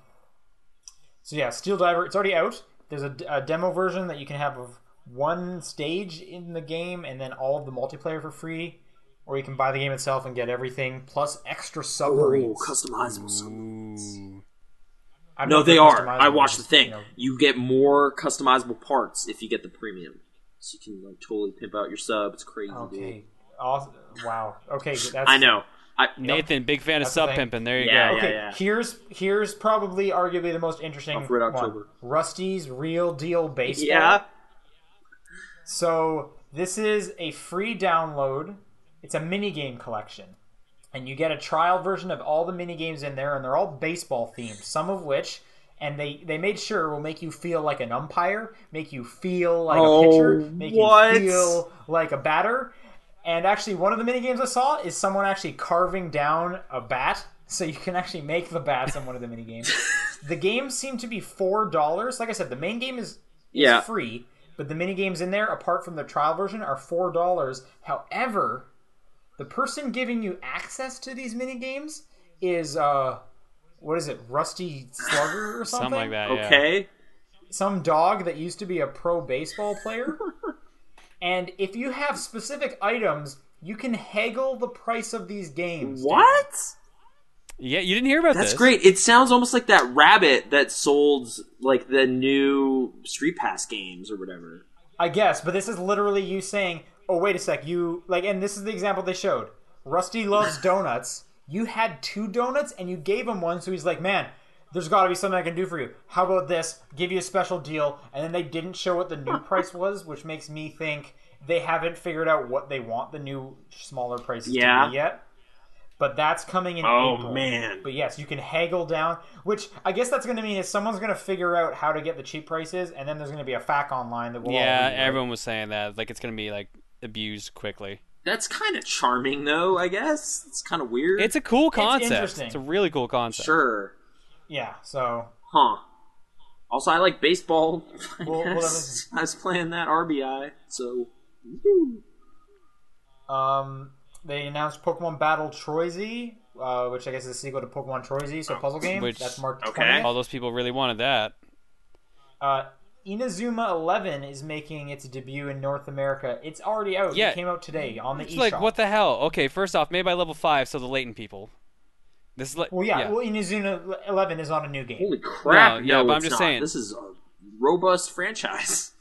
S2: so yeah, Steel Diver. It's already out. There's a, a demo version that you can have of one stage in the game, and then all of the multiplayer for free, or you can buy the game itself and get everything plus extra submarines. Mm.
S3: customizable.
S2: I don't know
S3: No,
S2: if
S3: they
S2: they're
S3: are.
S2: customizable,
S3: I watched the
S2: just,
S3: thing.
S2: you know.
S3: You get more customizable parts if you get the premium, so you can like totally pimp out your sub. It's crazy, dude.
S2: okay. Awesome. Wow. Okay. That's,
S3: I know. I
S4: Nathan, big fan of
S2: That's the
S4: sub
S2: thing.
S4: pimping. There you
S3: Yeah,
S4: go.
S2: Okay.
S3: yeah.
S2: Here's here's probably arguably the most interesting
S3: Off Red
S2: one.
S3: October.
S2: Rusty's real deal baseball.
S3: yeah.
S2: So this is a free download. It's a mini game collection, and you get a trial version of all the mini games in there, and they're all baseball themed. Some of which, and they they made sure will make you feel like an umpire, make you feel like
S3: Oh,
S2: a pitcher, make
S3: what?
S2: you feel like a batter. And actually, one of the mini games I saw is someone actually carving down a bat, so you can actually make the bats in one of the mini games. the games seem to be four dollars. Like I said, the main game is
S3: Yeah.
S2: is free, but the mini games in there, apart from the trial version, are four dollars. However, the person giving you access to these mini games is uh, what is it, Rusty Slugger or something?
S4: Something like that. yeah.
S3: Okay.
S2: Some dog that used to be a pro baseball player. and if you have specific items, you can haggle the price of these games. dude.
S3: What?
S4: Yeah, you didn't hear about
S3: That's
S4: this.
S3: great. It sounds almost like that rabbit that sold like the new Street Pass games or whatever.
S2: I guess, but this is literally you saying, "Oh, wait a sec, you like." And this is the example they showed. Rusty loves donuts. You had two donuts, and you gave him one, so he's like, "Man, there's got to be something I can do for you. How about this? Give you a special deal." And then they didn't show what the new price was, which makes me think they haven't figured out what they want the new smaller prices
S3: Yeah.
S2: to be yet. But that's coming in
S3: Oh,
S2: April.
S3: man.
S2: But yes, you can haggle down, which I guess that's going to mean is someone's going to figure out how to get the cheap prices, and then there's going to be a fac online that will all
S4: Yeah,
S2: read.
S4: everyone was saying that. Like it's gonna be like abused quickly.
S3: That's kind of charming, though. I guess it's kind of weird.
S4: It's a cool concept.
S2: interesting.
S4: a really cool concept.
S3: sure,
S2: Yeah, so
S3: huh? Also, I like baseball. I,
S2: Well, well,
S3: guess. I was playing that RBI, so
S2: um, they announced Pokemon Battle Troisy, uh, which I guess is a sequel to Pokemon Troisy, so puzzle game.
S4: Which-
S2: That's marked
S3: okay.
S2: 20th.
S4: All those people really wanted that.
S2: Uh, Inazuma 11 is making its debut in North America. It's already out.
S4: Yeah.
S2: It came out today on the
S4: It's
S2: eShop.
S4: like what the hell? Okay, first off, made by level five, so the latent people. This is like
S2: Well, yeah, well, Inazuma 11 is not a new game.
S3: holy crap!
S4: No, yeah, but
S3: it's
S4: I'm just
S3: not.
S4: saying.
S3: this is a robust franchise.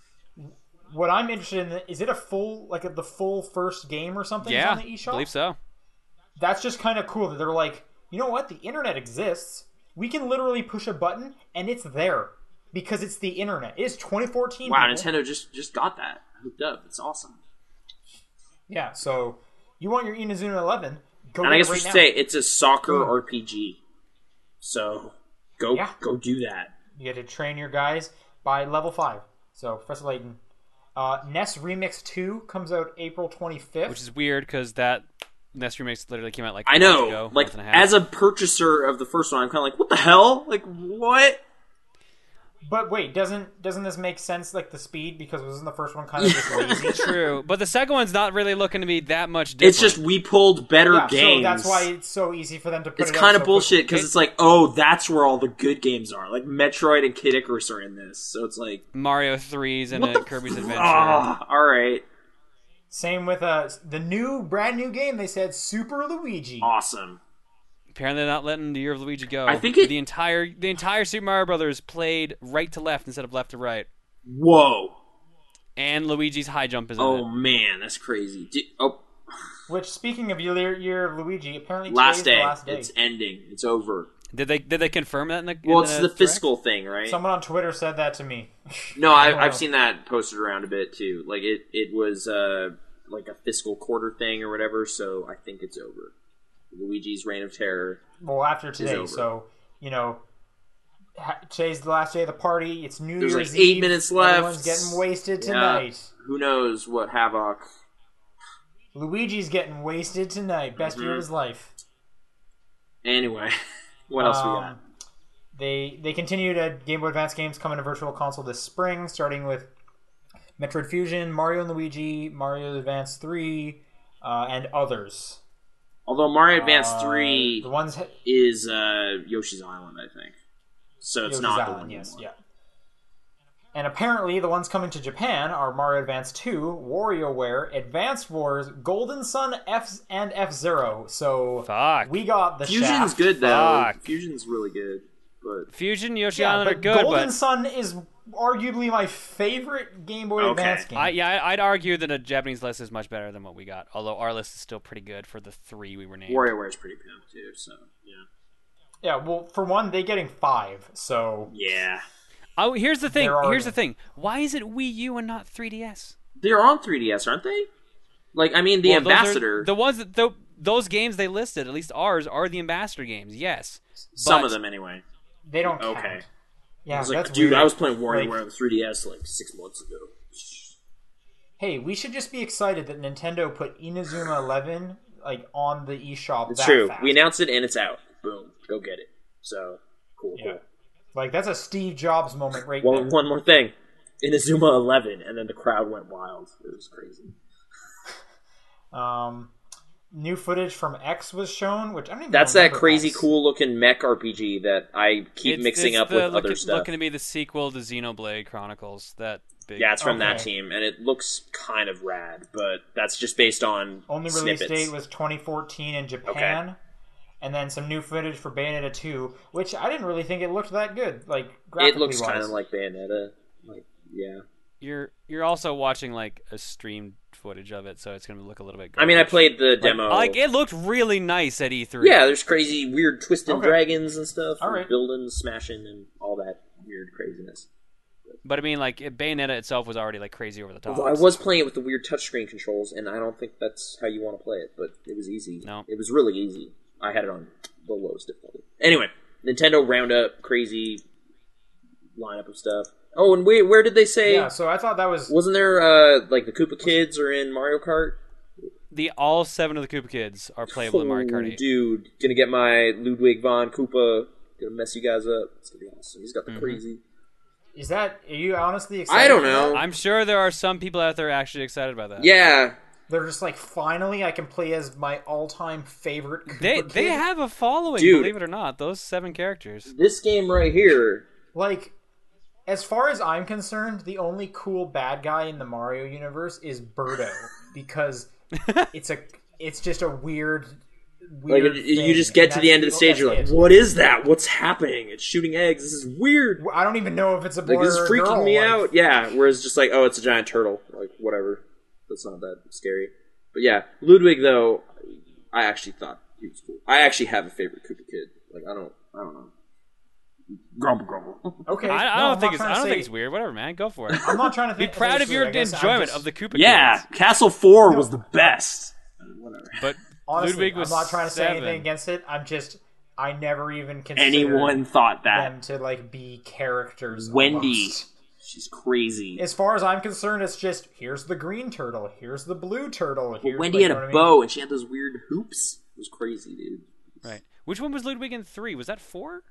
S2: What I'm interested in is it a full, like the full first game or something is
S4: yeah,
S2: on the eShop?
S4: believe so.
S2: that's just kind of cool that they're like, you know what? The internet exists. We can literally push a button and it's there because it's the internet. It is 2014.
S3: Wow,
S2: people.
S3: Nintendo just just got that hooked up. It's awesome.
S2: Yeah, so you want your Inazuma 11? Go
S3: And
S2: get
S3: I guess
S2: it
S3: we
S2: right
S3: should
S2: now.
S3: say it's a soccer RPG. So go
S2: Yeah.
S3: go do that.
S2: you get to train your guys by level five. So Professor Layton. Uh, NES Remix 2 comes out April 25th.
S4: Which is weird because that Nest Remix literally came out like
S3: I
S4: a month
S3: know,
S4: ago,
S3: like
S4: month and a half.
S3: as a purchaser of the first one, I'm kind of like, what the hell? Like what?
S2: But wait, doesn't doesn't this make sense? Like the speed, because wasn't the first one kind of just lazy?
S4: True, but the second one's not really looking to be that much different.
S3: It's just we pulled better
S2: yeah,
S3: games.
S2: so that's why it's so easy for them to put
S3: it's
S2: it out
S3: kind of
S2: so
S3: bullshit because
S4: It-
S3: it's like, oh, that's where all the good games are. Like Metroid and Kid Icarus are in this, so it's like,
S4: Mario threes and a Kirby's Adventure.
S3: ah, all right,
S2: quickly. Same with uh, the new brand new game. They said Super Luigi.
S3: awesome.
S4: Apparently, they're not letting the Year of Luigi go.
S3: I think it-
S4: the entire the entire Super Mario Brothers played right to left instead of left to right,
S3: Whoa,
S4: and Luigi's high jump is in
S3: oh
S4: it.
S3: man, that's crazy. Di- oh,
S2: Which, speaking of year, year of Luigi, apparently
S3: last
S2: today's
S3: day.
S2: the last day.
S3: it's ending. It's over.
S4: Did they did they confirm that in the?
S3: Well,
S4: in
S3: it's
S4: the
S3: the
S4: direct?
S3: fiscal thing, right?
S2: Someone on Twitter said that to me.
S3: No,
S2: don't
S3: I, I've
S2: know.
S3: seen that posted around a bit too. Like it, it was uh, like a fiscal quarter thing or whatever. So I think it's over. Luigi's reign of terror.
S2: well, after today,
S3: over.
S2: so you know, ha- today's the last day of the party. It's New
S3: There's like
S2: Year's
S3: eight
S2: Eve.
S3: minutes left.
S2: Everyone's getting wasted
S3: Yeah.
S2: tonight.
S3: Who knows what havoc?
S2: Luigi's getting wasted tonight. Best
S3: Mm-hmm.
S2: year of his life.
S3: Anyway, what else we got?
S2: Um, They they continued at Game Boy Advance games coming to Virtual Console this spring, starting with Metroid Fusion, Mario and Luigi, Mario Advance Three, uh, and others.
S3: Although Mario Advance
S2: Uh,
S3: Three
S2: the ones hit-
S3: is uh, Yoshi's Island, I think. So it's
S2: Yoshi's
S3: not the
S2: Island,
S3: one. you
S2: yes,
S3: want.
S2: yeah. And apparently, the ones coming to Japan are Mario Advance 2, WarioWare, Advanced Wars, Golden Sun, F, and F Zero. So
S4: Fuck.
S2: we got the
S3: Fusion's
S2: shaft.
S3: good though.
S4: Fuck.
S3: Fusion's really good, but
S4: Fusion Yoshi
S2: Yeah,
S4: Island are
S2: but
S4: good,
S2: Golden
S4: but
S2: Sun is arguably my favorite Game Boy
S3: Okay.
S2: Advance game.
S4: I, yeah, I- I'd argue that a Japanese list is much better than what we got. Although our list is still pretty good for the three we were named.
S3: WarioWare's pretty pimp too. So yeah,
S2: Yeah, well, for one, they're getting five, so
S3: yeah.
S4: Oh, here's the thing.
S2: There are-
S4: Here's the thing. Why is it Wii U and not 3DS?
S3: They're on 3DS, aren't they? Like I mean, the
S4: Well, those are-
S3: ambassador.
S4: the ones that tho- those games they listed, at least ours, are the ambassador games. Yes,
S3: Some
S4: But-
S3: of them, anyway.
S2: they don't count.
S3: Okay.
S2: Yeah,
S3: I was
S2: that's
S3: like, dude,
S2: weird.
S3: I was playing WarioWare
S2: Like-
S3: on the 3DS like six months ago.
S2: Hey, we should just be excited that Nintendo put Inazuma 11 like on the eShop.
S3: It's
S2: that
S3: true.
S2: fast.
S3: We announced it and it's out. Boom. Go get it. So cool.
S2: Yeah. Like that's a Steve Jobs moment right
S3: One,
S2: there.
S3: one more thing. Inazuma 11, and then the crowd went wild. It was crazy.
S2: Um, new footage from X was shown, which I don't even.
S3: That's that
S2: remember
S3: crazy,
S2: X.
S3: cool looking mech RPG that I keep
S4: It's-
S3: mixing
S4: it's
S3: up
S4: the,
S3: with
S4: look-
S3: other stuff.
S4: Looking to be the sequel to Xenoblade Chronicles. That big.
S3: Yeah, it's from that
S2: Okay.
S3: team, and it looks kind of rad, but that's just based on
S2: Only release
S3: snippets.
S2: date was 2014 in Japan, and then some new footage for Bayonetta 2, which I didn't really think it looked that good. Like
S3: it
S2: graphically
S3: looks
S2: wise.
S3: kind of like Bayonetta. Like, yeah.
S4: You're you're also watching like a streamed footage of it, so it's gonna look a little bit.
S3: I mean, I
S4: garbage.
S3: played the
S4: Like-
S3: demo.
S4: Like, it looked really nice at E E3.
S3: Yeah, there's crazy, weird, twisted
S2: Okay.
S3: dragons and stuff.
S2: All
S3: and
S2: right.
S3: Building, smashing, and all that weird craziness.
S4: but I mean, like it- Bayonetta itself was already like crazy over the top.
S3: Although I was playing it with the weird touchscreen controls, and I don't think that's how you want to play it, but it was easy.
S4: No.
S3: It was really easy. I had it on the lowest difficulty. Anyway, Nintendo Roundup, crazy lineup of stuff. Oh, and wait, where did they say?
S2: Yeah, so I thought that was
S3: Wasn't there, uh, like, the Koopa Kids are in Mario Kart?
S4: the all seven of the Koopa Kids are playable in Mario Kart
S3: Oh,
S4: 8.
S3: Dude, gonna get my Ludwig von Koopa. Gonna mess you guys up. It's gonna be awesome. He's
S2: Mm-hmm.
S3: got the crazy.
S2: is that are you honestly excited?
S3: I don't
S2: for that?
S3: know.
S4: I'm sure there are some people out there actually excited about that.
S3: yeah,
S2: They're just like finally I can play as my all-time favorite. Koopa
S4: They
S2: Kid.
S4: they have a following,
S3: Dude.
S4: believe it or not. Those seven characters.
S3: this game right here.
S2: like as far as I'm concerned, the only cool bad guy in the Mario universe is Birdo because it's a it's just a weird
S3: Like
S2: weird
S3: it-
S2: thing,
S3: you just get to
S2: and
S3: the end of
S2: that's-
S3: the stage, you're like,
S2: that's it.
S3: "What is that? What's happening? It's shooting eggs. This is weird.
S2: I don't even know if it's a boy
S3: Like this
S2: or
S3: is
S2: a
S3: freaking
S2: girl,
S3: me
S2: like,
S3: out." Yeah. Whereas just like, "Oh, it's a giant turtle. Like whatever. That's not that scary." But yeah, Ludwig though, I actually thought he was cool. I actually have a favorite Koopa kid. Like I don't, I don't know. Grumble, grumble.
S2: Okay,
S4: I, I
S2: no, I'm
S4: don't think
S2: not
S4: it's
S2: trying
S4: I
S2: to
S4: don't
S2: say-
S4: think it's weird. Whatever, man. Go for it.
S2: I'm not trying to
S4: Be
S2: think,
S4: proud
S2: okay,
S4: of
S2: sure,
S4: your
S2: I guess I'm
S4: enjoyment
S2: just-
S4: of the Koopa
S5: Yeah,
S4: Kids.
S5: Castle Four was the best.
S4: But
S2: Honestly,
S4: Ludwig was
S2: I'm not trying to say
S4: seven.
S2: anything against it. I'm just I never even considered
S5: Anyone thought that
S2: uh, them to like be characters.
S5: Wendy,
S2: almost.
S5: she's crazy.
S2: As far as I'm concerned, it's just here's the green turtle, here's the blue turtle. Here's,
S3: Wendy
S2: like,
S3: had
S2: you know
S3: a
S2: what I mean?
S3: bow and she had those weird hoops. It was crazy, dude.
S4: Right. Which one was Ludwig in three? Was that four?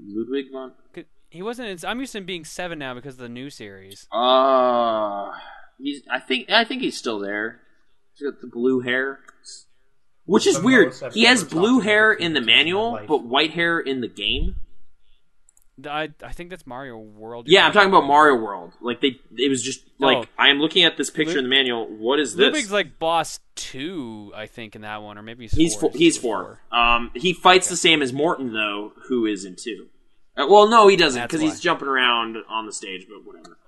S3: Ludwig von.
S4: 'Cause He wasn't. In, I'm used to him being seven now because of the new series.
S3: Uh, he's. I think. I think he's still there. He's got the blue hair, which is
S2: The
S3: weird.
S2: most I've
S3: He has
S2: ever
S3: blue
S2: talked to
S3: hair
S2: a kid
S3: in the
S2: in my
S3: manual,
S2: life.
S3: but white hair in the game.
S4: I I think that's Mario World. you're
S3: Yeah, I'm talking about Mario World. Like they, it was just like
S4: Oh.
S3: I am looking at this picture
S4: Lu-
S3: in the manual. What is this?
S4: Ludwig's like boss two, I think, in that one, or maybe he's
S3: He's
S4: four.
S3: four. He's four. Um, he fights the same as Morton though, who is in two. Uh, well, no, he doesn't
S4: That's
S3: because
S4: why.
S3: he's jumping around on the stage. But whatever.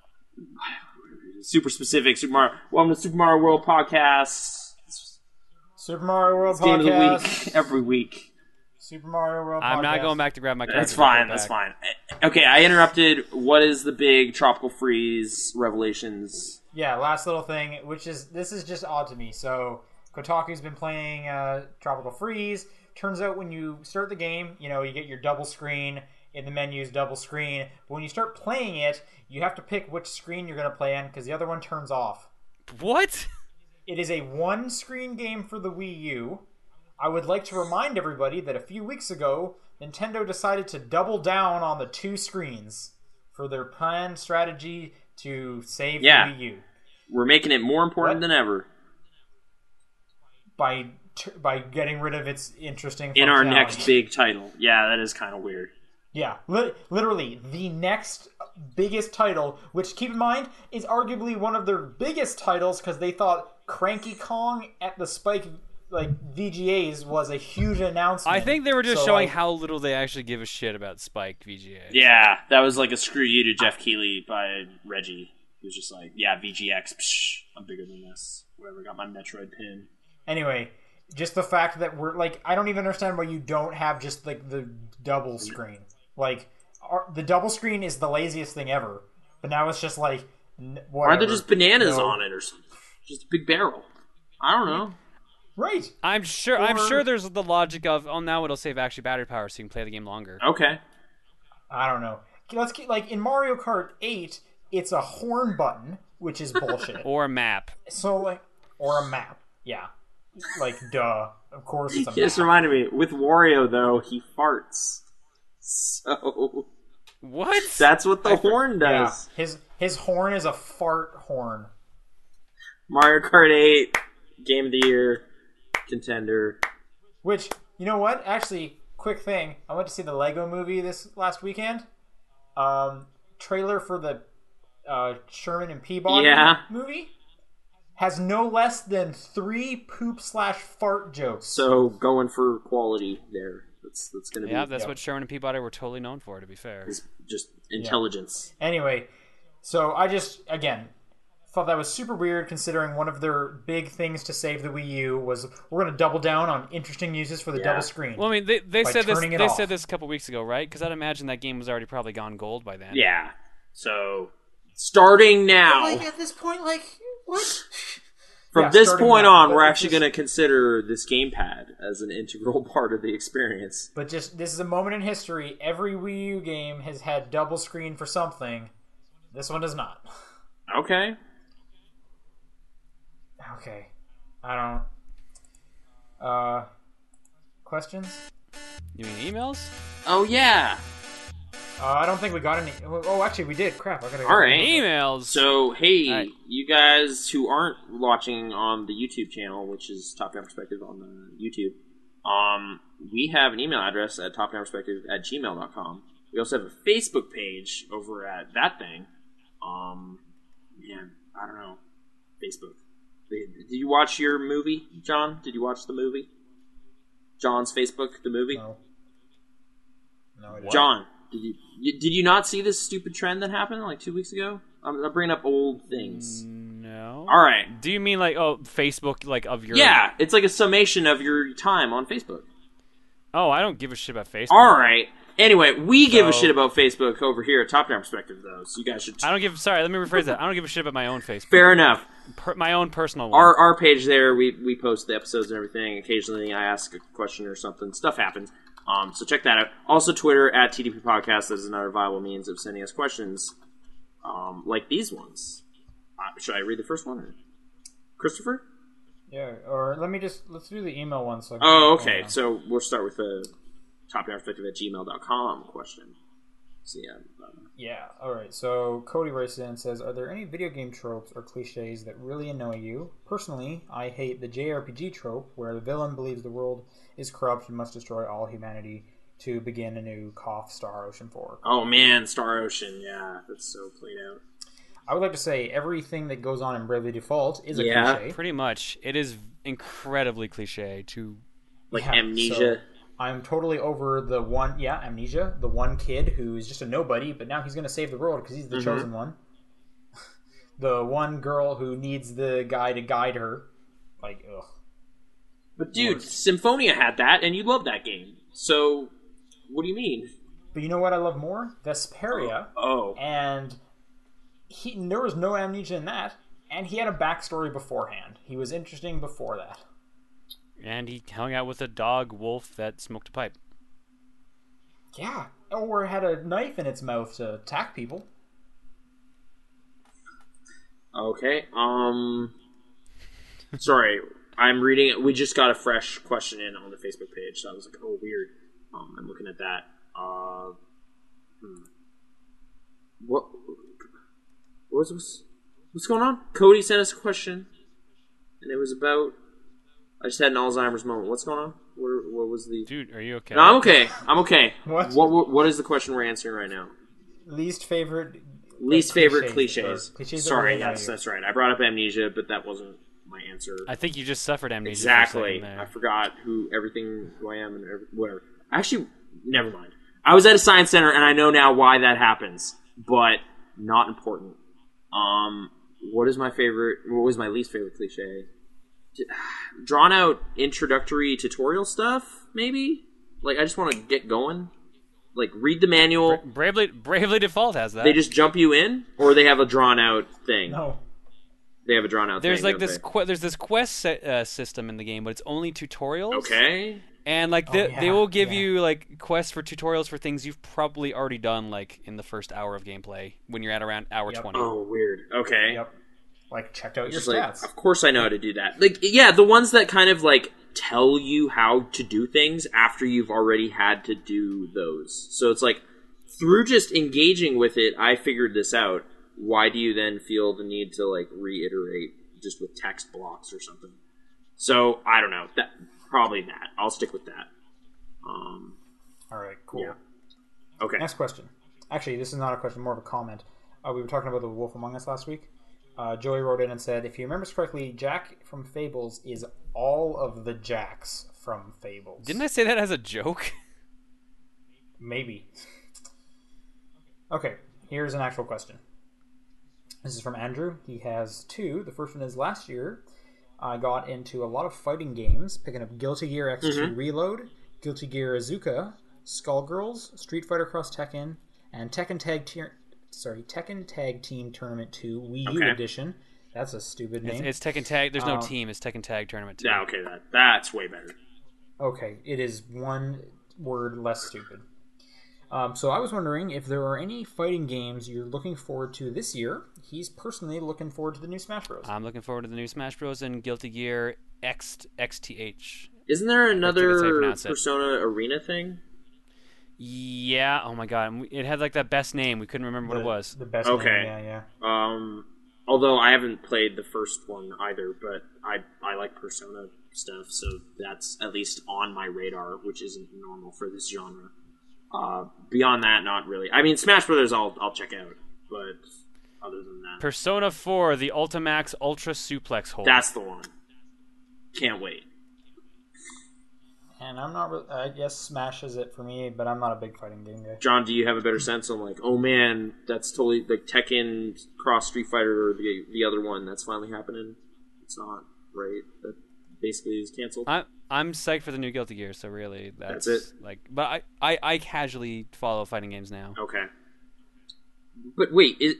S3: Super specific. Super Mario. Welcome to Super Mario World podcast. It's
S2: Super Mario World
S3: game of
S2: podcast.
S3: the week every week.
S2: Super Mario World.
S4: I'm not
S2: podcast.
S4: going back to grab my. cartridge.
S3: That's fine.
S4: Go
S3: That's
S4: back.
S3: fine. Uh, Okay, I interrupted. What is the big tropical freeze revelations?
S2: Yeah, last little thing, which is this is just odd to me. So Kotaku's been playing uh, Tropical Freeze. Turns out when you start the game, you know you get your double screen in the menus, double screen. But when you start playing it, you have to pick which screen you're going to play on because the other one turns off.
S4: What?
S2: It is a one screen game for the Wii U. I would like to remind everybody that a few weeks ago, Nintendo decided to double down on the two screens for their planned strategy to save
S3: Yeah.
S2: the Wii U
S3: We're making it more
S2: What?
S3: important than ever
S2: by t- by getting rid of its interesting
S3: in our
S2: functionality.
S3: next big title. Yeah, that is kind of weird.
S2: Yeah, li- literally the next biggest title, which keep in mind is arguably one of their biggest titles because they thought Cranky Kong at the Spike like VGAs was a huge announcement.
S4: I think they were just
S2: So, um,
S4: showing
S2: like,
S4: how little they actually give a shit about Spike VGA.
S3: Yeah, that was like a screw you to Jeff Keeley by Reggie. He was just like, yeah, VGX, psh, I'm bigger than this. Whatever, got my Metroid pin.
S2: Anyway, just the fact that we're like, I don't even understand why you don't have just like the double screen. Like, our, the double screen is the laziest thing ever. But now it's just like, n-
S3: Or are
S2: whatever.
S3: there just bananas
S2: No.
S3: on it or something? Just a big barrel. I don't know.
S2: right?
S4: I'm sure. I'm
S2: Or-
S4: sure there's the logic of oh now it'll save actually battery power so you can play the game longer.
S3: Okay.
S2: I don't know. Let's keep like in Mario Kart Eight, it's a horn button, which is bullshit.
S4: Or a map.
S2: so like, or a map, yeah. Like, duh. Of course, it's a map.
S3: It just reminded me, with Wario, though, he farts. So
S4: What?
S3: that's what the horn
S2: Yeah,
S3: does.
S2: his his horn is a fart horn.
S3: Mario Kart 8, Game of the Year, contender.
S2: Which you know what? Actually, quick thing. I went to see the Lego Movie this last weekend. Um, trailer for the uh, Sherman and Peabody
S3: Yeah.
S2: movie has no less than three poop slash fart jokes.
S3: So going for quality there. That's that's gonna
S4: Yeah,
S3: be
S4: that's
S2: Yeah.
S4: what Sherman and Peabody were totally known for. To be fair,
S3: is just intelligence.
S2: Anyway, so I just again thought that was super weird considering one of their big things to save the Wii U was we're going to double down on interesting uses for the double screen.
S4: well, I mean they, they
S2: By
S4: said this
S2: turning it
S4: they
S2: off.
S4: said this a couple weeks ago, right? Because I'd imagine that game was already probably gone gold by then.
S3: Yeah. So starting now,
S2: at this point like what?
S3: from
S2: Yeah,
S3: this
S2: starting
S3: point
S2: now,
S3: on,
S2: but
S3: we're
S2: it's
S3: actually
S2: just-
S3: going to consider this gamepad as an integral part of the experience.
S2: But just this is a moment in history. Every Wii U game has had double screen for something. This one does not.
S3: Okay.
S2: Okay. I don't uh questions?
S4: You mean emails?
S3: Oh yeah.
S2: Uh, I don't think we got any. Oh, actually, we did. Crap! I gotta.
S3: All right.
S4: Emails.
S3: So hey,
S4: Alright.
S3: you guys who aren't watching on the YouTube channel, which is Top Down Perspective on the YouTube, um, we have an email address at topdownperspective at gmail.com. We also have a Facebook page over at that thing. Um, man, I don't know. Facebook. Did did you watch your movie, John? Did you watch the movie? John's Facebook, the movie.
S2: No. No, I didn't.
S3: John, did you, you did you not see this stupid trend that happened like two weeks ago? I'm, I'm bringing up old things.
S4: no.
S3: All right.
S4: Do you mean like oh Facebook like of your
S3: Yeah, it's like a summation of your time on Facebook.
S4: Oh, I don't give a shit about Facebook.
S3: All right. Anyway, we give a
S4: So-
S3: shit about Facebook over here at Top Down Perspective, though, so you guys should.
S4: I don't give. Sorry, let me rephrase that. I don't give a shit about my own Facebook,
S3: Fair enough.
S4: per, my own personal one.
S3: Our our page there, we we post the episodes and everything. Occasionally, I ask a question or something. Stuff happens. Um, so check that out. Also, Twitter at TDP Podcast. That is another viable means of sending us questions, um, like these ones. Uh, should I read the first one, or Christopher?
S2: Yeah, or let me just let's do the email one. So I can-
S3: Oh, okay. So we'll start with the top down perspective at gmail.com question. So yeah, um,
S2: Yeah. All right. So Cody writes in and says, "Are there any video game tropes or cliches that really annoy you? Personally, I hate the JRPG trope where the villain believes the world is corrupt and must destroy all humanity to begin a new cough Star Ocean 4."
S3: oh man, Star Ocean. Yeah, that's so played out.
S2: I would like to say everything that goes on in Bravely Default is a
S3: Yeah.
S2: cliche.
S4: Pretty much, it is incredibly cliche to
S3: Like
S2: Yeah,
S3: amnesia.
S2: so I'm totally over the one, yeah, amnesia, the one kid who is just a nobody, but now he's going to save the world because he's
S3: Mm-hmm.
S2: the chosen one. the one girl who needs the guy to guide her. Like, ugh.
S3: But dude, Symphonia had that, and you love that game. So what do you mean?
S2: But you know what I love more? Vesperia.
S3: Oh,
S2: And he, there was no amnesia in that, and he had a backstory beforehand. He was interesting before that.
S4: and he hung out with a dog wolf that smoked a pipe.
S2: Yeah. Or had a knife in its mouth to attack people.
S3: Okay. Um. Sorry, I'm reading it. We just got a fresh question in on the Facebook page, so I was like, "Oh, weird." Um, I'm looking at that. Uh, hmm. What? What's what's what's going on? Cody sent us a question, and it was about. I just had an Alzheimer's moment. What's going on? What, are- what was the?
S4: Dude, are you okay?
S3: No, I'm okay. I'm okay.
S2: What?
S3: What, what? What is the question we're answering right now?
S2: Least favorite.
S3: least favorite
S2: cliches,
S3: cliches.
S2: or cliches that
S3: Sorry,
S2: really annoy
S3: yes,
S2: you.
S3: that's right. I brought up amnesia, but that wasn't my answer.
S4: I think you just suffered amnesia. for a
S3: exactly.
S4: second
S3: I
S4: there.
S3: forgot who everything who I am and every, whatever. Actually, never mind. I was at a science center, and I know now why that happens, but not important. Um, what is my favorite? What was my least favorite cliche? D- Drawn out introductory tutorial stuff, maybe. Like I just want to get going. Like read the manual.
S4: Bravely, Bravely Default has that.
S3: They just jump you in, or they have a drawn out thing
S2: No.
S3: they have a drawn out.
S4: there's
S3: thing,
S4: like
S3: don't
S4: this
S3: they?
S4: que- there's this quest se- uh, system in the game, but it's only tutorials.
S3: Okay.
S4: And like they,
S2: Oh, yeah,
S4: they will give
S2: yeah.
S4: you like quests for tutorials for things you've probably already done like in the first hour of gameplay when you're at around hour
S2: Yep.
S4: 20.
S3: Oh, weird. Okay.
S2: Yep. Like, checked out your
S3: Just like,
S2: stats.
S3: of course I know how to do that. Like, yeah, the ones that kind of like tell you how to do things after you've already had to do those. So it's like through just engaging with it, I figured this out. Why do you then feel the need to like reiterate just with text blocks or something? So I don't know. That probably that. I'll stick with that. Um.
S2: All right, cool.
S3: Yeah. Okay.
S2: Next question. Actually, this is not a question, more of a comment. Uh, we were talking about the Wolf Among Us last week. Uh, Joey wrote in and said, if he remembers correctly, Jack from Fables is all of the Jacks from Fables.
S4: Didn't I say that as a joke?
S2: Maybe. Okay, here's an actual question. This is from Andrew. He has two. The first one is last year, I got into a lot of fighting games, picking up Guilty Gear X2
S4: Mm-hmm.
S2: Reload, Guilty Gear Azuka, Skullgirls, Street Fighter Cross Tekken, and Tekken Tag Tier. Sorry, Tekken Tag Team Tournament 2 Wii U
S3: Okay.
S2: Edition. That's a stupid name.
S4: It's Tekken Tag. There's no
S2: Uh,
S4: team. It's Tekken Tag tournament. Too.
S3: Yeah, okay, that that's way better.
S2: Okay, it is one word less stupid. Um, so I was wondering if there are any fighting games you're looking forward to this year. He's personally looking forward to the new Smash Bros.
S4: I'm looking forward to the new Smash Bros. and Guilty Gear X XTH.
S3: Isn't there
S4: that's how you
S3: another
S4: pronounce it.
S3: Persona Arena thing?
S4: Yeah. Oh my God. and It had like that best name. We couldn't remember what
S2: The-
S4: it was.
S2: the best.
S3: Okay.
S2: name, yeah, yeah.
S3: Um, although I haven't played the first one either, but I I like Persona stuff, so that's at least on my radar, which isn't normal for this genre. Uh, beyond that, not really. I mean, Smash Brothers, I'll I'll check out, but other than that,
S4: Persona 4: The Ultimax Ultra Suplex Hold.
S3: that's the one. Can't wait.
S2: And I'm not. Really, I guess Smash is it for me, but I'm not a big fighting game guy.
S3: John, do you have a better sense on like, oh man, that's totally like Tekken Cross Street Fighter or the the other one that's finally happening? It's not right. That basically is canceled.
S4: I'm I'm psyched for the new Guilty Gear. So really, that's,
S3: That's it.
S4: Like, but I, I I casually follow fighting games now.
S3: Okay. But wait, is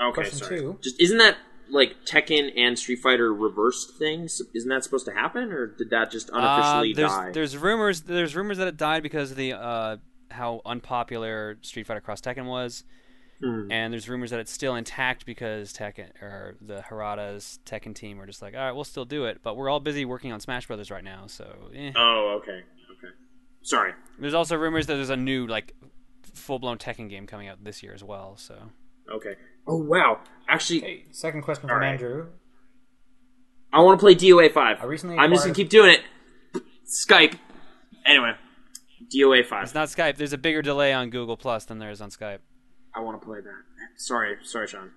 S3: okay.
S2: Question
S3: sorry.
S2: two.
S3: Just isn't that like Tekken and Street Fighter reversed things? Isn't that supposed to happen, or did that just
S4: Uh,
S3: unofficially
S4: there's
S3: die?
S4: there's rumors there's rumors that it died because of the uh, how unpopular Street Fighter Cross Tekken was,
S3: Hmm.
S4: and there's rumors that it's still intact because Tekken or the Harada's Tekken team are just like, all right, we'll still do it, but we're all busy working on Smash Brothers right now, so. Eh.
S3: Oh, okay, okay. Sorry.
S4: There's also rumors that there's a new like full blown Tekken game coming out this year as well. So
S3: Okay. Oh wow. Actually,
S2: Okay, second question from
S3: All right.
S2: Andrew.
S3: I want to play DOA five.
S2: I recently
S3: I'm just gonna
S2: acquired-
S3: keep doing it. Skype. Anyway, DOA
S4: it's
S3: five.
S4: not Skype. There's a bigger delay on Google Plus than there is on Skype.
S3: I want to play that. Sorry, sorry, Sean.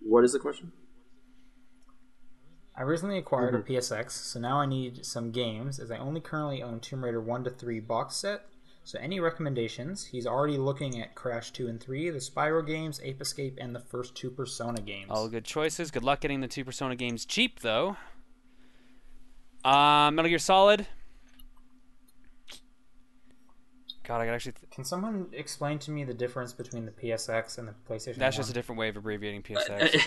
S3: What is the question?
S2: I recently acquired a PSX, so now I need some games as I only currently own Tomb Raider 1 to 3 box set. So any recommendations? He's already looking at Crash 2 and 3, the Spyro games, Ape Escape, and the first two Persona games.
S4: All good choices. Good luck getting the two Persona games cheap though. Uh, Metal Gear Solid. God, I could actually. Th-
S2: Can someone explain to me the difference between the PSX and the PlayStation
S4: that's
S2: 1?
S4: just a different way of abbreviating PSX.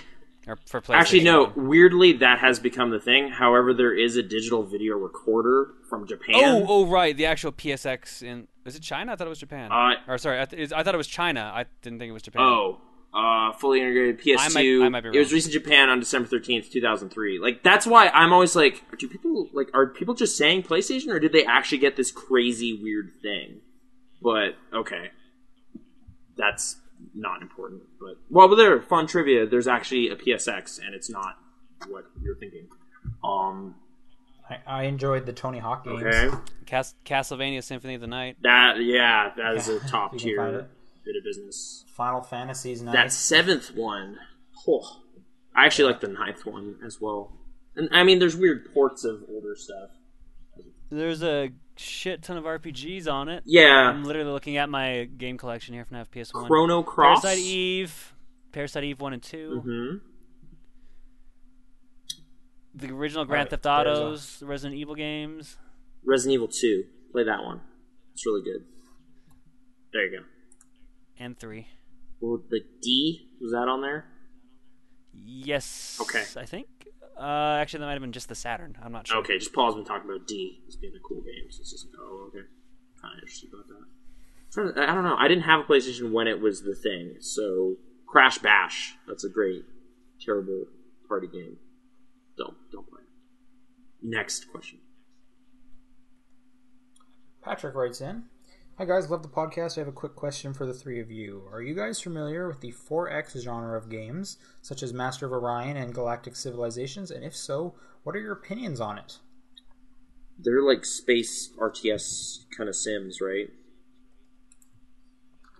S4: or for PlayStation.
S3: Uh, Actually, no.
S4: 1.
S3: Weirdly, that has become the thing. However, there is a digital video recorder from Japan.
S4: Oh, oh, right. The actual PSX in is it China? I thought it was Japan.
S3: Uh,
S4: or sorry, I, th- it's- I thought it was China. I didn't think it was Japan.
S3: Oh, uh, fully integrated PS2.
S4: I might- I might be
S3: It was
S4: wrong.
S3: released in Japan on December thirteenth, two thousand three. Like that's why I'm always like, do people like are people just saying PlayStation, or did they actually get this crazy weird thing? But okay, that's not important. But well, but there fun trivia. There's actually a PSX, and it's not what you're thinking. Um,
S2: I, I enjoyed the Tony Hawk games.
S3: okay,
S4: Cas- Castlevania Symphony of the Night.
S3: that yeah, that is a
S2: Yeah,
S3: top
S2: you can find
S3: tier
S2: it.
S3: bit of business.
S2: Final Fantasy's nice.
S3: That seventh one, oh, I actually like the ninth one as well. And I mean, there's weird ports of older stuff.
S4: There's a shit ton of RPGs on it. I'm
S3: Yeah,
S4: literally looking at my game collection here from FNAF PS1.
S3: Chrono Cross.
S4: Parasite Eve, Parasite Eve 1 and 2,
S3: Mhm.
S4: the original Grand
S2: Alright,
S4: Theft
S2: there's a-
S4: Autos, the Resident Evil games.
S3: Resident Evil Two. Play that one. It's really good. There you go.
S4: And three,
S3: Well, the D was that on there?
S4: yes.
S3: Okay.
S4: I think. Uh, actually, that might have been just the Saturn. I'm not sure.
S3: Okay, just pause and talk about D as being a cool game. So it's just like, oh, okay. Kind of interested about that. Trying to- I don't know. I didn't have a PlayStation when it was the thing. So Crash Bash. That's a great, terrible party game. Don't don't play it. Next question.
S2: Patrick writes in Hi, guys. Love the podcast. I have a quick question for the three of you. Are you guys familiar with the 4X genre of games, such as Master of Orion and Galactic Civilizations? And if so, what are your opinions on it?
S3: They're like space RTS kind of sims, right?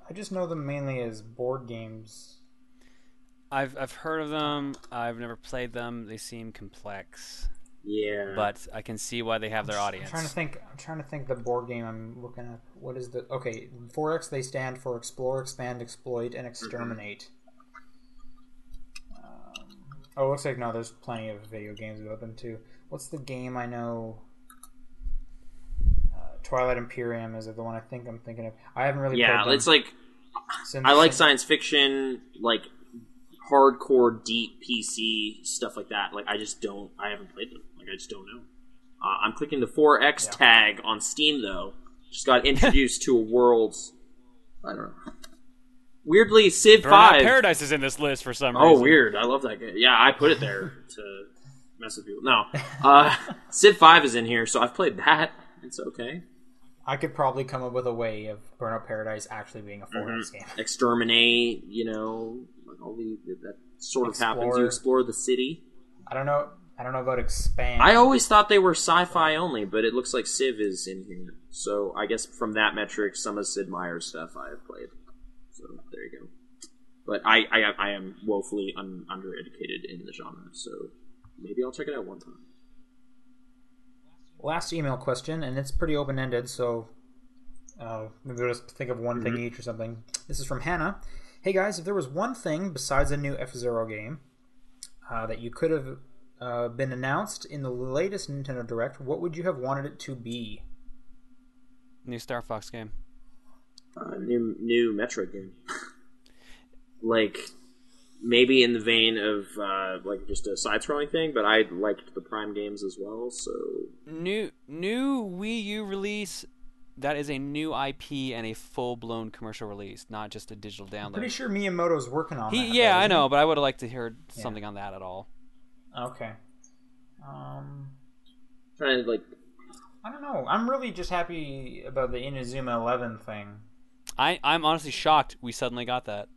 S2: I just know them mainly as board games.
S4: I've I've heard of them. I've never played them. They seem complex,
S3: Yeah.
S4: but I can see why they have their audience.
S2: I'm trying to think. I'm trying to think. The board game I'm looking at. What is the okay? 4X. They stand for explore, expand, exploit,
S3: Mm-hmm.
S2: and exterminate. Um, oh, it looks like no. There's plenty of video games about them too. What's the game I know? Uh, Twilight Imperium is the one I think I'm thinking of. I haven't really
S3: yeah,
S2: played them
S3: it's like
S2: since,
S3: I like
S2: since-
S3: science fiction, like hardcore, deep PC stuff like that. Like I just don't. I haven't played them. Like I just don't know. Uh, I'm clicking the 4X tag on Steam though. Just got introduced to a world. I don't know. Weirdly, Civ
S4: Burnout
S3: Five.
S4: Paradise is in this list for some
S3: Oh,
S4: reason.
S3: weird. I love that game. Yeah, I put it there to mess with people. No, uh, Civ Five is in here, so I've played that. It's okay.
S2: I could probably come up with a way of Burnout Paradise actually being a 4X
S3: Mm-hmm.
S2: game.
S3: Exterminate. You know, like all the that sort of happens.
S2: Explore.
S3: You explore the city.
S2: I don't know. I don't know about expand.
S3: I always thought they were sci-fi only, but it looks like Civ is in here. So I guess from that metric, some of Sid Meier's stuff I have played. So there you go. But I, I, I am woefully un- undereducated in the genre, so maybe I'll check it out one time.
S2: last email question, and it's pretty open ended, so uh, maybe we'll just think of one thing each or something. This is from Hannah. Hey guys, if there was one thing besides a new F Zero game uh, that you could have uh, been announced in the latest Nintendo Direct, what would you have wanted it to be?
S4: New Star Fox game.
S3: Uh, new new Metroid game, like maybe in the vein of uh, like just a side-scrolling thing, but I liked the Prime games as well. So
S4: New new Wii U release. That is a new IP and a full blown commercial release, not just a digital download.
S2: Pretty sure Miyamoto's working on
S4: He,
S2: that.
S4: yeah,
S2: though,
S4: I
S2: isn't
S4: know, but I would have liked to hear something on that at all.
S2: he? Okay. Um,
S3: trying to like
S2: I don't know. I'm really just happy about the Inazuma Eleven thing.
S4: I I'm honestly shocked we suddenly got that.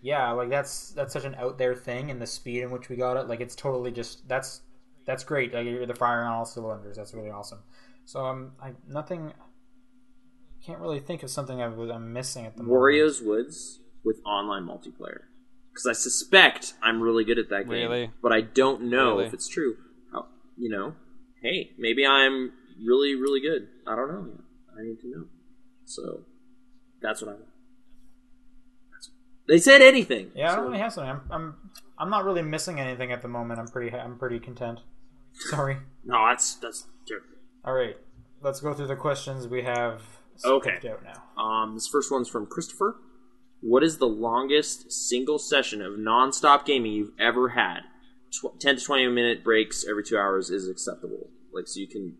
S2: Yeah, like that's that's such an out there thing, and the speed in which we got it, like it's totally just that's that's great. Like you're the firing on all cylinders. That's really awesome. So I'm I nothing. Can't really think of something I was, I'm missing at the moment.
S3: Wario's Woods with online multiplayer. Because I suspect I'm really good at that game,
S4: Really?
S3: but I don't know
S4: Really?
S3: if it's true. How, you know, hey, maybe I'm really, really good. I don't know. yet. I need to know. So that's what I want. That's- They said anything.
S2: Yeah, I
S3: so-
S2: don't really have something. I'm, I'm I'm not really missing anything at the moment. I'm pretty I'm pretty content. Sorry.
S3: no, that's that's terrible.
S2: All right, let's go through the questions we have.
S3: Okay.
S2: scoped Out now.
S3: Um, this first one's from Christopher. What is the longest single session of nonstop gaming you've ever had? Tw- Ten to twenty minute breaks every two hours is acceptable. Like so you can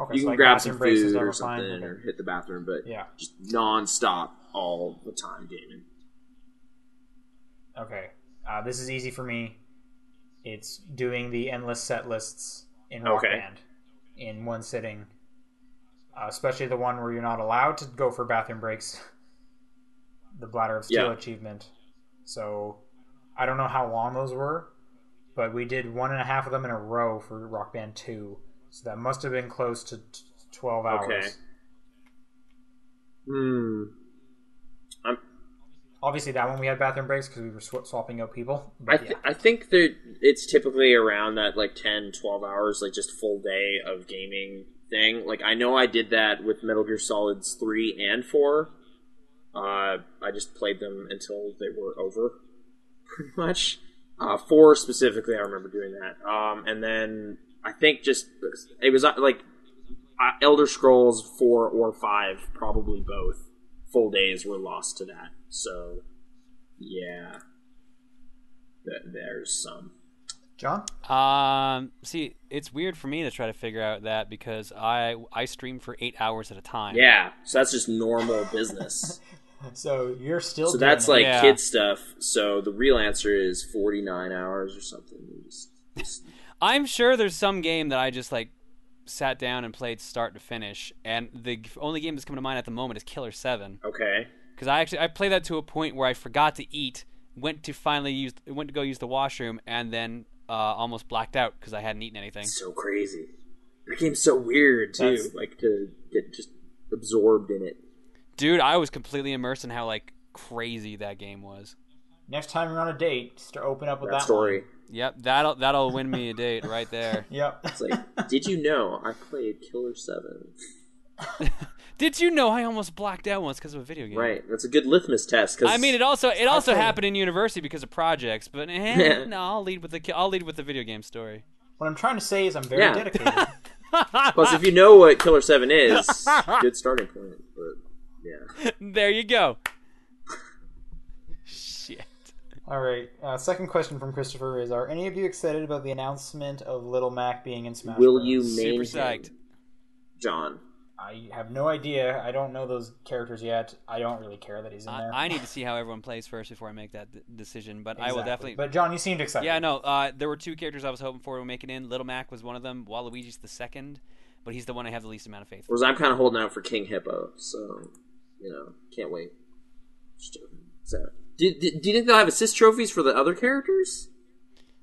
S2: Okay.
S3: you
S2: so
S3: can
S2: like
S3: grab
S2: bathroom
S3: some
S2: breaks is
S3: food
S2: never
S3: or
S2: fine.
S3: something
S2: Okay.
S3: or hit the bathroom, but
S2: Yeah.
S3: just nonstop all the time gaming.
S2: Okay. Uh, this is easy for me. It's doing the endless set lists in Rock
S3: Okay.
S2: Band in one sitting, uh, especially the one where you're not allowed to go for bathroom breaks. The Bladder of Steel
S3: Yeah.
S2: achievement. So I don't know how long those were, but we did one and a half of them in a row for Rock Band 2. So that must have been close to t- 12 hours.
S3: Okay. Hmm. I'm,
S2: Obviously, that one we had bathroom breaks because we were sw- swapping out people.
S3: I
S2: But
S3: th-
S2: yeah.
S3: I think that it's typically around that like 10, 12 hours, like just full day of gaming thing. Like I know I did that with Metal Gear Solids three and four. Uh, I just played them until they were over, pretty much. Uh, four specifically, I remember doing that. Um, and then I think just it was uh, like uh, Elder Scrolls four or five, probably both. Full days were lost to that. So yeah. Th- There's some.
S2: John?
S4: Um, see, it's weird for me to try to figure out that because I I stream for eight hours at a time.
S3: Yeah, so that's just normal business.
S2: So you're still.
S3: so
S2: doing
S3: that's
S2: it.
S3: like
S4: Yeah.
S3: kid stuff. So the real answer is 49 hours or something. You just- just-
S4: I'm sure there's some game that I just like sat down and played start to finish, and the g- only game that's coming to mind at the moment is Killer Seven
S3: okay.
S4: because I actually I played that to a point where I forgot to eat, went to finally use went to go use the washroom, and then uh, almost blacked out because I hadn't eaten anything.
S3: So crazy. That game's so weird too.
S2: That's-
S3: Like to get just absorbed in it.
S4: Dude, I was completely immersed in how like crazy that game was.
S2: Next time you're on a date, just to open up with
S3: That,
S2: that,
S3: story.
S2: one.
S4: Yep, that'll that'll win me a date right there.
S2: Yep.
S3: It's like, did you know I played Killer Seven?
S4: Did you know I almost blacked out once because of a video game?
S3: Right. That's a good litmus test. Cause
S4: I mean, it also it also
S2: played-
S4: happened in university because of projects, but eh, no, I'll lead with the ki- I'll lead with the video game story.
S2: What I'm trying to say is I'm very
S3: Yeah.
S2: dedicated.
S3: plus if you know what Killer Seven is, good starting point. But yeah,
S4: there you go. Shit.
S2: All right. Uh, second question from Christopher is: Are any of you excited about the announcement of Little Mac being in Smash?
S3: will
S2: Bros?
S3: you main
S4: Super
S3: him,
S4: psyched.
S3: John?
S2: I have no idea. I don't know those characters yet. I don't really care that he's in there.
S4: I, I need to see how everyone plays first before I make that d- decision, but I will
S2: Exactly.
S4: definitely.
S2: But John, you seemed excited.
S4: yeah, no. Uh, there were two characters I was hoping for to make it in. Little Mac was one of them. Waluigi's the second, but he's the one I have the least amount of faith. in.
S3: Whereas I'm kind of holding out for King Hippo, so you know, can't wait. Just joking. So, do, do, do you think they'll have assist trophies for the other characters?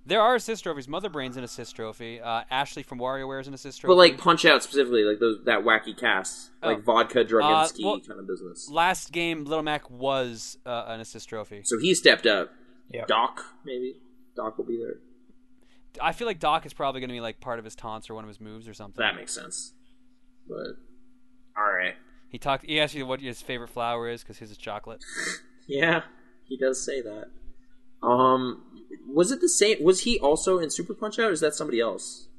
S4: There are assist trophies. Mother Brain's an assist trophy. Uh, Ashley from WarioWare is an assist trophy.
S3: But like Punch Out specifically, like those that wacky cast, like
S4: Oh.
S3: vodka Draginsky
S4: well-
S3: kind of business.
S4: last game, Little Mac was uh, an assist trophy.
S3: So he stepped up.
S2: Yep.
S3: Doc maybe Doc will be there.
S4: I feel like Doc is probably going to be like part of his taunts or one of his moves or something.
S3: That makes sense. But all right,
S4: He talked. He asked you what his favorite flower is because his is chocolate.
S3: yeah, he does say that. Um, was it the same? Was he also in Super Punch Out? Or is that somebody else?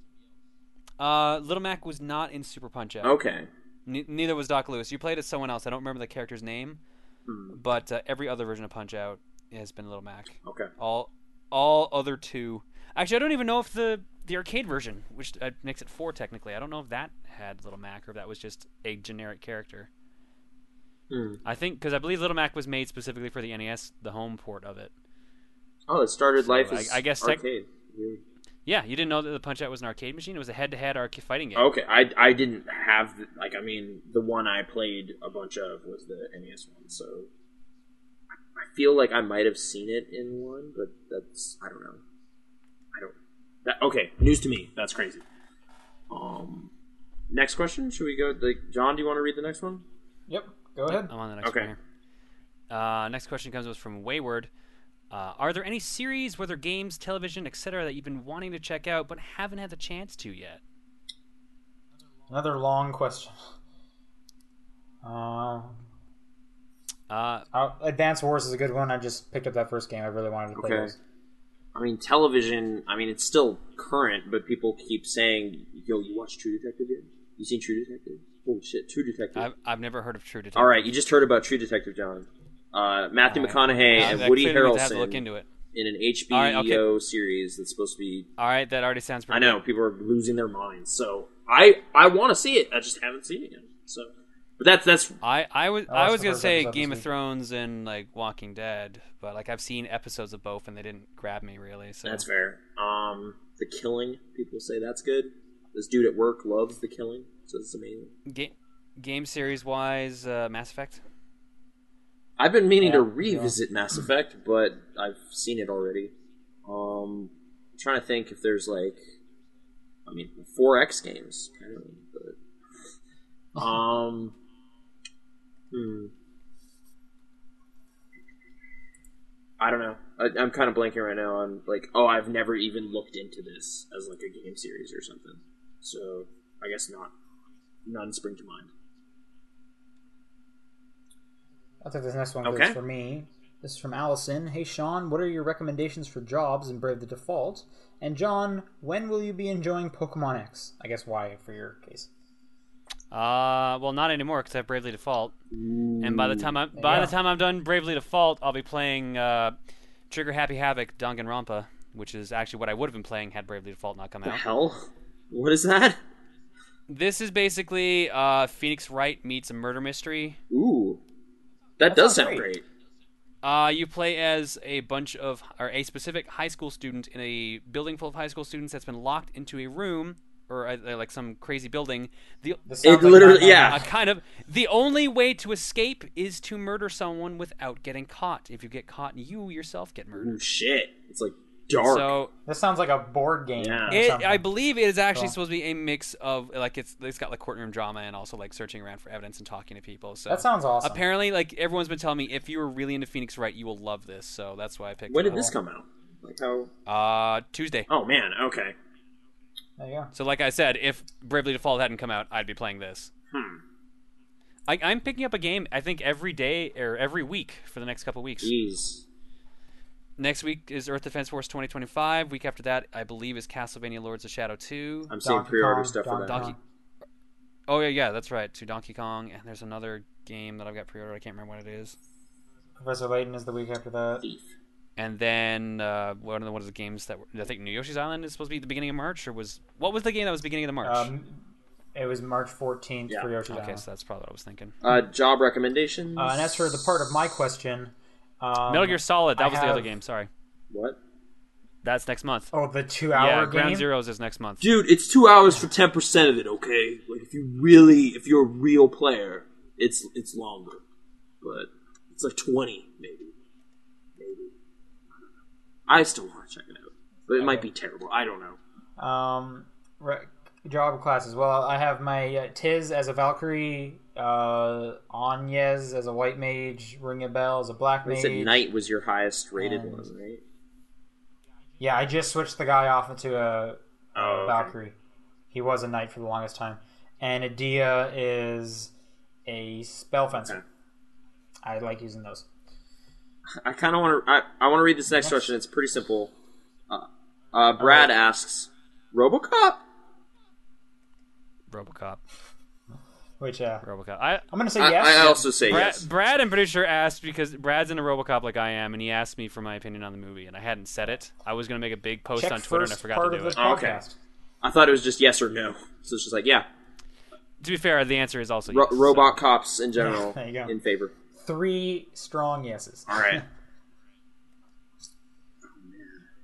S4: Uh, Little Mac was not in Super Punch Out.
S3: Okay,
S4: Ne- neither was Doc Lewis. You played as someone else. I don't remember the character's name, but uh, every other version of Punch Out has been Little Mac.
S3: okay.
S4: All, all other two. Actually, I don't even know if the the arcade version, which uh, makes it four technically, I don't know if that had Little Mac or if that was just a generic character.
S3: Hmm.
S4: I think because I believe Little Mac was made specifically for the NES, the home port of it.
S3: Oh, it started life
S4: I-
S3: as
S4: I guess tech-
S3: arcade. Weird.
S4: Yeah, you didn't know that the Punch Out was an arcade machine. It was a head-to-head arcade fighting game.
S3: Okay, I, I didn't have the, like I mean the one I played a bunch of was the NES one, so I- I feel like I might have seen it in one, but that's I don't know. I don't. That, okay, news to me. That's crazy. Um, next question. Should we go? Like John, do you want to read the next one?
S2: Yep. Go ahead.
S4: I'm on the next
S3: Okay.
S4: one here. Uh, next question comes to us from Wayward. Uh, are there any series, whether games, television, etc., that you've been wanting to check out but haven't had the chance to yet?
S2: Another long question. Um,
S4: Uh,
S2: uh, Advance Wars is a good one. I just picked up that first game. I really wanted to play
S3: Okay.
S2: those.
S3: I mean, television. I mean, it's still current, but people keep saying, "Yo, you watch True Detective yet? You seen True Detective? Holy shit, True Detective!"
S4: I've, I've never heard of True Detective.
S3: All right, you just heard about True Detective, John. Uh, Matthew McConaughey
S4: Uh, that
S3: and Woody
S4: clearly means I have to look
S3: Harrelson
S4: into it.
S3: in an HBO
S4: All right, okay.
S3: series that's supposed to be.
S4: All right, that already sounds pretty.
S3: I know people are losing their minds, so I I want to see it. I just haven't seen it yet. So, but that's that's
S4: good. I, I was
S2: I
S4: I
S2: watched
S4: was
S2: the
S4: gonna
S2: first
S4: say
S2: episode this
S4: Game of
S2: week.
S4: Thrones and like Walking Dead, but like I've seen episodes of both and they didn't grab me really. So
S3: that's fair. Um, the Killing. People say that's good. This dude at work loves The Killing, so it's amazing.
S4: Ga- game series wise, uh, Mass Effect.
S3: I've been meaning to
S2: Yeah, yeah.
S3: revisit Mass Effect, but I've seen it already. Um, I'm trying to think if there's like, I mean, four X games apparently, but um, hmm. I don't know. I, I'm kind of blanking right now on like, oh, I've never even looked into this as like a game series or something. So I guess not. None spring to mind.
S2: I'll take this next one because
S3: Okay.
S2: it's for me. This is from Allison. Hey, Sean, what are your recommendations for jobs in Brave the Default? And John, when will you be enjoying Pokemon X? I guess why for your case.
S4: Uh, well, not anymore because I have Bravely Default, and by the time I'm by
S2: Yeah.
S4: the time I'm done Bravely Default, I'll be playing uh, Trigger Happy Havoc Danganronpa, which is actually what I would have been playing had Bravely Default not come
S3: The
S4: out.
S3: hell? What is that?
S4: This is basically uh, Phoenix Wright meets a murder mystery.
S3: Ooh, that,
S2: That
S3: does
S2: sounds
S3: sound great.
S2: great.
S4: Uh, you play as a bunch of, or a specific high school student in a building full of high school students that's been locked into a room or uh like some crazy building. The
S2: This
S3: It
S2: sounds like
S3: literally,
S2: Batman.
S4: uh,
S3: yeah.
S4: kind of the only way to escape is to murder someone without getting caught. If you get caught, you yourself get murdered.
S3: Ooh, shit, it's like dark.
S4: So
S2: This sounds like a board game.
S3: Yeah.
S2: or
S4: it,
S2: something.
S4: I believe it is actually
S2: Cool.
S4: supposed to be a mix of like it's it's got like courtroom drama and also like searching around for evidence and talking to people. So
S2: that sounds awesome.
S4: apparently, like everyone's been telling me, if you were really into Phoenix Wright, you will love this. So that's why I picked.
S3: when
S4: it
S3: did
S2: uh,
S3: this come out? Like how?
S4: Uh, Tuesday.
S3: Oh man, okay.
S2: There you go.
S4: So, like I said, if Bravely Default hadn't come out, I'd be playing this.
S3: Hmm.
S4: I, I'm picking up a game, I think, every day or every week for the next couple weeks.
S3: Jeez.
S4: Next week is Earth Defense Force 2025. Week after that, I believe, is Castlevania Lords of Shadow 2.
S3: I'm seeing
S2: Donkey
S3: pre-order
S2: Kong,
S3: stuff for
S2: Donkey
S3: that.
S2: Kong.
S4: Donkey. Oh, yeah, yeah, that's right. To Donkey Kong. And there's another game that I've got pre ordered. I can't remember what it is.
S2: Professor Layton is the week after that.
S3: Thief.
S4: And then, uh, one of the, what are the games that were. I think New Yoshi's Island is supposed to be at the beginning of March, or was. What was the game that was beginning of the March?
S2: Um, it was March 14th
S3: Yeah.
S2: for Yoshi.
S4: okay, so that's probably what I was thinking.
S3: Uh, job recommendations.
S2: Uh, and as for the part of my question, um,
S4: Metal Gear Solid, that
S2: I
S4: was the other
S2: have-
S4: game, sorry.
S3: What?
S4: That's next month.
S2: Oh, the two-hour
S4: yeah,
S2: game.
S4: Ground Zeroes is next month.
S3: Dude, it's two hours for ten percent of it. Okay, like if you really, if you're a real player, it's it's longer, but it's like twenty maybe, maybe. I don't know. I still want to check it out, but it might be terrible. I don't know.
S2: um, re- job classes. Well, I have my uh, Tiz as a Valkyrie, uh, Anyez as a White Mage, Ring a Bell as a Black
S3: They
S2: Mage.
S3: said night was your highest rated
S2: And-
S3: one, right?
S2: Yeah, I just switched the guy off into a, a
S3: Oh, okay.
S2: Valkyrie. He was a knight for the longest time, and Adia is a spell fencer.
S3: Okay.
S2: I like using those.
S3: I kind of want to. I, I want to read this next question. It's pretty simple. Uh, uh, Brad asks, "RoboCop?
S4: RoboCop.
S2: Which uh,
S4: RoboCop. I,
S2: I'm gonna say
S3: I,
S2: yes.
S3: I also say
S4: Brad,
S3: yes.
S4: Brad, I'm pretty sure asked because Brad's into RoboCop like I am, and he asked me for my opinion on the movie, and I hadn't said it. I was gonna make a big post
S2: Check
S4: on Twitter, and I
S2: first
S4: forgot
S2: part
S4: to do
S2: of
S4: it.
S2: the
S3: Oh, okay.
S2: podcast.
S3: I thought it was just yes or no. So it's just like, yeah,
S4: To be fair, the answer is also
S3: ro-
S4: yes, so-
S3: robot cops in general
S2: There you go.
S3: in favor.
S2: Three strong yeses.
S3: All right.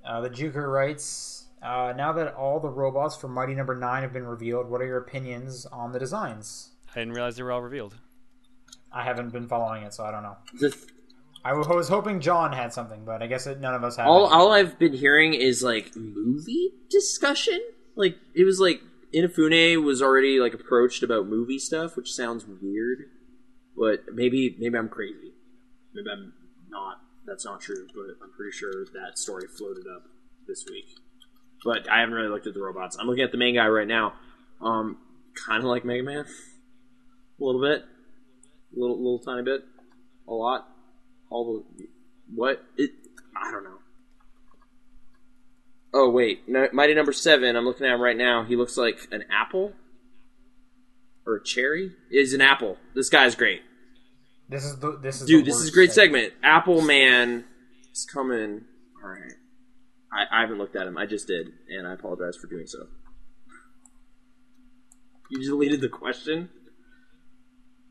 S2: Uh, the Juker writes, Uh, now that all the robots for Mighty Number Nine have been revealed, what are your opinions on the designs?
S4: I didn't realize they were all revealed.
S2: I haven't been following it, so I don't know.
S3: Just-
S2: I wa- was hoping John had something, but I guess that none of us have.
S3: all
S2: it.
S3: all I've been hearing is like movie discussion. Like it was like Inafune was already like approached about movie stuff, which sounds weird, but maybe maybe I'm crazy. Maybe I'm not. That's not true, but I'm pretty sure that story floated up this week. But I haven't really looked at the robots. I'm looking at the main guy right now. Um, kind of like Mega Man, a little bit, little little tiny bit, a lot, all the what? It, I don't know. Oh wait, no, Mighty Number Seven. I'm looking at him right now. He looks like an apple or a cherry. Is an apple. This guy's great,
S2: This is the this is
S3: dude.
S2: the
S3: This is a
S2: worst
S3: great
S2: segment.
S3: segment. Apple Man is coming. All right, I, I haven't looked at him. I just did, and I apologize for doing so. You deleted the question.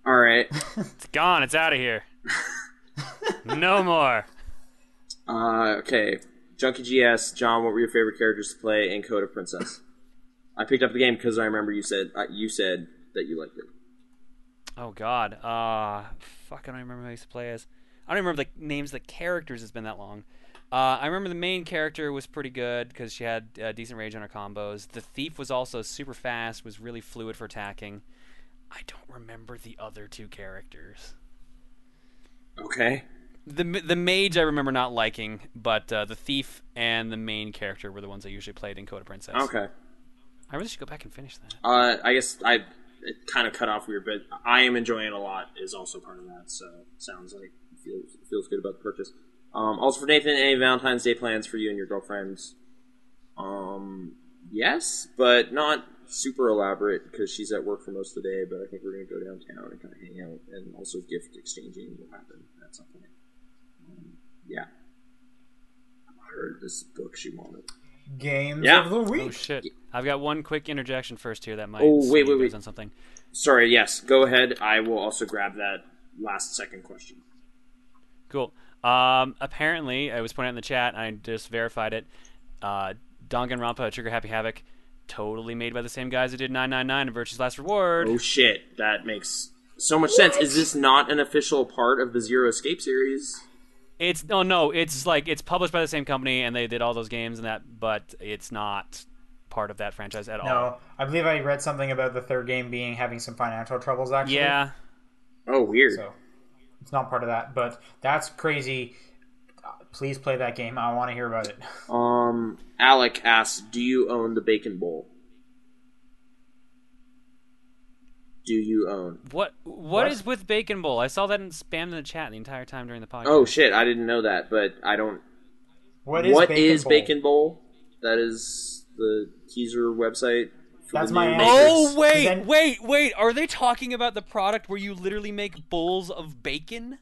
S3: All right.
S4: It's gone. It's out of here. no more.
S3: Uh, okay. Junkie GS, John, what were your favorite characters to play in Coda Princess? I picked up the game because I remember you said uh, you said that you liked it.
S4: Oh God. Uh fuck. I don't remember who I used to play as. I don't remember the names of the characters. It's been that long. Uh, I remember the main character was pretty good because she had uh, decent range on her combos. The thief was also super fast, was really fluid for attacking. I don't remember the other two characters.
S3: Okay.
S4: The m- the mage I remember not liking, but uh, the thief and the main character were the ones I usually played in Coda Princess.
S3: Okay.
S4: I really should go back and finish that.
S3: Uh, I guess I it kind of cut off weird, but I am enjoying it a lot is also part of that. So sounds like it feels it feels good about the purchase. Um, also for Nathan, any Valentine's Day plans for you and your girlfriends? Um, yes, but not super elaborate because she's at work for most of the day. But I think we're gonna go downtown and kind of hang out, and also gift exchanging will happen at some point. Um, yeah. I heard this book she wanted.
S2: Games
S3: Yeah.
S2: of the week.
S4: Oh shit! I've got one quick interjection first here that might
S3: Oh, wait,
S4: sway
S3: wait,
S4: you guys
S3: wait.
S4: on something.
S3: Sorry. Yes. Go ahead. I will also grab that last second question.
S4: Cool. Um, apparently, I was pointed out in the chat. I just verified it. Uh, Danganronpa, Trigger Happy Havoc, totally made by the same guys who did 999 and Virtue's Last Reward.
S3: Oh shit, that makes so much sense. Is this not an official part of the Zero Escape series?
S4: It's no, no. It's like it's published by the same company, and they did all those games and that, but it's not part of that franchise at all.
S2: No, I believe I read something about the third game being having some financial troubles. Actually,
S4: Yeah,
S3: Oh, weird.
S2: So it's not part of that, but that's crazy. Uh, Please play that game. I want to hear about it.
S3: Um, Alec asks, "Do you own the Bacon Bowl? Do you own?"
S4: What, what is with Bacon Bowl? I saw that in spam in the chat the entire time during the podcast.
S3: Oh shit, I didn't know that, but I don't.
S2: What is
S3: What
S2: Bacon
S3: is
S2: Bowl?
S3: Bacon Bowl? That is the teaser website. for
S2: That's
S3: the
S2: my
S3: new
S2: answer.
S4: Oh
S3: Matrix.
S4: wait,
S2: Then-
S4: wait, wait! Are they talking about the product where you literally make bowls of bacon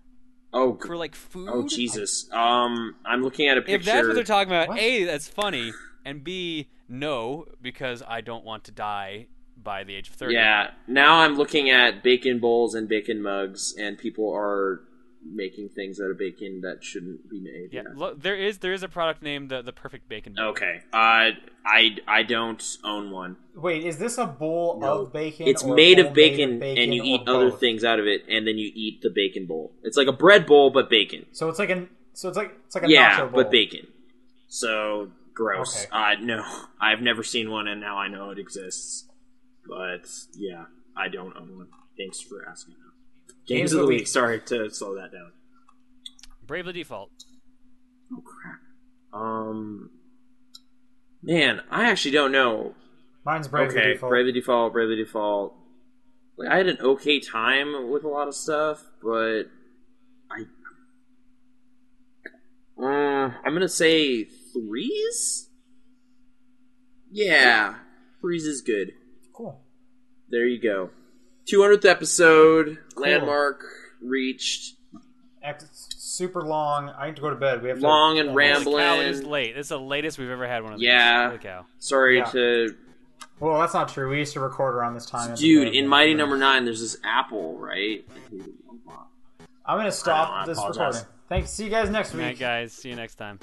S3: Oh, gr-
S4: for like food?
S3: oh Jesus. Um, I'm looking at a picture.
S4: If that's what they're talking about,
S2: What?
S4: a that's funny, and b no because I don't want to die by the age of thirty.
S3: Yeah. Now I'm looking at bacon bowls and bacon mugs, and people are making things out of bacon that shouldn't be made.
S4: yeah. Lo- there is there is a product named the the perfect bacon. Bowl.
S3: Okay. Uh, I I don't own one.
S2: Wait, is this a bowl
S3: No.
S2: of bacon?
S3: It's
S2: or a
S3: made
S2: bowl
S3: of bacon, and you
S2: or
S3: eat other
S2: both?
S3: things out of it, and then you eat the bacon bowl. It's like a bread bowl, but bacon.
S2: So it's like an so it's like it's like a
S3: yeah,
S2: nacho bowl.
S3: but bacon. So gross.
S2: Okay.
S3: Uh, no, I've never seen one, and now I know it exists. But yeah, I don't own one. Thanks for asking. Games, of the week. Sorry to slow that down.
S4: Brave the default.
S3: Oh crap. Um, man, I actually don't know.
S2: Mine's brave the
S3: okay,
S2: default.
S3: Brave the Default, Brave the Default. Like, I had an okay time with a lot of stuff, but I, uh, I'm gonna say threes. Yeah, threes is good.
S2: Cool.
S3: There you go. 200th episode, landmark reached.
S2: Ex- super long. I need to go to bed. We have to
S3: Long and
S2: Yeah.
S3: ramble-
S4: Holy cow, it
S3: Amblin.
S4: is late. It's the latest we've ever had one of these.
S3: Yeah.
S4: Holy cow.
S3: Sorry
S2: Yeah.
S3: to
S2: Well, that's not true. We used to record around this time. It's
S3: dude
S2: okay.
S3: in Mighty Number Nine. There's this apple, right?
S2: I'm gonna stop
S3: I
S2: this
S3: apologize.
S2: recording. Thanks. See you guys next
S4: Good
S2: week.
S4: night, guys. See you next time.